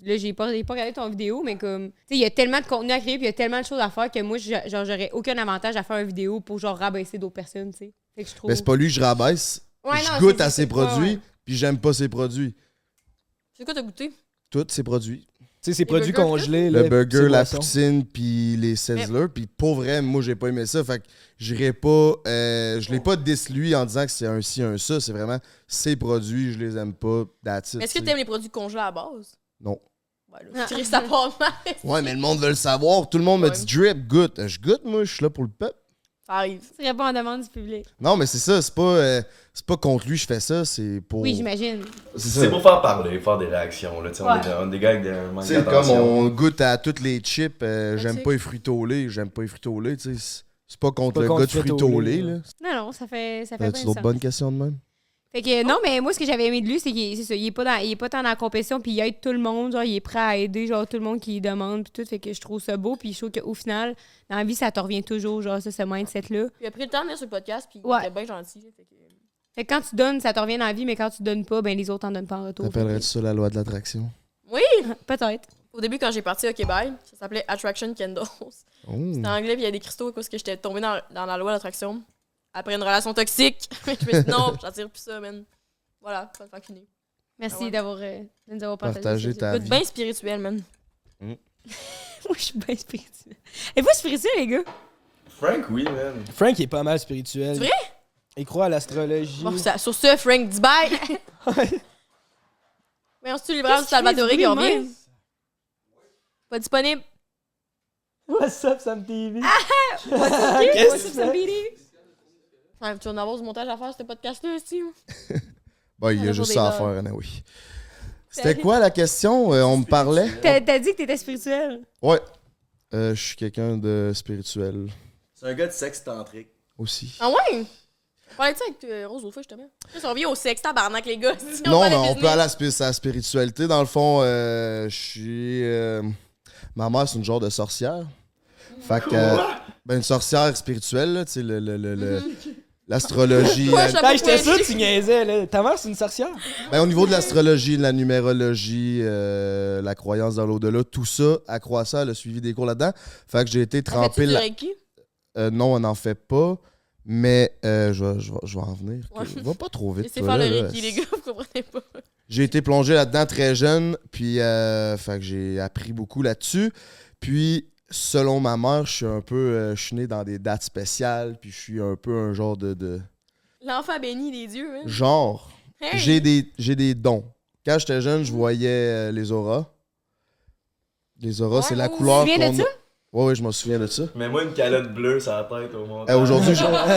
Speaker 7: là, j'ai pas, j'ai pas regardé ton vidéo, mais comme, tu sais, il y a tellement de contenu à créer, puis il y a tellement de choses à faire que moi, je- genre, j'aurais aucun avantage à faire une vidéo pour, genre, rabaisser d'autres personnes, tu sais. Fait que je trouve.
Speaker 1: Mais Ben, c'est pas lui que je rabaisse.
Speaker 7: Ouais, non,
Speaker 1: je
Speaker 7: c'est-
Speaker 1: goûte
Speaker 7: c'est-
Speaker 1: à
Speaker 7: c'est
Speaker 1: ses
Speaker 7: pas-
Speaker 1: produits, puis j'aime pas ses produits.
Speaker 6: C'est quoi t'as goûté?
Speaker 1: Tous ses produits.
Speaker 2: Tu sais, ces produits
Speaker 6: burgers,
Speaker 2: congelés. là,
Speaker 1: Le
Speaker 2: puis
Speaker 1: burger, la
Speaker 2: ces boissons.
Speaker 1: poutine, puis les sizzlers. Puis pour vrai, moi, j'ai pas aimé ça. Fait que j'irai pas. euh, je l'ai pas déçu lui en disant que c'est un ci, un ça. C'est vraiment ses produits, je les aime pas. That's it,
Speaker 6: Mais Est-ce que
Speaker 1: tu sais.
Speaker 6: t'aimes les produits congelés à la base?
Speaker 1: Non.
Speaker 6: Ouais, là, tu risques ça part mal.
Speaker 1: Ouais, mais le monde veut le savoir. Tout le monde
Speaker 6: Ouais.
Speaker 1: me dit drip, goûte. Je goûte, moi, je suis là pour le peuple.
Speaker 6: Ça arrive.
Speaker 7: Tu réponds à la demande du public.
Speaker 1: Non, mais c'est ça, c'est pas, euh, c'est pas contre lui, je fais ça, c'est pour.
Speaker 7: Oui, j'imagine.
Speaker 1: C'est ça.
Speaker 8: C'est pour faire parler, faire des réactions. Là. tu sais, On,
Speaker 7: Ouais.
Speaker 8: est, des- on est des gars avec des manques
Speaker 1: Tu sais, comme
Speaker 8: d'attention.
Speaker 1: on goûte à toutes les chips, euh, j'aime
Speaker 6: Fait-tu?
Speaker 1: pas les fruits au lait, j'aime pas les fruits au lait, tu sais. c'est- C'est pas contre
Speaker 2: C'est pas
Speaker 1: le
Speaker 2: contre
Speaker 1: gars de fruits au lait, là.
Speaker 7: Non, non, ça fait, ça fait
Speaker 1: T'as-tu
Speaker 7: bien
Speaker 1: d'autres
Speaker 7: ça.
Speaker 1: bonnes questions de même?
Speaker 7: Fait que, non, mais moi, ce que j'avais aimé de lui, c'est qu'il c'est ça, il est, pas dans- il est pas tant dans la compétition, puis il aide tout le monde, genre, il est prêt à aider, genre, tout le monde qui demande, puis tout. Fait que je trouve ça beau, puis je trouve qu'au final, dans la vie, ça te revient toujours, genre, ça, ce mindset-là.
Speaker 6: Il a pris le temps de venir sur le podcast, puis
Speaker 7: Ouais.
Speaker 6: il était bien gentil. là, fait que- euh,
Speaker 7: Fait que quand tu donnes, ça te revient dans la vie, mais quand tu donnes pas, ben les autres t'en donnent pas en retour.
Speaker 1: T'appellerais-tu ça la loi de l'attraction?
Speaker 7: Peut-être.
Speaker 6: Au début, quand j'ai parti au Québec, ça s'appelait Attraction Candles.
Speaker 1: Oh.
Speaker 6: C'était en anglais, puis il y a des cristaux à cause que j'étais tombée dans, dans la loi d'attraction. Après une relation toxique, je me suis dit non, j'attire plus ça, man. Voilà, ça fait fini.
Speaker 7: Merci
Speaker 6: Ah ouais.
Speaker 7: d'avoir euh, de nous avoir partagé.
Speaker 1: Partager
Speaker 7: ça.
Speaker 1: ta
Speaker 6: Écoute,
Speaker 1: vie.
Speaker 6: bien spirituel, man.
Speaker 7: Moi, je suis bien spirituelle. Et vous, spirituelle, les gars?
Speaker 8: Frank, oui, man.
Speaker 2: Frank est pas mal spirituel.
Speaker 6: C'est vrai?
Speaker 2: Il croit à l'astrologie.
Speaker 6: Bon, ça- sur ce, Frank, dis bye! Mais on se tue les bras
Speaker 7: Qu'est-ce
Speaker 6: de Salvatore
Speaker 7: qu'il fait,
Speaker 6: qui
Speaker 7: ce bruit de
Speaker 6: revient.
Speaker 7: mince?
Speaker 6: Pas disponible.
Speaker 2: What's up, Sam TV?
Speaker 6: Ah,
Speaker 7: Ah,
Speaker 3: Qu'est-ce que ça, Billy?
Speaker 6: Enfin, tu vas en avoir du montage à faire, ce podcast-là, aussi.
Speaker 1: Bon, Bah, il y a
Speaker 6: Toujours
Speaker 1: juste
Speaker 6: des
Speaker 1: ça à
Speaker 6: bonnes.
Speaker 1: faire, Anna, oui. C'était quoi la question? Euh, on me parlait?
Speaker 3: T'as t'as dit que t'étais spirituel.
Speaker 1: Ouais. Euh, je suis quelqu'un de spirituel
Speaker 5: C'est un gars de sexe tantrique.
Speaker 1: aussi.
Speaker 6: Ah ouais? Parlais-tu avec euh, Rose Beaufeu, justement? Là, si on revient au sexe, tabarnak, les gars. si
Speaker 1: non, mais
Speaker 6: parle de
Speaker 1: on
Speaker 6: business.
Speaker 1: peut aller à la spi- sa spiritualité. Dans le fond, euh, je suis. euh, ma mère, c'est une genre de sorcière. Fait que. euh, ben, une sorcière spirituelle, là, tu sais, le- le- le- le- l'astrologie.
Speaker 6: Moi,
Speaker 1: la-
Speaker 6: je sais pas
Speaker 2: Hey, J'étais
Speaker 6: pourquoi
Speaker 2: sûr que tu niaisais, là. Ta mère, c'est une sorcière.
Speaker 1: ben, au niveau de l'astrologie, de la numérologie, euh, la croyance dans l'au-delà, tout ça, accroît ça, le suivi des cours là-dedans. Fait que j'ai été
Speaker 6: je- Fais-tu
Speaker 1: trempé.
Speaker 6: du
Speaker 1: là-
Speaker 6: Reiki?
Speaker 1: Euh, non, on n'en fait pas. Mais euh, je, vais- je vais- je vais en venir.
Speaker 6: Ouais.
Speaker 1: Va pas trop vite.
Speaker 6: Laissez
Speaker 1: toi,
Speaker 6: faire le
Speaker 1: là, là.
Speaker 6: Reiki, les gars, vous comprenez pas.
Speaker 1: J'ai été plongé là-dedans très jeune, puis euh, fait que j'ai appris beaucoup là-dessus. Puis, selon ma mère, je suis un peu. euh, je suis né dans des dates spéciales, puis je suis un peu un genre de. de-
Speaker 6: L'enfant béni des dieux, hein?
Speaker 1: Genre,
Speaker 6: Hey!
Speaker 1: j'ai des, j'ai des dons. Quand j'étais jeune, je voyais euh, les auras. Les auras,
Speaker 6: Ouais,
Speaker 1: c'est la
Speaker 6: vous vous
Speaker 1: couleur
Speaker 3: souvenez de
Speaker 1: qu'on
Speaker 3: ça?
Speaker 1: a. Ouais, ouais, je m'en souviens de ça.
Speaker 8: Mais moi, une calotte bleue sur la tête au
Speaker 5: Eh,
Speaker 8: monde.
Speaker 5: Ah,
Speaker 1: Euh, Aujourd'hui, je...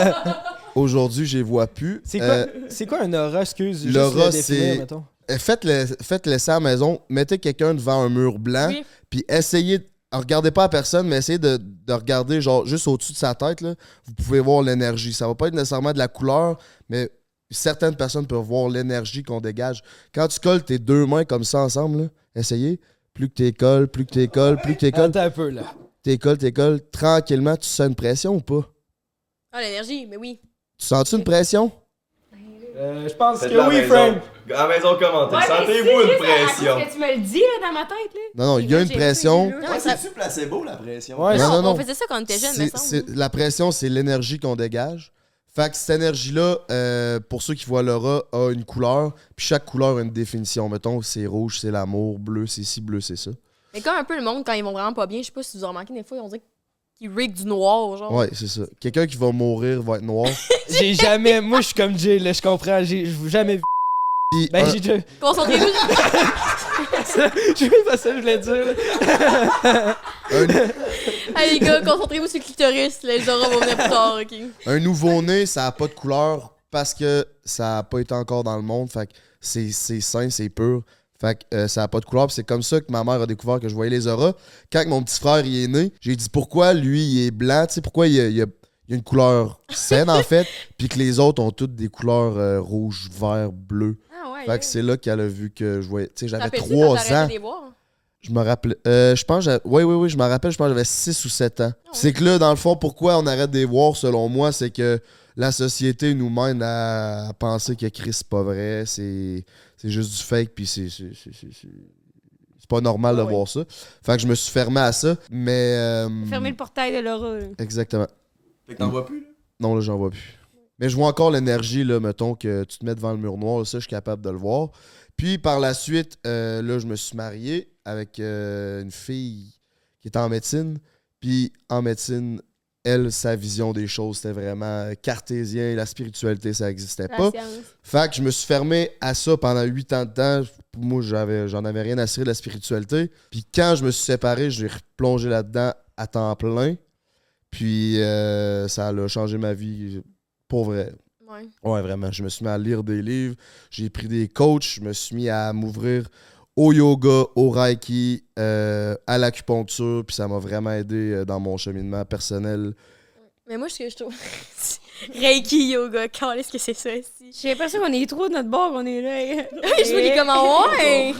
Speaker 1: Aujourd'hui, je les vois plus.
Speaker 2: C'est quoi,
Speaker 1: Euh,
Speaker 2: c'est quoi un aura, excuse? juste
Speaker 1: l'aura,
Speaker 2: le définir,
Speaker 1: c'est-
Speaker 2: mettons.
Speaker 1: Euh, faites-le faites-le ça à la maison. Mettez quelqu'un devant un mur blanc,
Speaker 6: Oui.
Speaker 1: puis essayez. de- Regardez pas la personne, mais essayez de, de regarder genre juste au-dessus de sa tête. Là, vous pouvez voir l'énergie. Ça va pas être nécessairement de la couleur, mais certaines personnes peuvent voir l'énergie qu'on dégage. Quand tu colles tes deux mains comme ça ensemble, là, essayez. Plus que t'es colles, plus que t'es colles, plus que t'es colles,
Speaker 2: Attends un peu, là.
Speaker 1: t'es colles, t'es colles. Tranquillement, tu sens une pression ou pas?
Speaker 6: Ah, l'énergie, mais oui.
Speaker 1: Tu sens-tu une pression?
Speaker 2: Euh, je pense
Speaker 8: Faites
Speaker 2: que
Speaker 8: la
Speaker 2: oui,
Speaker 8: maison.
Speaker 2: Frank.
Speaker 8: À la maison commentée. Sentez-vous une pression.
Speaker 7: Tu me le dis, là, dans ma tête, là.
Speaker 1: Non, non, il y a une pression.
Speaker 6: Non, mais ça-
Speaker 5: C'est-tu placebo, la pression?
Speaker 2: Ouais,
Speaker 1: Non,
Speaker 6: non,
Speaker 1: non, non.
Speaker 6: on faisait ça quand on était jeune,
Speaker 1: C'est-
Speaker 6: me semble.
Speaker 1: c'est- La pression, c'est l'énergie qu'on dégage. Fait que cette énergie-là, euh, pour ceux qui voient l'aura, a une couleur. Puis chaque couleur a une définition. Mettons, c'est rouge, c'est l'amour. Bleu, c'est ci. Bleu, c'est ça.
Speaker 6: Mais comme un peu le monde, quand ils vont vraiment pas bien, je sais pas si vous en remarquez, des fois, on dirait qu'ils rig du noir, genre.
Speaker 1: Ouais, c'est ça. Quelqu'un qui va mourir va être noir.
Speaker 2: J'ai jamais. Moi, je suis comme Jay, là, je comprends. J'ai j'ai jamais vu.
Speaker 1: Puis
Speaker 2: Ben,
Speaker 1: un-
Speaker 2: j'ai déjà.
Speaker 6: Concentrez-vous.
Speaker 2: Je sais pas ça que je voulais dire, là.
Speaker 6: hey, les gars, concentrez-vous sur le clitoris. là, Les auras vont venir plus tard, ok?
Speaker 1: un nouveau-né, ça n'a pas de couleur parce que ça n'a pas été encore dans le monde. Fait que c'est c'est sain, c'est pur. Fait que euh, ça n'a pas de couleur. Puis C'est comme ça que ma mère a découvert que je voyais les auras. Quand mon petit frère il est né, j'ai dit pourquoi lui il est blanc, tu sais, pourquoi il y a, il y a- il y a une couleur saine en fait, puis que les autres ont toutes des couleurs euh, rouge, vert, bleu.
Speaker 7: Ah ouais.
Speaker 1: Fait que c'est là qu'elle a vu que je voyais. Tu sais, j'avais
Speaker 6: T'appelles-tu quand
Speaker 1: 3
Speaker 6: t'arrêtais
Speaker 1: ans.
Speaker 6: de les voir?
Speaker 1: Je me rappelle. euh, je pense. j'a- Oui, oui, oui, je me rappelle. Je pense que j'avais 6 ou 7 ans. C'est que là, dans le fond, pourquoi on arrête de les voir, selon moi, c'est que la société nous mène à, à penser que Chris, c'est pas vrai, c'est c'est juste du fake, puis c'est. c'est- c'est- c'est- c'est- C'est pas normal de
Speaker 6: Ouais.
Speaker 1: voir ça. Fait que je me suis fermé à ça, mais. euh,
Speaker 7: Fermer le portail de l'aura. là.
Speaker 1: Exactement.
Speaker 5: Fait que t'en vois plus, là?
Speaker 1: Non, là, j'en vois plus. Mais je vois encore l'énergie, là, mettons, que tu te mets devant le mur noir, ça, je suis capable de le voir. Puis par la suite, euh, là, je me suis marié avec euh, une fille qui était en médecine. Puis en médecine, elle, sa vision des choses, c'était vraiment cartésien, la spiritualité, ça n'existait pas. Fait que je me suis fermé à ça pendant huit ans de temps. Moi, j'avais, j'en avais rien à cirer de la spiritualité. Puis quand je me suis séparé, j'ai replongé là-dedans à temps plein. Puis euh, ça a changé ma vie pour vrai.
Speaker 6: Ouais.
Speaker 1: Ouais, vraiment. Je me suis mis à lire des livres, j'ai pris des coachs, je me suis mis à m'ouvrir au yoga, au reiki, euh, à l'acupuncture, puis ça m'a vraiment aidé euh, dans mon cheminement personnel.
Speaker 6: Mais moi, ce que je trouve. Reiki yoga, quand est-ce que c'est ça ici?
Speaker 7: J'ai l'impression qu'on est trop de notre bord, on est là.
Speaker 6: je me dis comment, ah ouais!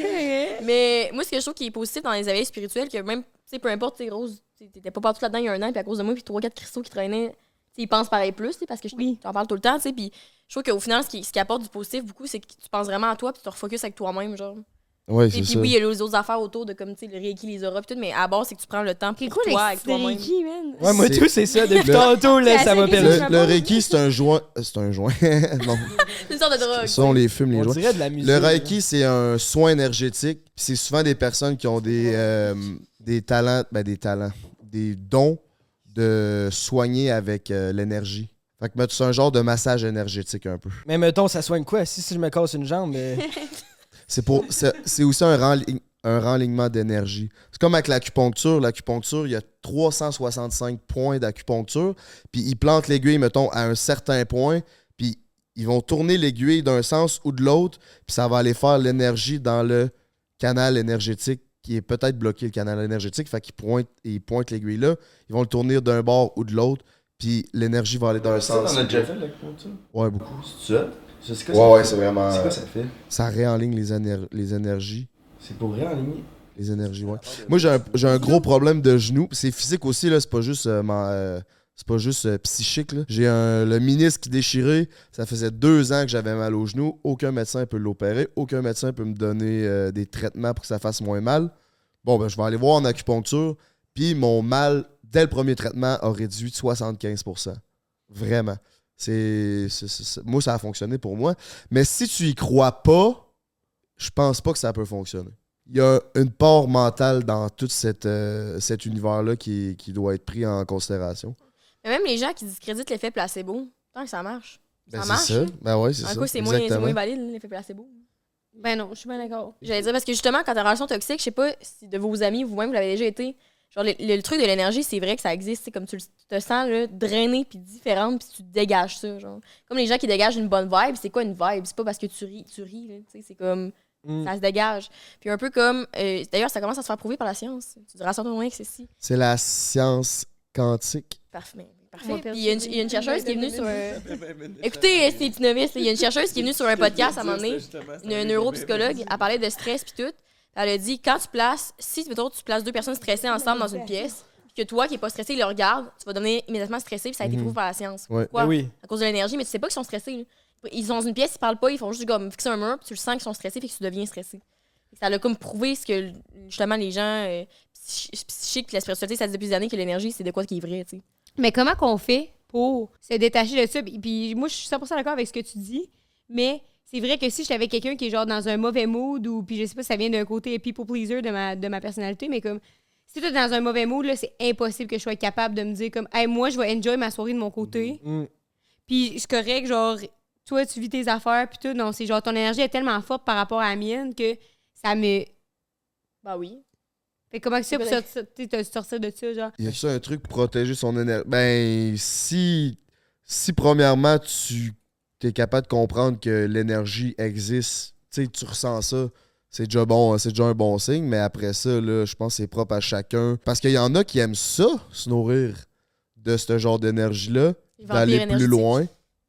Speaker 7: Ouais.
Speaker 6: Mais moi, ce que je trouve qui est positif dans les éveils spirituels, que même, tu sais, peu importe, tes roses, t'étais pas partout là-dedans il y a un an, puis à cause de moi, puis trois, quatre cristaux qui traînaient, tu sais, ils pensent pareil plus, tu sais, parce que je
Speaker 7: Oui.
Speaker 6: t'en parle tout le temps, tu sais, puis je trouve qu'au final, ce qui, ce qui apporte du positif beaucoup, c'est que tu penses vraiment à toi, puis tu te refocuses avec toi-même, genre.
Speaker 1: Ouais,
Speaker 6: Et
Speaker 1: c'est
Speaker 6: puis
Speaker 1: ça.
Speaker 6: oui, il y a les autres affaires autour de comme, tu sais, le Reiki, les auras, puis tout, mais à bord, c'est que tu prends le temps
Speaker 7: C'est
Speaker 6: pour
Speaker 7: quoi
Speaker 6: toi, avec
Speaker 7: les
Speaker 6: toi-même.
Speaker 7: Reiki, man?
Speaker 2: Ouais, moi,
Speaker 1: C'est-
Speaker 2: tout, c'est ça. Depuis
Speaker 1: Le-
Speaker 2: tantôt, là,
Speaker 7: C'est
Speaker 2: ça
Speaker 7: assez
Speaker 2: m'a perdu.
Speaker 1: Le, le reiki, c'est un joint. C'est un joint. non.
Speaker 6: C'est une sorte de drogue.
Speaker 1: Ça, on les fume, les
Speaker 2: On
Speaker 1: joints.
Speaker 2: dirait de la musique.
Speaker 1: Le Reiki, c'est un soin énergétique. Puis C'est souvent des personnes qui ont des, euh, des talents, ben des talents, des dons de soigner avec euh, l'énergie. Fait que mais c'est un genre de massage énergétique un peu.
Speaker 2: Mais mettons, ça soigne quoi? Si, si je me casse une jambe, euh,
Speaker 1: C'est pour, c'est c'est aussi un renli- un renlignement d'énergie. C'est comme avec l'acupuncture. L'acupuncture, il y a 365 points d'acupuncture, puis ils plantent l'aiguille, mettons, à un certain point, puis ils vont tourner l'aiguille d'un sens ou de l'autre, puis ça va aller faire l'énergie dans le canal énergétique qui est peut-être bloqué, le canal énergétique, fait qu'ils pointent, ils pointent l'aiguille là, ils vont le tourner d'un bord ou de l'autre, puis l'énergie va aller dans un
Speaker 8: Ça,
Speaker 1: sens.
Speaker 8: t'en as déjà fait l'acupuncture?
Speaker 1: Ouais, beaucoup.
Speaker 8: C'est ça? Ça, c'est quoi
Speaker 1: Ouais,
Speaker 8: ça?
Speaker 1: ouais, c'est vraiment-
Speaker 8: C'est quoi ça fait?
Speaker 1: Ça réenligne les, éner- les énergies.
Speaker 8: C'est pour réaligner.
Speaker 1: Les énergies, ouais. Moi, j'ai un, j'ai un gros problème de genou. Puis C'est physique aussi, là. C'est pas juste, euh, ma- euh, c'est pas juste euh, psychique, là. J'ai un- le ministre qui déchirait. Ça faisait deux ans que j'avais mal au genou. Aucun médecin peut l'opérer. Aucun médecin peut me donner euh, des traitements pour que ça fasse moins mal. Bon, ben, je vais aller voir en acupuncture. Puis mon mal, dès le premier traitement, a réduit de 75 Vraiment. C'est, c'est- c'est- c'est- moi, ça a fonctionné pour moi. Mais si tu y crois pas, je pense pas que ça peut fonctionner il y a une part mentale dans tout cette, euh, cet univers-là qui, qui doit être pris en considération.
Speaker 6: Mais même les gens qui discréditent l'effet placebo, tant que ça marche.
Speaker 1: Ben,
Speaker 6: ça marche.
Speaker 1: c'est ça. Ben ouais, c'est
Speaker 6: Un
Speaker 1: ça.
Speaker 6: coup, c'est moins, c'est
Speaker 1: Exactement.
Speaker 6: moins valide, hein, l'effet placebo.
Speaker 7: Ben non, je suis bien d'accord.
Speaker 6: J'allais dire, parce que justement, quand t'as une relation toxique, je sais pas si de vos amis, vous-même, vous l'avez déjà été. Genre, le, le truc de l'énergie, c'est vrai que ça existe. c'est Comme tu, le- tu te sens là, drainé puis différente, puis tu dégages ça. Genre. Comme les gens qui dégagent une bonne vibe, c'est quoi une vibe? C'est pas parce que tu ris, tu ris. là, tu sais, c'est comme.
Speaker 2: Mm.
Speaker 6: Ça se dégage. Puis un peu comme. euh, D'ailleurs, ça commence à se faire prouver par la science. Tu diras sans ton moyen que c'est si.
Speaker 1: C'est la science quantique.
Speaker 6: Parfait.
Speaker 7: On
Speaker 6: Parfait.
Speaker 7: a
Speaker 6: Puis
Speaker 7: perdu
Speaker 6: il y a une,
Speaker 7: cinq
Speaker 6: il y a une chercheuse qui est venue sur euh, un. Écoutez,
Speaker 8: Écoutez,
Speaker 6: ces petits novices, là, il y a une chercheuse qui est venue sur un podcast à un moment donné. une, une neuropsychologue, elle parlait de stress puis tout. Elle a dit quand tu places, si mettons, tu places deux personnes stressées ensemble dans une pièce, puis que toi qui n'es pas stressé, il le regarde, tu vas devenir immédiatement stressé, puis ça a été
Speaker 1: Mhm.
Speaker 6: prouvé par la science.
Speaker 1: Ouais.
Speaker 6: Pourquoi
Speaker 2: Ben oui.
Speaker 6: À cause de l'énergie, mais tu sais pas qu'ils sont stressés. là. Ils sont dans une pièce, ils parlent pas, ils font juste comme fixer un mur, puis tu le sens qu'ils sont stressés, puis que tu deviens stressé. Ça a comme prouvé ce que justement les gens euh, psychi- psychiques puis la spiritualité, ça dit depuis des années que l'énergie, c'est de quoi qui est vrai, tu sais.
Speaker 7: Mais comment qu'on fait pour se détacher de ça? Puis- Puis moi, je suis 100% d'accord avec ce que tu dis, mais c'est vrai que si j'étais avec quelqu'un qui est genre dans un mauvais mood ou puis je sais pas si ça vient d'un côté people pleaser de ma, de ma personnalité, mais comme si t'es dans un mauvais mood, là, c'est impossible que je sois capable de me dire comme Hey, moi, je vais enjoy ma soirée de mon côté.
Speaker 2: Mm.
Speaker 7: Puis c'est correct, genre, toi, tu vis tes affaires, puis tout. Non, c'est genre, ton énergie est tellement forte par rapport à la mienne que ça me.
Speaker 6: Bah oui.
Speaker 7: Fait comment que ça pour
Speaker 6: Correct.
Speaker 7: sortir, tu sais, te sortir de ça, genre.
Speaker 1: Il y a ça un truc pour protéger son énergie. Ben, si, si premièrement, tu es capable de comprendre que l'énergie existe, tu sais, tu ressens ça, c'est déjà bon, hein, c'est déjà un bon signe, mais après ça, là, je pense que c'est propre à chacun. Parce qu'il y en a qui aiment ça, se nourrir de ce genre d'énergie-là,
Speaker 6: Les vampires
Speaker 1: d'aller plus
Speaker 6: énergétiques.
Speaker 1: loin.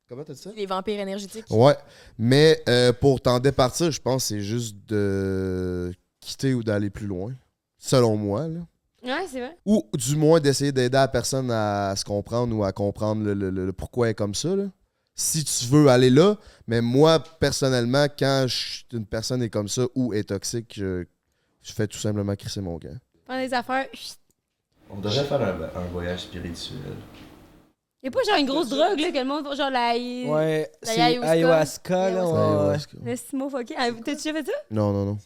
Speaker 1: Comment t'as dit ça?
Speaker 6: Les vampires énergétiques.
Speaker 1: Ouais. Mais euh, pour t'en départir, je pense que c'est juste de quitter ou d'aller plus loin. Selon moi, là.
Speaker 7: Ouais, c'est vrai.
Speaker 1: Ou du moins d'essayer d'aider la personne à se comprendre ou à comprendre le, le- le- le pourquoi elle est comme ça. là. Si tu veux aller là, mais moi, personnellement, quand je- une personne est comme ça ou est toxique, je, je fais tout simplement crisser mon gars.
Speaker 7: Prendre des affaires. chut.
Speaker 8: On devrait faire un, un voyage spirituel.
Speaker 7: Y a pas genre une grosse drogue, là, que le monde, genre la.
Speaker 2: Ouais,
Speaker 6: La
Speaker 2: c'est
Speaker 6: ayahuasca.
Speaker 2: ayahuasca, là.
Speaker 1: Ça,
Speaker 2: ouais.
Speaker 1: ouais, c'est-
Speaker 7: Le Simo Foké. Ah, T'as-tu déjà fait ça?
Speaker 1: Non, non, non.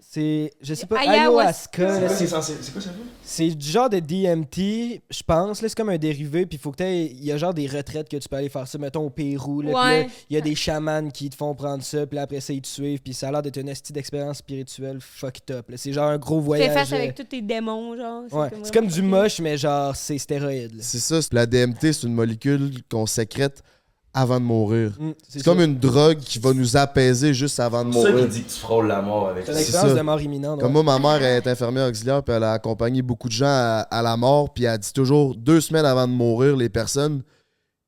Speaker 2: C'est, je sais pas,
Speaker 7: Ayahuasca.
Speaker 2: ayahuasca, là,
Speaker 8: C'est
Speaker 2: c'est
Speaker 8: quoi, censé- c'est quoi ça fait?
Speaker 2: C'est du genre de DMT, je pense. Là, c'est comme un dérivé. Puis faut que t'aies- Il y a genre des retraites que tu peux aller faire ça, mettons au Pérou. Là, puis là,
Speaker 7: Ouais.
Speaker 2: il y a des chamans qui te font prendre ça. Puis là, après ça, ils te suivent. Puis ça a l'air d'être une esti d'expérience spirituelle fucked up. là. C'est genre un gros
Speaker 7: Tu fais
Speaker 2: voyage.
Speaker 7: face avec
Speaker 2: euh,
Speaker 7: tous tes démons, genre.
Speaker 2: ouais. C'est comme du
Speaker 7: moche.
Speaker 2: moche, mais genre, c'est stéroïde. là.
Speaker 1: C'est ça, c'est- la DMT, c'est une molécule qu'on sécrète avant de mourir.
Speaker 2: Mm,
Speaker 1: C'est
Speaker 2: ça.
Speaker 1: comme une drogue qui va nous apaiser juste avant de
Speaker 8: C'est ça qui
Speaker 1: mourir.
Speaker 8: dit que tu frôles la mort avec
Speaker 2: C'est
Speaker 8: ça.
Speaker 2: une
Speaker 1: C'est
Speaker 2: expérience
Speaker 1: ça.
Speaker 2: de mort imminente.
Speaker 1: Comme
Speaker 2: ouais.
Speaker 1: moi, ma mère elle est infirmière auxiliaire, puis elle a accompagné beaucoup de gens à, à la mort, puis elle dit toujours deux semaines avant de mourir, les personnes,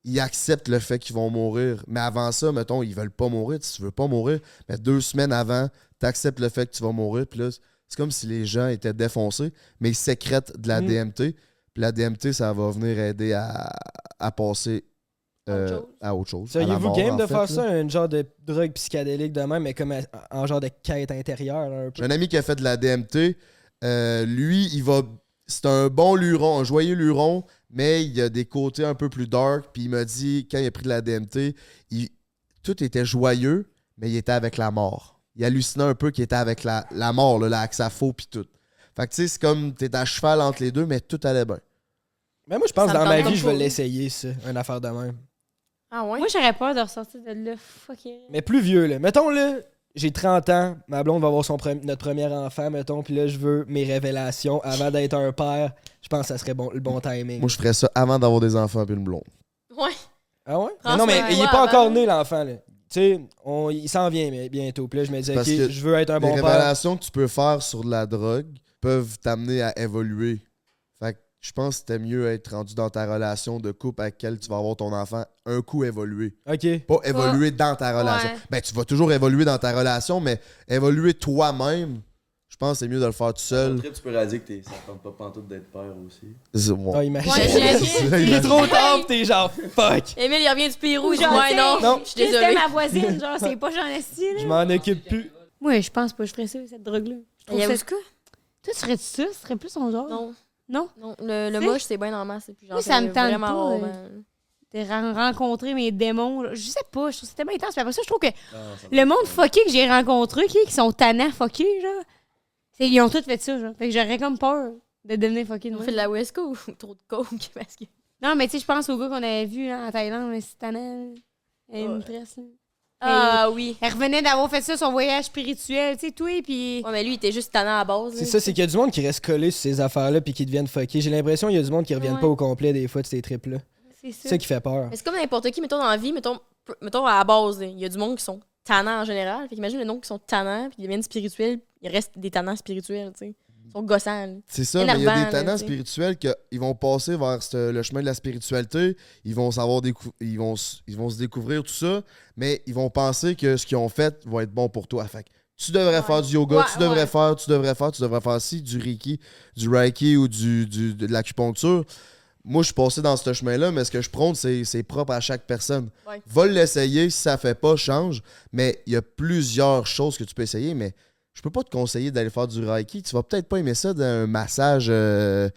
Speaker 1: ils acceptent le fait qu'ils vont mourir. Mais avant ça, mettons, ils veulent pas mourir. Si tu veux pas mourir, mais deux semaines avant, tu acceptes le fait que tu vas mourir, puis là, c'est comme si les gens étaient défoncés, mais ils sécrètent de la
Speaker 2: Mm.
Speaker 1: DMT, puis la DMT, ça va venir aider à, à passer euh,
Speaker 6: Autre chose.
Speaker 1: à autre chose. à la
Speaker 2: Seriez-vous
Speaker 1: mort,
Speaker 2: game
Speaker 1: en
Speaker 2: de
Speaker 1: fait,
Speaker 2: faire
Speaker 1: là.
Speaker 2: ça, un genre de drogue psychédélique de même, mais comme à- en genre de quête intérieure, là, un peu?
Speaker 1: J'ai un ami qui a fait de la DMT. Euh, lui, il va. C'est un bon luron, un joyeux luron, mais il a des côtés un peu plus dark. Puis il m'a dit, quand il a pris de la DMT, il- tout était joyeux, mais il était avec la mort. Il hallucinait un peu qu'il était avec la, la mort, là, la Axafo, puis tout. Fait que tu sais, c'est comme t'es à cheval entre les deux, mais tout allait bien.
Speaker 2: Mais moi, je pense
Speaker 6: Ça
Speaker 2: que
Speaker 6: me
Speaker 2: dans ma
Speaker 6: tente
Speaker 2: vie, je vais
Speaker 6: pas.
Speaker 2: l'essayer, ça, une affaire de même.
Speaker 6: Ah ouais?
Speaker 7: Moi, j'aurais peur de ressortir de là. Fuck it.
Speaker 2: Mais plus vieux, là. Mettons, là, j'ai 30 ans, ma blonde va avoir son pre- notre premier enfant, mettons, puis là, je veux mes révélations avant d'être un père. Je pense que ça serait bon, le bon timing.
Speaker 1: Moi, je ferais ça avant d'avoir des enfants puis une blonde.
Speaker 6: Ouais.
Speaker 2: Ah ouais?
Speaker 6: Prends
Speaker 2: Mais non, mais
Speaker 6: soin de
Speaker 2: il est
Speaker 6: toi
Speaker 2: pas
Speaker 6: avant.
Speaker 2: encore né, l'enfant, là. Tu sais, on- il s'en vient mais bientôt. Puis là, je me dis,
Speaker 1: Parce que
Speaker 2: OK, je veux être un
Speaker 1: les
Speaker 2: Ah bon père.
Speaker 1: révélations que tu peux faire sur de la drogue peuvent t'amener à évoluer. Fait que je pense que c'était mieux être rendu dans ta relation de couple à laquelle tu vas avoir ton enfant un coup évolué.
Speaker 2: OK.
Speaker 1: Pas évoluer dans ta relation.
Speaker 6: Ouais.
Speaker 1: Ben, tu vas toujours évoluer dans ta relation, mais évoluer toi-même, je pense que c'est mieux de le faire tout seul.
Speaker 5: Après, tu peux radier que t'es- ça tente pas pantoute d'être père aussi.
Speaker 1: C'est- ouais.
Speaker 2: Ah, imagine.
Speaker 6: Ouais, j'imagine.
Speaker 2: il est trop tard, pis t'es genre, fuck.
Speaker 6: Émile, il revient du Pérou.
Speaker 3: Ou
Speaker 6: il dit,
Speaker 3: genre,
Speaker 6: Ouais, non.
Speaker 2: non.
Speaker 6: Je suis
Speaker 3: C'était
Speaker 6: désolée.
Speaker 3: ma voisine, genre, c'est pas j'en esti,
Speaker 2: Je
Speaker 3: là.
Speaker 2: m'en occupe plus.
Speaker 3: Moi, je pense pas, je ferais ça, cette drogue-là. Je trouve ça- Toi, tu serais ça? Ce serait plus son genre?
Speaker 6: Non.
Speaker 3: Non?
Speaker 6: Non, le, le
Speaker 3: Tu sais?
Speaker 6: moche, c'est bien normal. C'est plus genre.
Speaker 3: Moi, ça me
Speaker 6: euh,
Speaker 3: tente
Speaker 6: vraiment ben.
Speaker 3: pas,
Speaker 6: rarement.
Speaker 3: de ren- rencontrer mes démons. là. Je sais pas, je trouve que c'est tellement intense. Puis après ça, je trouve que le monde fucké que j'ai rencontré, qui, qui sont tannants fuckés, genre, c'est- ils ont tous fait ça, genre. Fait que j'aurais comme peur de devenir fucké de
Speaker 6: On
Speaker 3: même.
Speaker 6: fait de la Wesco ou trop de coke? Parce que.
Speaker 3: Non, mais tu sais, je pense au gars qu'on avait vu là, en Thaïlande, là, c'est tannant. là. Elle a une
Speaker 6: Ouais.
Speaker 3: tresse, là.
Speaker 6: Ah oui.
Speaker 3: Elle revenait d'avoir fait ça, son voyage spirituel, tu sais, tout, et puis...
Speaker 6: Ouais, mais lui, il était juste tannant à la base.
Speaker 2: C'est
Speaker 6: là.
Speaker 2: ça, c'est qu'il y a du monde qui reste collé sur ces affaires-là puis qui deviennent fuckés. J'ai l'impression qu'il y a du monde qui revient
Speaker 3: Ouais.
Speaker 2: pas au complet des fois de ces trips-là.
Speaker 3: C'est
Speaker 2: C'est
Speaker 3: ça.
Speaker 2: ça qui fait peur.
Speaker 6: Mais c'est comme n'importe qui, mettons dans la vie, mettons, p- mettons à la base, là, il y a du monde qui sont tannants en général. Fait qu'imagine le nombre qui sont tannants, puis ils deviennent spirituels, ils restent des tannants spirituels, tu sais. Ils sont gossants. là.
Speaker 1: C'est ça, mais il y
Speaker 6: Énervant,
Speaker 1: a
Speaker 6: là,
Speaker 1: des talents
Speaker 6: tu sais.
Speaker 1: spirituels qu'ils vont passer vers ce- le chemin de la spiritualité, ils vont savoir décou- ils vont, s- ils vont se découvrir tout ça, mais ils vont penser que ce qu'ils ont fait va être bon pour toi. Fait que tu devrais faire du yoga,
Speaker 6: Ouais,
Speaker 1: tu devrais
Speaker 6: ouais.
Speaker 1: faire, tu devrais faire, tu devrais faire ci, du reiki, du reiki ou du, du- de l'acupuncture. Moi, je suis passé dans ce chemin-là, mais ce que je prône, c'est c'est propre à chaque personne.
Speaker 6: Ouais.
Speaker 1: Va l'essayer, si ça fait pas, change. Mais il y a plusieurs choses que tu peux essayer, mais je peux pas te conseiller d'aller faire du Reiki. Tu vas peut-être pas aimer ça d'un massage euh,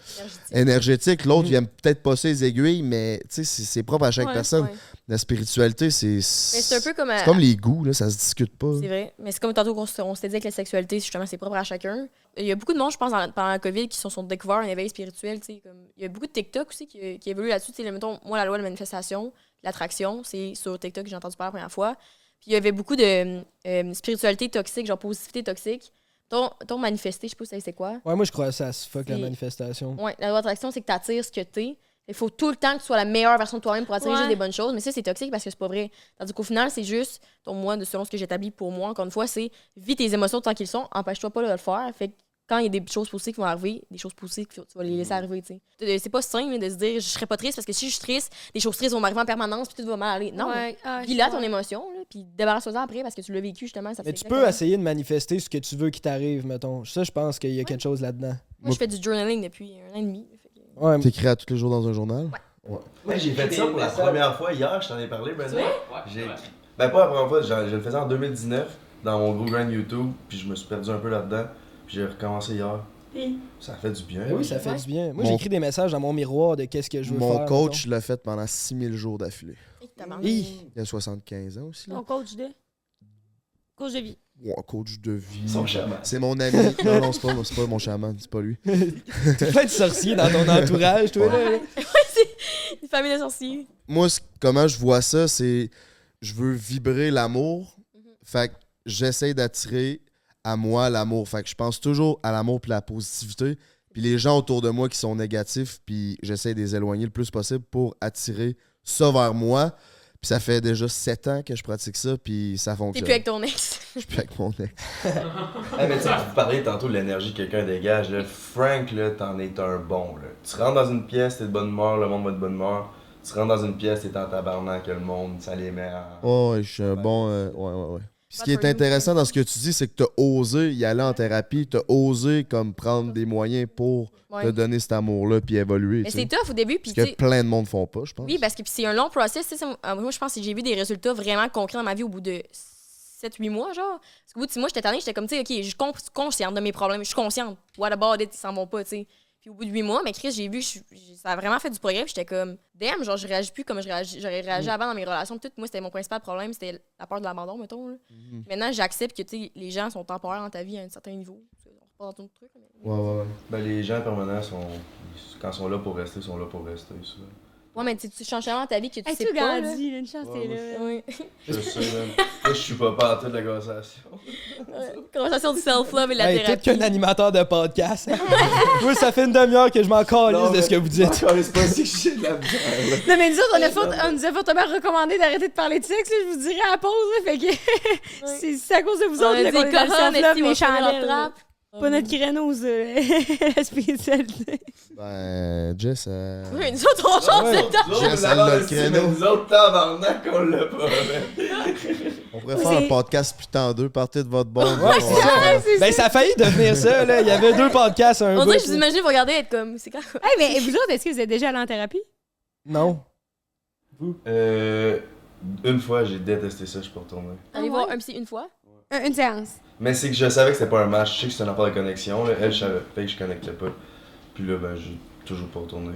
Speaker 6: Énergétique.
Speaker 1: énergétique. L'autre,
Speaker 2: Mhm.
Speaker 1: il aime peut-être pas ça, les aiguilles, mais tu sais, c'est c'est propre à chaque
Speaker 6: Ouais,
Speaker 1: personne.
Speaker 6: ouais.
Speaker 1: La spiritualité, c'est.
Speaker 6: Mais c'est un peu comme. euh,
Speaker 1: c'est
Speaker 6: à-
Speaker 1: comme les goûts, là, ça se discute pas.
Speaker 6: C'est vrai. Mais c'est comme tantôt qu'on s'est- on s'était dit que la sexualité, justement, c'est propre à chacun. Il y a beaucoup de monde, je pense, dans- pendant la COVID, qui se sont découverts un éveil spirituel. tu sais, Comme, il y a beaucoup de TikTok aussi qui, qui évoluent là-dessus. Tu sais, Mettons, moi, la loi de manifestation, l'attraction, c'est sur TikTok que j'ai entendu parler la première fois. Puis il y avait beaucoup de euh, spiritualité toxique, genre positivité toxique. Ton, ton manifesté, je sais pas si c'est quoi.
Speaker 2: Ouais, moi, je crois que ça se fuck la
Speaker 6: C'est-
Speaker 2: manifestation.
Speaker 6: Ouais, la loi d'attraction, c'est que tu attires ce que tu es. Il faut tout le temps que tu sois la meilleure version de toi-même pour attirer
Speaker 3: Ouais.
Speaker 6: juste des bonnes choses. Mais ça, c'est toxique parce que c'est pas vrai. Tandis qu'au final, c'est juste, pour moi, de- selon ce que j'établis pour moi, encore une fois, c'est vis tes émotions tant qu'ils sont, empêche-toi pas de le faire. Fait que quand il y a des choses positives qui vont arriver, des choses positives, tu vas les
Speaker 2: Mm.
Speaker 6: laisser arriver, tu sais. C'est pas simple de se dire, je serais pas triste parce que si je suis triste, des choses tristes vont m'arriver en permanence puis tout va mal aller. Non,
Speaker 3: Ouais, ah,
Speaker 6: vis
Speaker 3: je
Speaker 6: là
Speaker 3: sais
Speaker 6: ton
Speaker 3: pas.
Speaker 6: émotion, là, puis débarrasse-toi après parce que tu l'as vécu justement. Ça
Speaker 2: Mais
Speaker 6: fait
Speaker 2: tu
Speaker 6: exactement-
Speaker 2: peux essayer de manifester ce que tu veux qui t'arrive, mettons. Ça, je pense qu'il y a quelque chose là-dedans.
Speaker 6: Moi, je fais du journaling depuis un an et demi. Fait que-
Speaker 2: Ouais, mais-
Speaker 1: T'écris à tous les jours dans un journal.
Speaker 8: Moi, j'ai fait ça pour la première fois hier, je t'en ai parlé, Brendan. J'ai- Ben, pas la première fois, j'en- je le faisais en 2019 dans mon gros grand YouTube, puis je me suis perdu un peu là-dedans, puis j'ai recommencé hier. Ça fait du bien.
Speaker 2: Ben oui, ça fait du bien. Moi,
Speaker 1: Mon-
Speaker 2: j'écris des messages dans mon miroir de qu'est-ce que je veux
Speaker 1: Mon
Speaker 2: faire.
Speaker 1: coach l'a fait pendant 6000 jours d'affilée.
Speaker 6: Hey, tabarnak.
Speaker 2: mettons. Hi.
Speaker 1: Il a 75 ans aussi. Là.
Speaker 3: Mon coach de... Coach de vie.
Speaker 1: Ouais, coach de vie.
Speaker 8: Son chaman.
Speaker 1: C'est mon ami. non, non, c'est pas, c'est pas mon chaman, c'est pas lui.
Speaker 2: T'es plein de sorciers dans ton entourage, toi. là.
Speaker 6: Une famille de sorciers.
Speaker 1: moi, c- comment je vois ça, c'est je veux vibrer l'amour.
Speaker 6: Mhm.
Speaker 1: Fait que j'essaie d'attirer à moi l'amour. Fait que je pense toujours à l'amour puis la positivité. Puis les gens autour de moi qui sont négatifs, puis j'essaie de les éloigner le plus possible pour attirer ça vers moi. Puis ça fait déjà sept ans que je pratique ça, puis ça
Speaker 6: T'es
Speaker 1: fonctionne.
Speaker 6: plus avec ton ex.
Speaker 1: Je suis plus avec mon ex.
Speaker 8: Ah, mais tu sais, vous parliez tantôt de l'énergie que quelqu'un dégage. Là. Frank, là, t'en es un bon. Là. Tu rentres dans une pièce, t'es de bonne humeur, le monde va de bonne humeur. Tu rentres dans une pièce, t'es en tabarnak, le monde, ça les met en.
Speaker 1: Ouais, ouais, je suis un bon. euh, ouais, ouais, ouais. Puis Ce qui est
Speaker 6: Rapper,
Speaker 1: intéressant dans ce que tu dis, c'est que tu as osé y aller en thérapie, tu as osé comme prendre des moyens pour
Speaker 6: Ouais.
Speaker 1: te donner cet amour-là puis évoluer.
Speaker 6: Mais
Speaker 1: tu sais.
Speaker 6: c'est tough au début, puis
Speaker 1: Ce
Speaker 6: tu sais-
Speaker 1: que plein de monde font pas, je pense.
Speaker 6: Oui, ben, parce que puis c'est un long process. tu sais, ça, euh, moi, je pense que j'ai vu des résultats vraiment concrets dans ma vie au bout de 7-8 mois, genre. Parce qu'au bout de 6 mois, j'étais tannée, j'étais comme, tu sais, OK, je suis con- consciente de mes problèmes, je suis consciente. What about it, ils s'en vont pas, tu sais. Puis au bout de 8 mois, mais Chris, j'ai vu, que je- j'ai- ça a vraiment fait du progrès, puis j'étais comme, damn, genre, je réagis plus comme je réagis- j'aurais réagi avant dans mes relations. Puis Tout, moi, c'était mon principal problème, c'était la peur de l'abandon, mettons. là. Maintenant, j'accepte que, tu sais, les gens sont temporaires dans ta vie à un certain niveau. On repart dans ton truc. mais-
Speaker 8: Ouais, ouais, ouais. Ben, les gens permanents sont. Quand ils sont là pour rester, ils sont là pour rester, souvent.
Speaker 6: Ouais, mais tu tu changes tellement ta vie que tu
Speaker 7: Hey,
Speaker 6: sais
Speaker 7: tu
Speaker 6: pas.
Speaker 7: grandis, là, une chance,
Speaker 8: Ouais,
Speaker 7: t'es
Speaker 8: moi,
Speaker 7: là.
Speaker 6: Oui.
Speaker 8: Je suis sûr, man. Moi, je suis pas partout de la conversation.
Speaker 6: Conversation du self-love et de la
Speaker 2: Hey, peut-être
Speaker 6: thérapie.
Speaker 2: qu'un animateur de podcast. Moi, ça fait une demi-heure que je m'en
Speaker 8: Non,
Speaker 2: calisse de
Speaker 8: mais-
Speaker 2: ce que vous dites.
Speaker 8: Encore, c'est pas si que j'ai de la bière, là.
Speaker 7: Non, mais nous autres, on, a fort- on nous a fortement recommandé d'arrêter de parler de sexe, là, je vous dirais à la pause. là, fait que c'est c'est à cause de vous
Speaker 6: On
Speaker 7: autres
Speaker 6: a
Speaker 7: là,
Speaker 6: dit
Speaker 7: qu'on est dans le
Speaker 6: Corinne,
Speaker 7: self-love,
Speaker 6: est-ce
Speaker 7: les
Speaker 6: qu'ils vont trouver leur
Speaker 7: chandelles, là.
Speaker 6: trappe?
Speaker 7: Pas notre créneau, ça, la spécialité.
Speaker 1: Ben, Jess. euh,
Speaker 6: Oui, nous autres,
Speaker 8: Ah
Speaker 6: on change
Speaker 2: Ouais.
Speaker 6: de temps.
Speaker 8: Nous
Speaker 1: J'ai
Speaker 8: autres, on
Speaker 1: un
Speaker 8: l'avait
Speaker 1: sale
Speaker 8: aussi,
Speaker 1: créneau.
Speaker 8: mais Nous autres, tabarnak, on l'a pas, man.
Speaker 1: On pourrait faire un podcast plus en deux. Partez de votre bord.
Speaker 2: Ouais, c'est ça. Ben, ça a failli devenir ça, là. Il y avait deux podcasts, un
Speaker 6: On dirait
Speaker 2: bout,
Speaker 6: que je vous
Speaker 2: puis-
Speaker 6: imagine vous regarder être comme. C'est quand même.
Speaker 7: Hey, mais vous autres, est-ce que vous êtes déjà allés en thérapie?
Speaker 2: Non.
Speaker 8: Euh, Une fois, j'ai détesté ça, je suis pas retourné.
Speaker 6: Allez voir un psy une fois.
Speaker 7: Un- une séance.
Speaker 8: Mais c'est que je savais que c'était pas un match, je sais que c'était un apport de connexion, là. elle, je savais fait que je connectais pas. Puis là, ben, j'ai toujours pas retourné.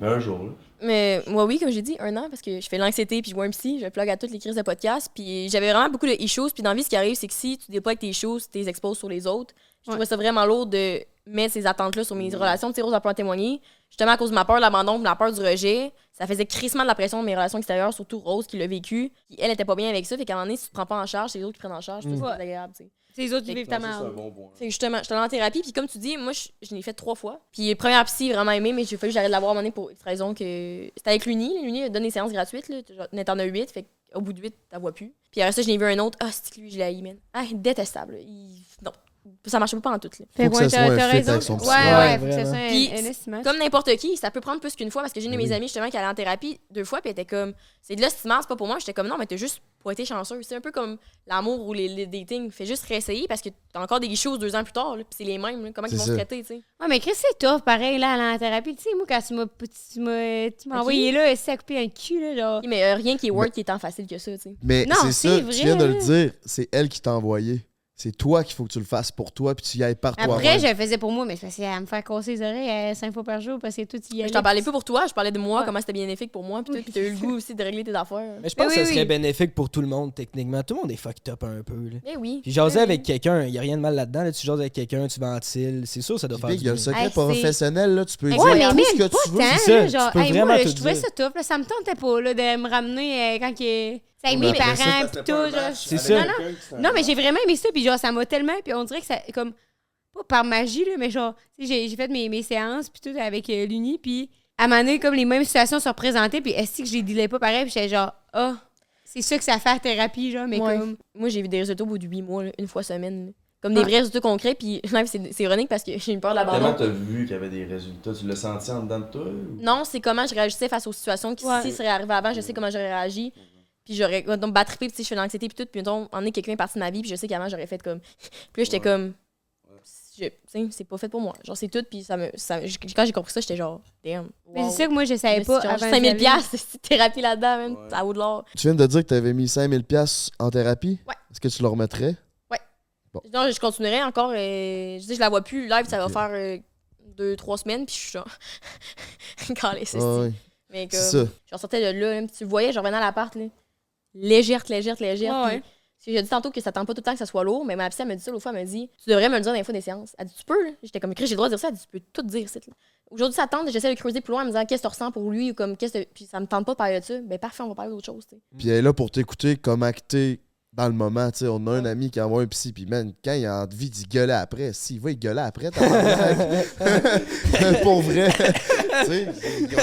Speaker 8: Mais un jour, là.
Speaker 6: Mais moi, oui, comme j'ai dit, un an, parce que je fais de l'anxiété, puis je vois un psy, je plug à toutes les crises de podcast, puis j'avais vraiment beaucoup de issues, puis dans la vie, ce qui arrive, c'est que si tu déploies tes issues, tu les exposes sur les autres. Je
Speaker 7: Ouais.
Speaker 6: trouvais ça vraiment lourd de mettre ces attentes-là sur mes relations. Tu sais, Rose a pu en témoigner. Justement, à cause de ma peur de l'abandon, de la peur du rejet, ça faisait crissement de la pression de mes relations extérieures, surtout Rose qui l'a vécu. Puis elle était pas bien avec ça, fait qu'à un moment donné, si tu te prends pas en charge, c'est les autres qui prennent en charge, je trouve
Speaker 7: Mm.
Speaker 6: ça désagréable, tu sais.
Speaker 7: C'est les autres qui
Speaker 6: Fait
Speaker 7: vivent ta
Speaker 8: Non, ça, c'est un
Speaker 7: merde.
Speaker 8: bon point.
Speaker 6: Fait que justement, j'étais allée en thérapie, puis comme tu dis, moi, je, je l'ai fait trois fois. Puis première psy, vraiment aimée, mais j'ai fallu que j'arrête de la voir à un moment donné pour une raison que... C'était avec l'Uni, là. l'Uni donne des séances gratuites, là. Genre, mais T'en as huit, fait au bout de huit, t'en vois plus. Puis après ça, je l'ai vu un autre, ah, c'est lui, je l'ai haï, man. Ah, détestable, là. Il- Non, ça marchait pas en tout, là.
Speaker 1: Faut que ça soit un fit avec son
Speaker 7: Ouais,
Speaker 1: petit
Speaker 7: ouais,
Speaker 2: Ouais,
Speaker 7: faut que ça soit un-
Speaker 6: Puis,
Speaker 7: un estimage.
Speaker 6: Comme n'importe qui, ça peut prendre plus qu'une fois, parce que j'ai une de mes amies, justement, qui allait en thérapie deux fois, puis elle était comme, c'est de l'estimance, c'est pas pour moi. J'étais comme, non, mais t'as juste pas été chanceux. C'est un peu comme l'amour ou les, les dating. Fais juste réessayer, parce que t'as encore des choses deux ans plus tard, là, puis c'est les mêmes, là. Comment ils
Speaker 1: C'est
Speaker 6: vont se
Speaker 1: ça.
Speaker 6: traiter, tu sais.
Speaker 7: Ouais, Ah, mais Chris, c'est tough, pareil, là, aller en thérapie. Tu sais, moi, quand tu m'as- tu m'as tu m'as
Speaker 6: Ok.
Speaker 7: envoyé là, essayer à couper un cul, là, genre.
Speaker 6: Oui, Mais euh, rien qui est work qui est tant facile que ça, tu sais.
Speaker 1: Mais
Speaker 7: Non,
Speaker 1: c'est
Speaker 7: c'est
Speaker 1: ça,
Speaker 7: vrai,
Speaker 1: tu viens de
Speaker 7: là.
Speaker 1: le dire, c'est elle qui t'a envoyé. C'est toi qu'il faut que tu le fasses pour toi, puis tu y ailles par toi.
Speaker 7: Après, je le faisais pour moi, mais c'est parce qu'elle me faire casser les oreilles euh, cinq fois par jour parce que tout y
Speaker 6: euh, Je
Speaker 7: allait.
Speaker 6: t'en parlais pas pour toi, je parlais de moi,
Speaker 7: Ouais.
Speaker 6: comment c'était bénéfique pour moi, puis tout, puis t'as eu le goût aussi de régler tes affaires.
Speaker 2: Mais je pense
Speaker 7: Mais
Speaker 2: que
Speaker 7: oui,
Speaker 2: ça
Speaker 7: oui.
Speaker 2: serait bénéfique pour tout le monde, techniquement. Tout le monde est fucked up un peu, là.
Speaker 6: Mais Eh oui.
Speaker 2: Puis jaser
Speaker 6: Mais
Speaker 2: avec
Speaker 6: oui.
Speaker 2: quelqu'un, il n'y a rien de mal là-dedans. Là, tu jases avec quelqu'un, tu ventiles. C'est sûr, ça doit
Speaker 1: Puis
Speaker 2: faire
Speaker 1: Big,
Speaker 2: du
Speaker 1: il y a le
Speaker 2: bien.
Speaker 1: secret
Speaker 7: Hey, c'est-
Speaker 1: professionnel, là, tu peux
Speaker 7: Ouais,
Speaker 1: dire
Speaker 7: mais
Speaker 1: tout ce
Speaker 7: man,
Speaker 1: que tu veux.
Speaker 7: pas
Speaker 2: c'est
Speaker 7: tant, là,
Speaker 2: ça,
Speaker 7: genre,
Speaker 2: tu peux
Speaker 7: hey, moi,
Speaker 2: vraiment
Speaker 7: là,
Speaker 2: tout
Speaker 7: je trouvais
Speaker 2: dire.
Speaker 7: ça tough, là, ça me tentait pas, là, de me ramener euh, quand que... C'est
Speaker 1: On
Speaker 7: avec mes
Speaker 1: appelle ça-
Speaker 7: parents, pis tout, genre, je-
Speaker 2: C'est ça.
Speaker 7: Non, non, Non, mais j'ai vraiment aimé ça, puis genre, ça m'a tellement, puis on dirait que ça, comme, pas par magie, là, mais genre, tu sais, j'ai j'ai fait mes, mes séances, puis tout, avec euh, l'Uni, puis à un moment donné, comme les mêmes situations se représentaient, puis est-ce que je les dealais pas pareil, puis j'étais genre, ah, c'est ça que ça fait la thérapie, genre, mais
Speaker 6: Ouais.
Speaker 7: comme...
Speaker 6: Moi, j'ai vu des résultats au bout de huit mois, là, une fois semaine. là. Comme des
Speaker 7: Ouais.
Speaker 6: vrais résultats concrets, puis même, c'est c'est ironique parce que j'ai une peur de
Speaker 8: Tellement
Speaker 6: l'abandon.
Speaker 8: t'as vu qu'il y avait des résultats, tu l'as senti en dedans de toi? ou-
Speaker 6: Non, c'est comment je réagissais face aux situations qui,
Speaker 7: Ouais.
Speaker 6: si ça serait arrivé avant, je sais comment j'aurais réagi. Puis j'aurais ouais, donc battu, puis tu sais, je fais de l'anxiété, puis tout, puis mettons, en est quelqu'un est parti de ma vie, puis je sais qu'avant, j'aurais fait comme. puis là, j'étais
Speaker 8: Ouais.
Speaker 6: comme. je- tu sais, C'est pas fait pour moi. Genre, c'est tout, puis ça me, ça, j- quand j'ai compris ça, j'étais genre, damn.
Speaker 7: Mais
Speaker 6: wow.
Speaker 7: c'est ça que moi, je savais
Speaker 6: Mais
Speaker 7: pas
Speaker 6: si tu
Speaker 7: avant...
Speaker 6: changes
Speaker 7: d'y
Speaker 6: 5000
Speaker 7: aller.
Speaker 6: piastres, c'est thérapie là-dedans, même.
Speaker 8: Ouais.
Speaker 6: Ça vaut de l'or.
Speaker 1: Tu viens de dire que tu avais mis 5000 pièces en thérapie.
Speaker 6: Ouais.
Speaker 1: Est-ce que tu le remettrais?
Speaker 6: Non, je continuerai encore. euh, je dis, je la vois plus live, ça va
Speaker 1: Ok.
Speaker 6: faire euh, deux, trois semaines, puis je suis genre. Quand les
Speaker 1: Ah ouais,
Speaker 6: Mais
Speaker 1: c'est
Speaker 6: comme.
Speaker 1: ça.
Speaker 6: Je ressortais de là, hein, puis tu le voyais, je revenais à l'appart, là. Légère, légère, légère.
Speaker 7: Ouais, ouais.
Speaker 6: puis- parce que J'ai dit tantôt que ça tente pas tout le temps que ça soit lourd, mais ma psy, elle me dit ça l'autre fois, elle me dit Tu devrais me le dire dans les fois des séances. Elle dit Tu peux, là. J'étais comme écrit, j'ai le droit de dire ça. Elle dit Tu peux tout dire, c'est. Aujourd'hui, ça tente, j'essaie de creuser plus loin en me disant Qu'est-ce que tu ressens pour lui ou comme qu'est-ce que. Puis ça me tente pas de parler de ça. Ben parfait, on va parler d'autre chose, tu sais.
Speaker 1: Puis elle est là pour t'écouter comme acter dans le moment. Tu sais, on a un ami qui envoie un psy, puis man, quand il a envie d'y gueuler après, s'il va, il gueule après, tabarnak. Pour vrai. tu sais,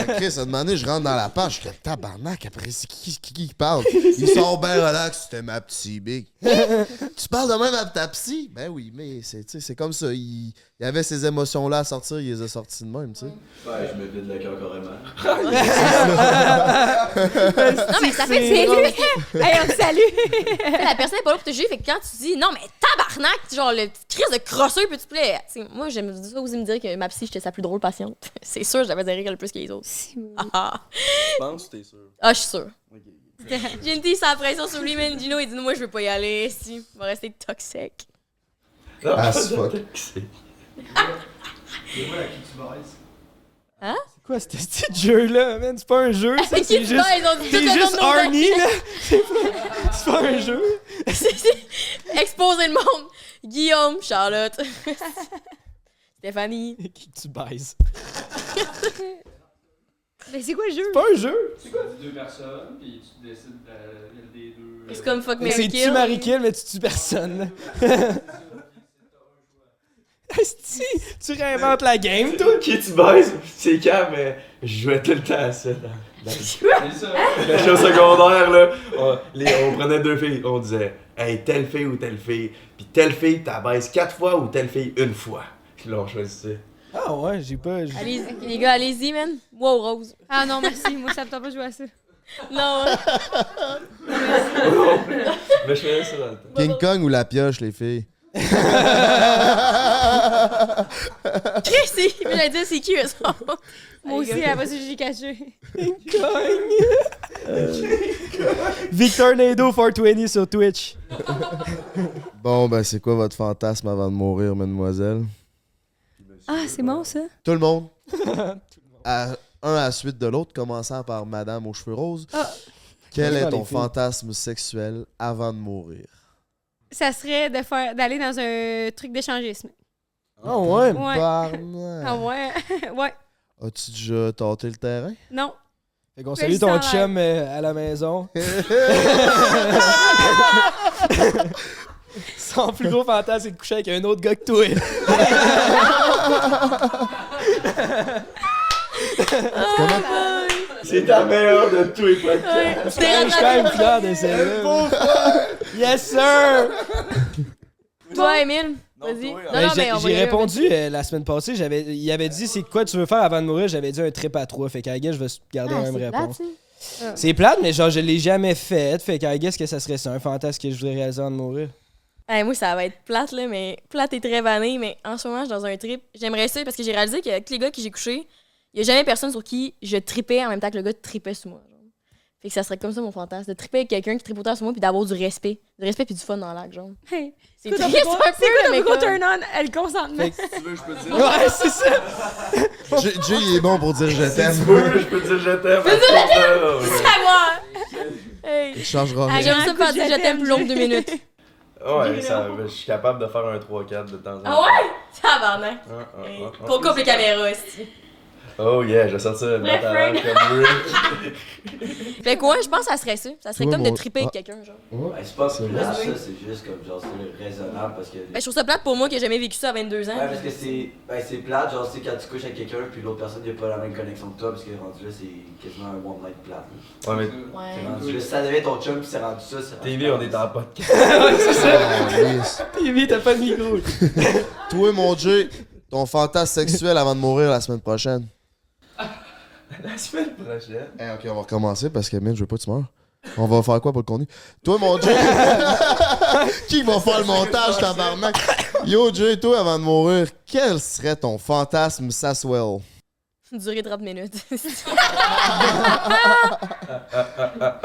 Speaker 1: comme Chris a demandé, je rentre dans la page, je fais tabarnak, après, c'est qui, qui qui parle? Ils sont bien relax, c'était ma psy, big. tu parles de même à ta psy? Ben oui, mais c'est tu sais, c'est comme ça. Il, il avait ces émotions-là à sortir, il les a sorties de même, tu sais.
Speaker 8: Ouais, je me vide le cœur carrément.
Speaker 6: Non, mais ça fait
Speaker 7: C'est lui! hey, on te salue!
Speaker 6: Puis la personne n'est pas là pour te juger. Fait que quand tu dis non, mais tabarnak, genre le petit crise de crosseur, peux-tu plaît. moi, j'aime ça oser me dire que ma psy, j'étais sa plus drôle patiente. C'est sûr, j'avais des rires le plus que les autres. Ah, ah.
Speaker 8: Je pense que t'es sûr.
Speaker 6: Ah, je suis sûre.
Speaker 8: Ok.
Speaker 6: J'ai une petite sans pression sur lui, man. Gino, il dit moi, je veux pas y aller. Si, on va rester toxique.
Speaker 8: Non,
Speaker 1: Ah,
Speaker 8: je
Speaker 1: c'est fuck.
Speaker 8: C'est
Speaker 2: C'est quoi ce petit jeu-là, man? C'est pas un jeu, ça.
Speaker 6: Qui
Speaker 2: C'est
Speaker 6: te
Speaker 2: juste.
Speaker 6: bat, ils ont dit tout
Speaker 2: T'es
Speaker 6: le
Speaker 2: juste
Speaker 6: nom de nos
Speaker 2: Arnie, là. C'est pas... c'est pas un jeu.
Speaker 6: C'est- c'est- Exposer le monde. Guillaume, Charlotte, Stéphanie.
Speaker 2: Qui que tu baises?
Speaker 7: Mais c'est quoi le jeu?
Speaker 2: C'est pas un jeu.
Speaker 9: C'est quoi? deux personnes, puis tu décides de, des deux.
Speaker 6: C'est comme fuck
Speaker 2: C'est
Speaker 6: Mary
Speaker 2: tu
Speaker 6: Kill.
Speaker 2: Marie Kill, mais tu tues personne. Esti, tu réinventes la game, toi.
Speaker 8: Qui tu baises, c'est quand, mais je jouais tout le temps à ça. Dans, dans
Speaker 9: C'est ça.
Speaker 8: la chose secondaire, là, on, les- on prenait deux filles, on disait, hey, telle fille ou telle fille, puis telle fille, t'as baises quatre fois ou telle fille une fois. Puis là, on choisissait.
Speaker 2: Ah ouais, j'ai pas. j'ai-
Speaker 6: Allez, les gars, allez-y, man. Wow, Rose.
Speaker 7: Ah non, merci. Moi, ça me tente pas de jouer à ça.
Speaker 6: Non,
Speaker 8: Mais je faisais ça dans le temps.
Speaker 1: King Kong ou la pioche, les filles?
Speaker 6: Chris, c'est. Mais j'allais dire, c'est qui, eux autres?
Speaker 7: Moi
Speaker 6: Allez,
Speaker 7: aussi,
Speaker 6: gars.
Speaker 7: après ça, j'ai caché.
Speaker 2: Euh. Victor Nado 420 sur Twitch.
Speaker 1: Bon, ben, c'est quoi votre fantasme avant de mourir, mademoiselle?
Speaker 7: Ah, c'est bon, ça?
Speaker 1: Tout le monde. À- un à la suite de l'autre, commençant par Madame aux cheveux roses.
Speaker 7: Ah.
Speaker 1: Quel
Speaker 2: Je vais
Speaker 1: est
Speaker 2: aller
Speaker 1: ton
Speaker 2: filles.
Speaker 1: fantasme sexuel avant de mourir?
Speaker 7: Ça serait de faire d'aller dans un truc d'échangisme.
Speaker 2: Ah ouais.
Speaker 7: Ouais.
Speaker 1: Barnac.
Speaker 7: Ah ouais? ouais.
Speaker 1: As-tu déjà tenté le terrain?
Speaker 7: Non.
Speaker 2: Fait qu'on
Speaker 7: Fais
Speaker 2: salue
Speaker 7: le
Speaker 2: ton
Speaker 7: sans
Speaker 2: chum euh, à la maison. Son plus gros fantasme, c'est de coucher avec un autre gars que toi.
Speaker 8: C'est ta meilleure de tous les podcasts.
Speaker 6: Ouais. Tu t'es
Speaker 2: Je suis quand
Speaker 6: rattrapé.
Speaker 2: même fier de celle-là. Yes, sir!
Speaker 6: Toi, Emile, vas-y.
Speaker 5: toi,
Speaker 6: Non,
Speaker 2: Ben,
Speaker 6: non,
Speaker 2: j'ai-
Speaker 6: mais on va y
Speaker 2: J'ai
Speaker 6: aller.
Speaker 2: répondu euh, la semaine passée. J'avais, il avait dit c'est quoi tu veux faire avant de mourir. J'avais dit un trip à trois. Fait qu'à guess, je vais
Speaker 7: Ah,
Speaker 6: Ah,
Speaker 2: garder la même réponse. C'est plate, mais genre je l'ai jamais fait. Fait qu'à guess que ça serait ça un fantasme que je voudrais réaliser avant de mourir.
Speaker 6: Eh, moi, ça va être plate, là, mais plate et très vannée, mais en ce moment, je suis dans un trip. J'aimerais ça parce que j'ai réalisé qu'avec les gars que j'ai couchés, il n'y a jamais personne sur qui je tripais en même temps que le gars tripait sur moi. genre. Fait que ça serait comme ça mon fantasme, de triper avec quelqu'un qui tripe autant sur moi puis d'avoir du respect. Du respect puis du fun dans l'acte, genre.
Speaker 7: Hey,
Speaker 6: C'est
Speaker 7: quoi ton
Speaker 6: triste
Speaker 7: plus gros-
Speaker 6: un peu,
Speaker 7: C'est quoi ton
Speaker 6: mais
Speaker 7: plus gros
Speaker 6: comme-
Speaker 7: turn-on? Elle consentement.
Speaker 2: Ouais, c'est ça.
Speaker 1: Jay, Jay, il est bon pour dire je
Speaker 8: Si tu
Speaker 1: t'aime.
Speaker 8: veux, je peux te dire je t'aime. Ah, à ce moment-là, ouais.
Speaker 6: Savoir! Hey.
Speaker 1: Il changera rien.
Speaker 6: Ah J'aime ça
Speaker 7: écoute,
Speaker 6: faire dire
Speaker 7: je
Speaker 6: je t'aime
Speaker 7: t'aime,
Speaker 6: plus long que deux minutes.
Speaker 8: Ouais, ça, je suis capable de faire un 3-4 de temps en temps.
Speaker 6: Ah ouais? Tabarnak!
Speaker 8: Ah, ah, ah,
Speaker 6: Hey.
Speaker 8: ah.
Speaker 6: Qu'on coupe les caméras, aussi.
Speaker 8: Oh yeah, j'ai sorti une note à l'air comme Rick.
Speaker 6: Fait quoi, je pense que ça serait ça. Ça serait
Speaker 1: Ouais,
Speaker 6: comme
Speaker 1: mon-
Speaker 6: de triper
Speaker 1: Ah.
Speaker 6: avec quelqu'un, genre.
Speaker 9: Ben, c'est pas plate,
Speaker 6: vrai.
Speaker 9: ça, c'est juste comme genre, c'est raisonnable parce que.
Speaker 6: Ben, je trouve ça plate pour moi qui j'ai jamais vécu ça à 22 ans.
Speaker 9: Ouais, parce que c'est ben, c'est plate, genre, c'est quand tu couches avec quelqu'un, puis l'autre personne n'a pas la même connexion que toi, parce que rendu là, c'est quasiment un one night plate. là.
Speaker 8: Ouais, mais
Speaker 6: Ouais.
Speaker 9: C'est rendu là, si ça devait être ton chum, puis c'est rendu ça, c'est rendu-
Speaker 8: TV, on est en podcast.
Speaker 1: Ah, yes.
Speaker 2: Pivi, t'as pas de micro.
Speaker 1: Toi, mon Jay, ton fantasme sexuel avant de mourir la semaine prochaine.
Speaker 8: La semaine prochaine.
Speaker 1: Eh, ok, on va recommencer parce que, man, je veux pas que tu meurs. On va faire quoi pour le contenu? Toi, mon Jay. Qui va faire le montage, tabarnak? Yo, Jay, toi, avant de mourir, quel serait ton fantasme Saswell?
Speaker 6: Durée 30 minutes.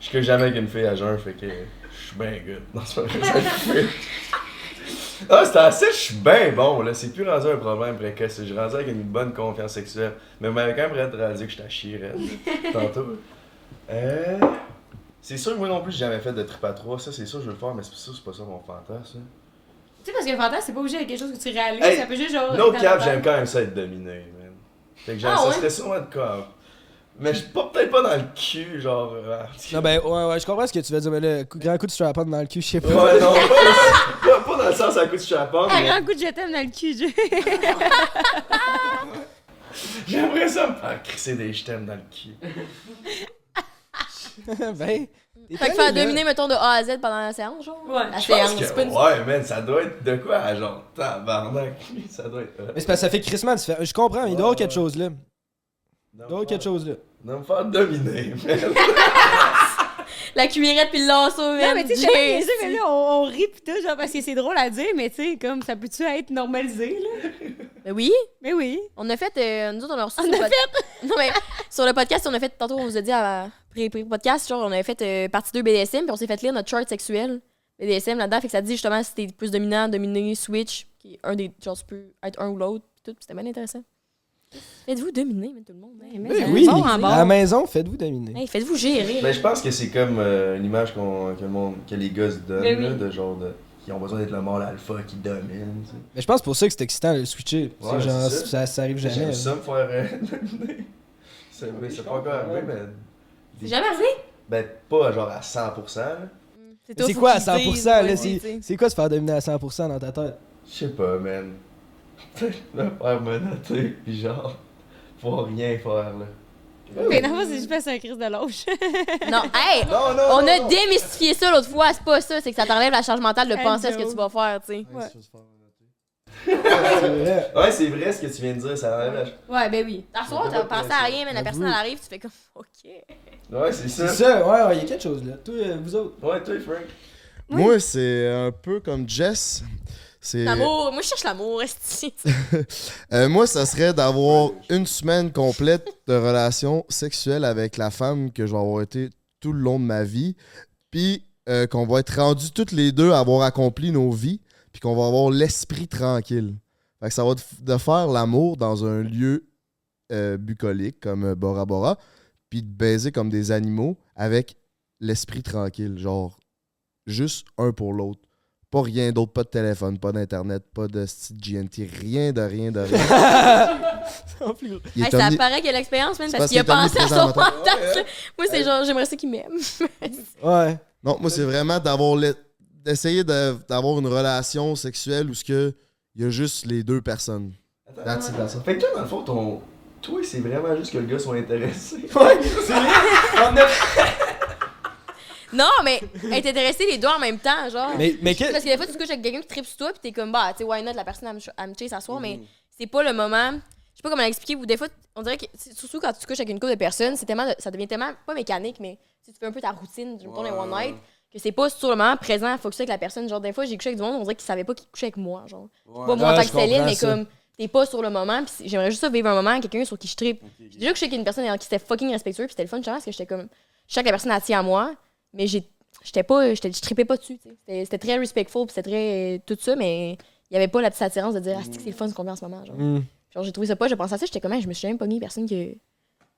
Speaker 8: Je que jamais avec une fille à jeun, fait que je suis bien good. Non, c'est pas vrai, ça, je suis- Ah, c'est assez, je suis bien bon, là. C'est plus rendu un problème précoce. Je suis rendu avec une bonne confiance sexuelle. Mais vous m'avez quand même rendu que je t'achierais. Tantôt. Euh... C'est sûr que moi non plus, j'ai jamais fait de trip à trois. Ça, c'est sûr que je veux le faire, mais c'est sûr que c'est pas ça mon fantasme. là.
Speaker 7: Tu sais, parce que le fantasme, c'est pas obligé d'être quelque chose que tu réalises.
Speaker 8: Hey,
Speaker 7: ça peut juste genre.
Speaker 8: No
Speaker 7: dans
Speaker 8: cap,
Speaker 7: ta tête.
Speaker 8: j'aime quand même ça être dominé, man. Fait que j'aime
Speaker 6: Ah
Speaker 8: ça,
Speaker 6: ouais?
Speaker 8: serait sûrement de quoi. Mais je suis pas- peut-être pas dans le cul, genre. euh, en tout cas.
Speaker 2: Non ben ouais ouais, je comprends ce que tu veux dire, mais le coup- grand coup de strap dans le cul, je sais pas.
Speaker 8: Ouais, non, pas, pas- pas dans le sens à coup de chapon,
Speaker 7: Un
Speaker 8: mais
Speaker 7: grand coup de je t'aime dans le cul, Dieu.
Speaker 8: j'aimerais ça me faire crisser des je t'aime dans le cul.
Speaker 2: ben, t'es
Speaker 6: Fait que
Speaker 2: allé, là.
Speaker 6: faire dominer, mettons, de A à Z pendant la séance, genre.
Speaker 7: Ouais.
Speaker 6: La
Speaker 8: Je pense
Speaker 6: séance, c'est
Speaker 8: que,
Speaker 6: pas une...
Speaker 8: ouais, man, ça doit être de quoi, genre, tabarnak, ça doit être... euh,
Speaker 2: Mais c'est parce que ça fait crissement différent. Je comprends, il doit y avoir quelque chose là. Il doit
Speaker 8: Non,
Speaker 2: y avoir quelque chose là.
Speaker 8: De me faire dominer, man.
Speaker 6: La cuillerette pis le lasso,
Speaker 7: Non,
Speaker 6: man.
Speaker 7: mais tu sais, j'aime bien les jeux, mais là, on, on rit pis tout, genre, parce que c'est drôle à dire, mais tu sais, comme, ça peut-tu être normalisé, là?
Speaker 6: Ben oui,
Speaker 7: Mais oui.
Speaker 6: on a fait... euh, nous autres, on a reçu... On a fait... Non, mais sur le podcast, on a fait... Tantôt, on vous a dit à pré-podcast, genre, on avait fait euh, partie 2 BDSM, puis on s'est fait lire notre chart sexuel BDSM là-dedans. Fait que ça dit, justement, si t'es plus dominant, dominé, switch, qui est un des... Genre, tu peux être un ou l'autre, pis tout, pis c'était bien intéressant. Faites-vous dominer, man, tout le monde. man.
Speaker 2: Ben
Speaker 7: ça
Speaker 2: oui,
Speaker 7: va en
Speaker 2: à
Speaker 7: bas.
Speaker 2: la maison, faites-vous dominer.
Speaker 6: Hey, faites-vous gérer.
Speaker 8: Mais Ben, je pense que c'est comme euh, l'image qu'on, que, le monde, que les gars se donnent,
Speaker 7: Ben oui.
Speaker 8: là, de genre de... qui ont besoin d'être le mâle alpha qui domine, tu sais.
Speaker 2: Mais je pense pour ça que c'est excitant de le switcher.
Speaker 8: Ouais,
Speaker 2: c'est genre,
Speaker 8: c'est ça.
Speaker 2: ça, ça arrive jamais.
Speaker 8: J'aime
Speaker 2: là.
Speaker 8: ça me faire euh, dominer. C'est mais c'est pas encore arrivé, mais.
Speaker 6: C'est jamais arrivé?
Speaker 8: Ben, pas genre à 100%. là.
Speaker 2: C'est quoi à 100%? là,
Speaker 10: c'est
Speaker 2: c'est- C'est quoi se faire dominer à 100% dans ta tête?
Speaker 8: Je sais pas, man. me faire menotter, pis genre, pouvoir rien faire, là.
Speaker 7: Mais non, moi, c'est juste parce que c'est un crise de lâche.
Speaker 6: Non, hey!
Speaker 8: Non, non!
Speaker 6: On
Speaker 8: non,
Speaker 6: a
Speaker 8: non.
Speaker 6: démystifié ça l'autre fois, c'est pas ça, c'est que ça t'enlève la charge mentale de
Speaker 7: Hey,
Speaker 6: penser à ce que
Speaker 7: Joe.
Speaker 6: tu vas faire, tu sais.
Speaker 8: Ouais, c'est vrai ce que tu viens de dire, ça enlève
Speaker 6: Ouais, ben oui. Dans le soir, t'as pensé à rien, mais la
Speaker 2: Avoue.
Speaker 6: personne elle arrive, tu fais comme OK.
Speaker 8: la. Ouais, c'est ça.
Speaker 2: C'est ça, ouais, ouais, il y a quelque chose là. Toi, euh, vous autres.
Speaker 8: Ouais, toi, Frank.
Speaker 1: Moi, c'est un peu comme Jess. C'est.
Speaker 6: L'amour, moi je cherche l'amour, esti.
Speaker 1: Euh, moi, ça serait d'avoir une semaine complète de relation sexuelle avec la femme que je vais avoir été tout le long de ma vie, puis euh, qu'on va être rendus toutes les deux à avoir accompli nos vies, puis qu'on va avoir l'esprit tranquille. Fait que ça va de, de faire l'amour dans un lieu euh, bucolique comme euh, Bora Bora, puis de baiser comme des animaux avec l'esprit tranquille, genre juste un pour l'autre. Pas rien d'autre, pas de téléphone, pas d'internet, pas de style GNT, rien de rien de rien.
Speaker 2: En plus.
Speaker 1: Il est
Speaker 6: Hey, ça
Speaker 1: omni-
Speaker 6: paraît qu'il a l'expérience, man, parce
Speaker 1: parce
Speaker 6: qu'il a
Speaker 1: qu'il est
Speaker 6: pensé à son
Speaker 1: omniprésent,
Speaker 6: mental. Moi, c'est genre, j'aimerais ça qu'il m'aime.
Speaker 2: Ouais.
Speaker 1: Non, moi, c'est vraiment d'avoir le- d'essayer de- d'avoir une relation sexuelle où ce que il y a juste les deux personnes. That's it, that's it.
Speaker 8: Fait que toi, dans le fond, ton. Toi, c'est vraiment juste que le gars soit intéressé.
Speaker 6: Non, mais être intéressé les deux en même temps, genre.
Speaker 2: Mais, mais que.
Speaker 6: Parce que des fois, tu te couches avec quelqu'un qui tripe sur toi, puis t'es comme, bah, tu sais, why not, la personne, elle me, ch- elle me chase à soir, mais
Speaker 2: Mm-hmm.
Speaker 6: c'est pas le moment. Je sais pas comment l'expliquer, ou des fois, on dirait que, c'est- surtout quand tu te couches avec une couple de personnes, c'est tellement, de- ça devient tellement, pas mécanique, mais tu sais, tu fais un peu ta routine, du tourne un one night, que c'est pas sur le moment présent, faut que tu sois avec la personne. Genre, des fois, j'ai couché avec du monde, on dirait qu'ils savaient pas qu'ils couchaient avec moi, genre. pas moi en
Speaker 2: Ouais,
Speaker 6: tant
Speaker 2: je
Speaker 6: que Céline,
Speaker 2: comprends
Speaker 6: mais
Speaker 2: ça.
Speaker 6: comme, t'es pas sur le moment, puis c'est- j'aimerais juste ça vivre un moment, avec quelqu'un sur qui je tripe. J'ai déjà couché avec une personne qui était fucking respectueuse, puis c'était le fun, justement, parce que j'étais comme, je sais que la personne a à moi, mais j'ai j'étais pas j'étais je tripais pas dessus tu sais. c'était c'était très respectful puis c'était très euh, tout ça mais il y avait pas la petite attirance de dire ah c'est que c'est le fun ce qu'on fait en ce moment genre,
Speaker 2: Hmm.
Speaker 6: Genre, j'ai trouvé ça pas je pensais à ça j'étais comme Ah, je me suis jamais pas mis personne que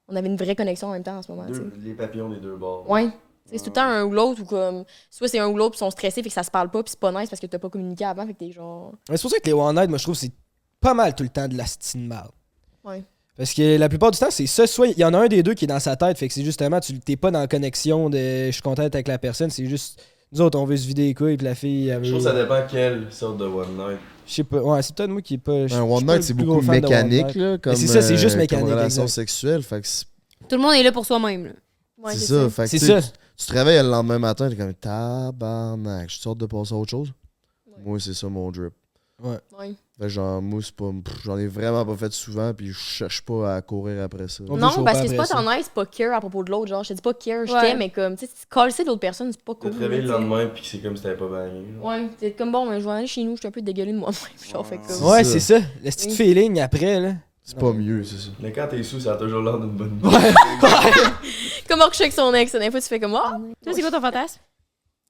Speaker 6: on avait une vraie connexion en même temps en ce moment tu sais.
Speaker 8: Deux- les papillons des deux bords.
Speaker 6: ouais Tu sais, c'est tout le temps un ou l'autre ou comme soit c'est un ou l'autre puis ils sont stressés fait que ça se parle pas puis c'est pas nice parce que t'as pas communiqué avant fait que t'es genre
Speaker 2: Mais c'est pour ça que les One Night, moi, je trouve que c'est pas mal tout le temps de la stine mal.
Speaker 6: Ouais.
Speaker 2: Parce que la plupart du temps, c'est ça. Soit il y en a un des deux qui est dans sa tête, fait que c'est justement, tu t'es pas dans la connexion de je suis content d'être avec la personne, c'est juste. Nous autres, on veut se vider les couilles, puis la fille, elle
Speaker 8: Je
Speaker 2: veut.
Speaker 8: trouve que ça dépend quelle sorte de one night.
Speaker 2: Je sais pas. Ouais, c'est peut-être moi qui est pas. je-
Speaker 1: Un
Speaker 2: je suis
Speaker 1: one
Speaker 2: pas
Speaker 1: night,
Speaker 2: le
Speaker 1: c'est
Speaker 2: plus
Speaker 1: beaucoup
Speaker 2: gros fan de one
Speaker 1: mécanique,
Speaker 2: night.
Speaker 1: là. Comme,
Speaker 2: c'est ça, c'est
Speaker 1: euh,
Speaker 2: juste
Speaker 1: comme
Speaker 2: mécanique,
Speaker 1: relation
Speaker 2: exact.
Speaker 1: sexuelle. Fait que c'est
Speaker 3: Tout le monde est là pour soi-même. là.
Speaker 6: ouais,
Speaker 1: c'est ça. Fait que
Speaker 2: C'est
Speaker 1: tu sais,
Speaker 2: ça.
Speaker 1: Tu, tu te réveilles le lendemain matin, t'es comme tabarnak. Je suis sorte de passer à autre chose.
Speaker 6: Ouais.
Speaker 1: Moi, c'est ça mon drip.
Speaker 6: Ouais.
Speaker 1: Fait que genre, moi, c'est pas. pff, J'en ai vraiment pas fait souvent, puis je cherche pas à courir après ça.
Speaker 2: On
Speaker 6: non
Speaker 2: peut
Speaker 6: parce
Speaker 2: chauffer
Speaker 6: que c'est pas
Speaker 2: après
Speaker 6: tant nice c'est pas care à propos de l'autre genre je te dis pas care je
Speaker 7: Ouais.
Speaker 6: t'aime mais comme tu sais si tu colles ça de l'autre personne c'est pas
Speaker 8: Tu
Speaker 6: cool
Speaker 8: te réveilles le
Speaker 6: tu sais.
Speaker 8: lendemain, pis c'est comme si t'avais pas bagné. là.
Speaker 6: Ouais, c'est comme bon, mais je vais aller chez nous, je suis un peu dégueulée de moi-même. Genre, fait que.
Speaker 2: Ouais,
Speaker 1: ça.
Speaker 2: c'est ça. Le petit feeling après, là.
Speaker 1: C'est pas mieux, c'est ça.
Speaker 8: Mais quand t'es sous, ça a toujours l'air d'une bonne
Speaker 6: Comment coucher avec son ex? Des fois, tu fais comme Ah!
Speaker 7: Toi, c'est quoi ton fantasme?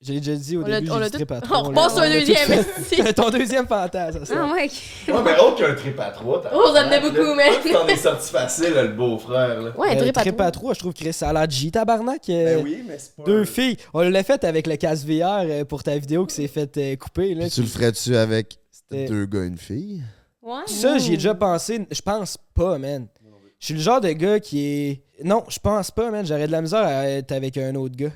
Speaker 2: J'ai déjà dit au
Speaker 6: On l'a-
Speaker 2: début,
Speaker 6: on
Speaker 2: j'ai
Speaker 6: l'a
Speaker 2: dit
Speaker 6: tout-
Speaker 2: trip à trois,
Speaker 6: On
Speaker 2: là.
Speaker 6: repasse sur un
Speaker 2: l'a tout
Speaker 6: deuxième.
Speaker 2: fait.
Speaker 6: esti.
Speaker 2: Ton deuxième fantasme, ça.
Speaker 7: Ah, ouais.
Speaker 8: Ouais, mais autre qu'un trip à trois, t'as.
Speaker 6: Oh, vous en avez beaucoup, mais.
Speaker 8: T'en es sorti facile, le beau-frère, là.
Speaker 6: Ouais,
Speaker 2: Euh,
Speaker 6: drip à
Speaker 2: trip
Speaker 6: toi.
Speaker 2: à trois, je trouve que ça a l'air G tabarnak. euh,
Speaker 8: oui, mais c'est pas.
Speaker 2: Deux filles. On l'a fait avec le casse VR euh, pour ta vidéo qui s'est faite euh, couper. Là.
Speaker 1: Puis tu le ferais-tu avec
Speaker 2: C'était-
Speaker 1: deux gars, une fille?
Speaker 7: Ouais.
Speaker 2: Ça, j'y ai déjà pensé. Je pense pas, man. Je suis le genre de gars qui est. Non, je pense pas, man. J'aurais de la misère à être avec un autre gars.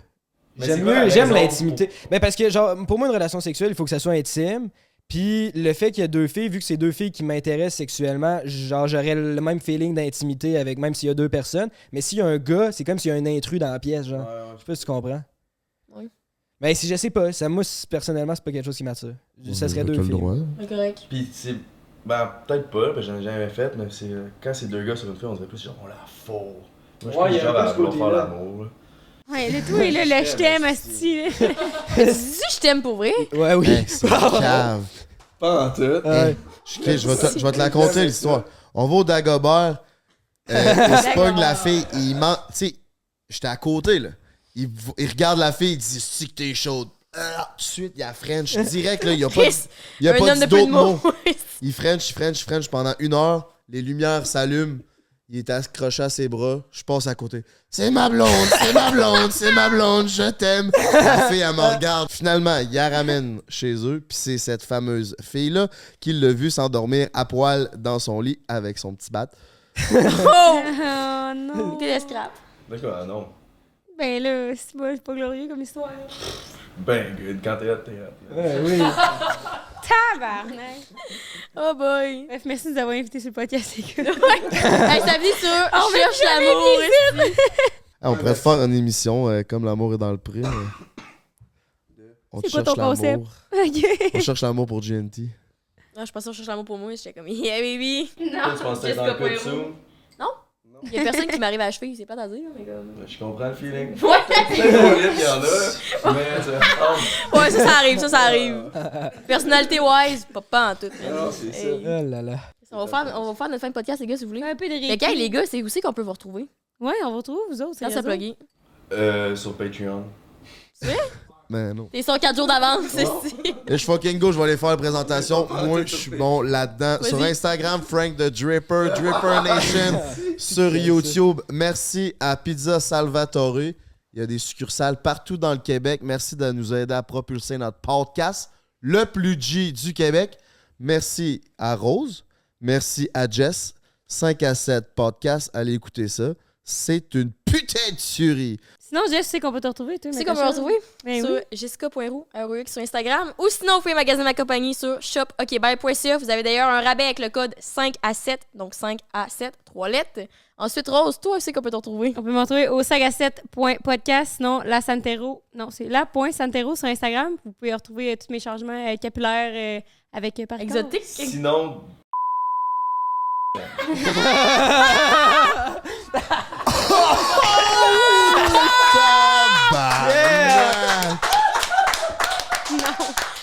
Speaker 8: Mais
Speaker 2: J'aime
Speaker 8: c'est quoi la
Speaker 2: mieux, j'aime
Speaker 8: raison
Speaker 2: l'intimité. Mais parce que, genre, pour moi, une relation sexuelle, il faut que ça soit intime. Puis le fait qu'il y a deux filles, vu que c'est deux filles qui m'intéressent sexuellement, genre, j'aurais le même feeling d'intimité avec, même s'il y a deux personnes. Mais s'il y a un gars, c'est comme s'il y a un intrus dans la pièce, genre. Je sais pas si tu comprends.
Speaker 6: Ouais.
Speaker 2: Mais si je sais pas, ça, moi, c- personnellement, c'est pas quelque chose qui m'attire. Je- Ça serait
Speaker 1: T'as
Speaker 2: deux
Speaker 1: le
Speaker 2: filles.
Speaker 1: droit.
Speaker 6: C'est correct.
Speaker 8: Pis c'est. Ben, peut-être pas, parce que j'en ai jamais fait, mais c'est. euh, Quand c'est deux gars sur une fille, on dirait plus genre, on la fourre. Moi, je
Speaker 10: Ouais,
Speaker 8: pense
Speaker 10: y a
Speaker 8: genre
Speaker 10: un peu
Speaker 8: à
Speaker 10: ce
Speaker 8: vouloir faire
Speaker 10: côté-là.
Speaker 8: l'amour, là.
Speaker 7: Ouais, le tout est là, le je t'aime, asti. là.
Speaker 6: Tu dis, je t'aime pour vrai?
Speaker 2: Ouais, oui.
Speaker 1: Hey, c'est cave.
Speaker 8: Pas en tout.
Speaker 2: Ouais.
Speaker 1: Ok, je vais te, je vais te la raconter l'histoire. On va au Dagobert. Euh, il se pogne la fille. Il ment. Tu sais, j'étais à côté, là. Il, v- il regarde la fille, il dit Si que t'es chaude. Ah, tout de suite, il y a French. Direct, là, il n'y a pas,
Speaker 6: Chris,
Speaker 1: dit- il a
Speaker 6: un
Speaker 1: pas
Speaker 6: homme
Speaker 1: dit
Speaker 6: de peu de
Speaker 1: d'autres
Speaker 6: mots.
Speaker 1: mots. Il French, French, French pendant une heure. Les lumières s'allument. Il est accroché à ses bras. Je passe à côté. C'est ma blonde, c'est ma blonde, c'est ma blonde, je t'aime. La fille, elle me regarde. Finalement, il la ramène chez eux. Puis c'est cette fameuse fille-là qui l'a vu s'endormir à poil dans son lit avec son petit bat.
Speaker 6: Oh!
Speaker 7: Oh non.
Speaker 6: T'es le scrap.
Speaker 8: Là, je suis comme, ah non.
Speaker 7: Ben là, c'est pas, c'est pas glorieux comme histoire.
Speaker 8: Ben good, quand t'es hot, t'es hot.
Speaker 2: Ouais, oui.
Speaker 7: Tabarnak.
Speaker 6: Oh boy.
Speaker 7: Bref, merci de nous avoir invités sur le podcast, les gars.
Speaker 6: hey, ça vient sur On cherche
Speaker 7: jamais
Speaker 6: l'amour.
Speaker 1: Ah, on pourrait faire une émission euh, comme l'amour est dans le pré. mais- On
Speaker 7: C'est quoi ton concept?
Speaker 1: l'amour.
Speaker 7: OK.
Speaker 1: On cherche l'amour pour GNT.
Speaker 6: Non, je pensais qu'on cherche l'amour pour moi. J'étais comme, yeah, baby.
Speaker 8: Toi, tu pensais dans le coup dessous?
Speaker 6: Il y a personne qui m'arrive à la cheville, c'est pas à dire, mais comme.
Speaker 8: Je comprends le feeling.
Speaker 6: Ouais,
Speaker 8: C'est horrible, il y en a. Mais ça ressemble.
Speaker 6: ouais, ça, ça arrive, ça, ça arrive. Personnalité wise, pas, pas en tout. mais-
Speaker 8: Non, Ah, c'est ça.
Speaker 6: Hey.
Speaker 2: Oh là là.
Speaker 6: On va, faire, on va faire notre fin de podcast, les gars, si vous voulez.
Speaker 7: Un peu de
Speaker 6: Fait
Speaker 7: réécoute.
Speaker 6: que, hey, les gars, c'est où c'est qu'on peut vous retrouver?
Speaker 7: Ouais, on vous retrouve, vous autres.
Speaker 6: Quand ça plugué.
Speaker 8: Euh, sur Patreon.
Speaker 1: Mais non.
Speaker 6: T'es sur 4 jours d'avance, c'est ici.
Speaker 1: Et je fucking go, je vais aller faire la présentation. Moi, je suis bon là-dedans.
Speaker 6: Vas-y.
Speaker 1: Sur Instagram, Frank the Dripper, Dripper Nation. Sur YouTube, merci à Pizza Salvatore. Il y a des succursales partout dans le Québec. Merci de nous aider à propulser notre podcast, le plus G du Québec. Merci à Rose. Merci à Jess. 5 à 7 podcast. Allez écouter ça. C'est une putain de tuerie.
Speaker 7: Sinon, Jess, tu sais qu'on peut te retrouver, toi.
Speaker 6: Tu sais
Speaker 7: Natacha?
Speaker 6: qu'on peut vous retrouver?
Speaker 7: Ben
Speaker 6: sur
Speaker 7: oui.
Speaker 6: jessica.roux, un roux sur Instagram. Ou sinon, vous pouvez magasiner ma compagnie sur shopokbye.ca. Vous avez d'ailleurs un rabais avec le code 5 à 7, donc 5 à 7, 3 lettres. Ensuite, Rose, toi aussi qu'on peut te retrouver.
Speaker 7: On peut me retrouver au sagacette.podcast, sinon la Santero. Non, c'est la point Santero sur Instagram. Vous pouvez retrouver euh, tous mes changements euh, capillaires euh, avec euh, par
Speaker 6: Exotique.
Speaker 8: Sinon,
Speaker 1: Tabarnak!
Speaker 7: Non.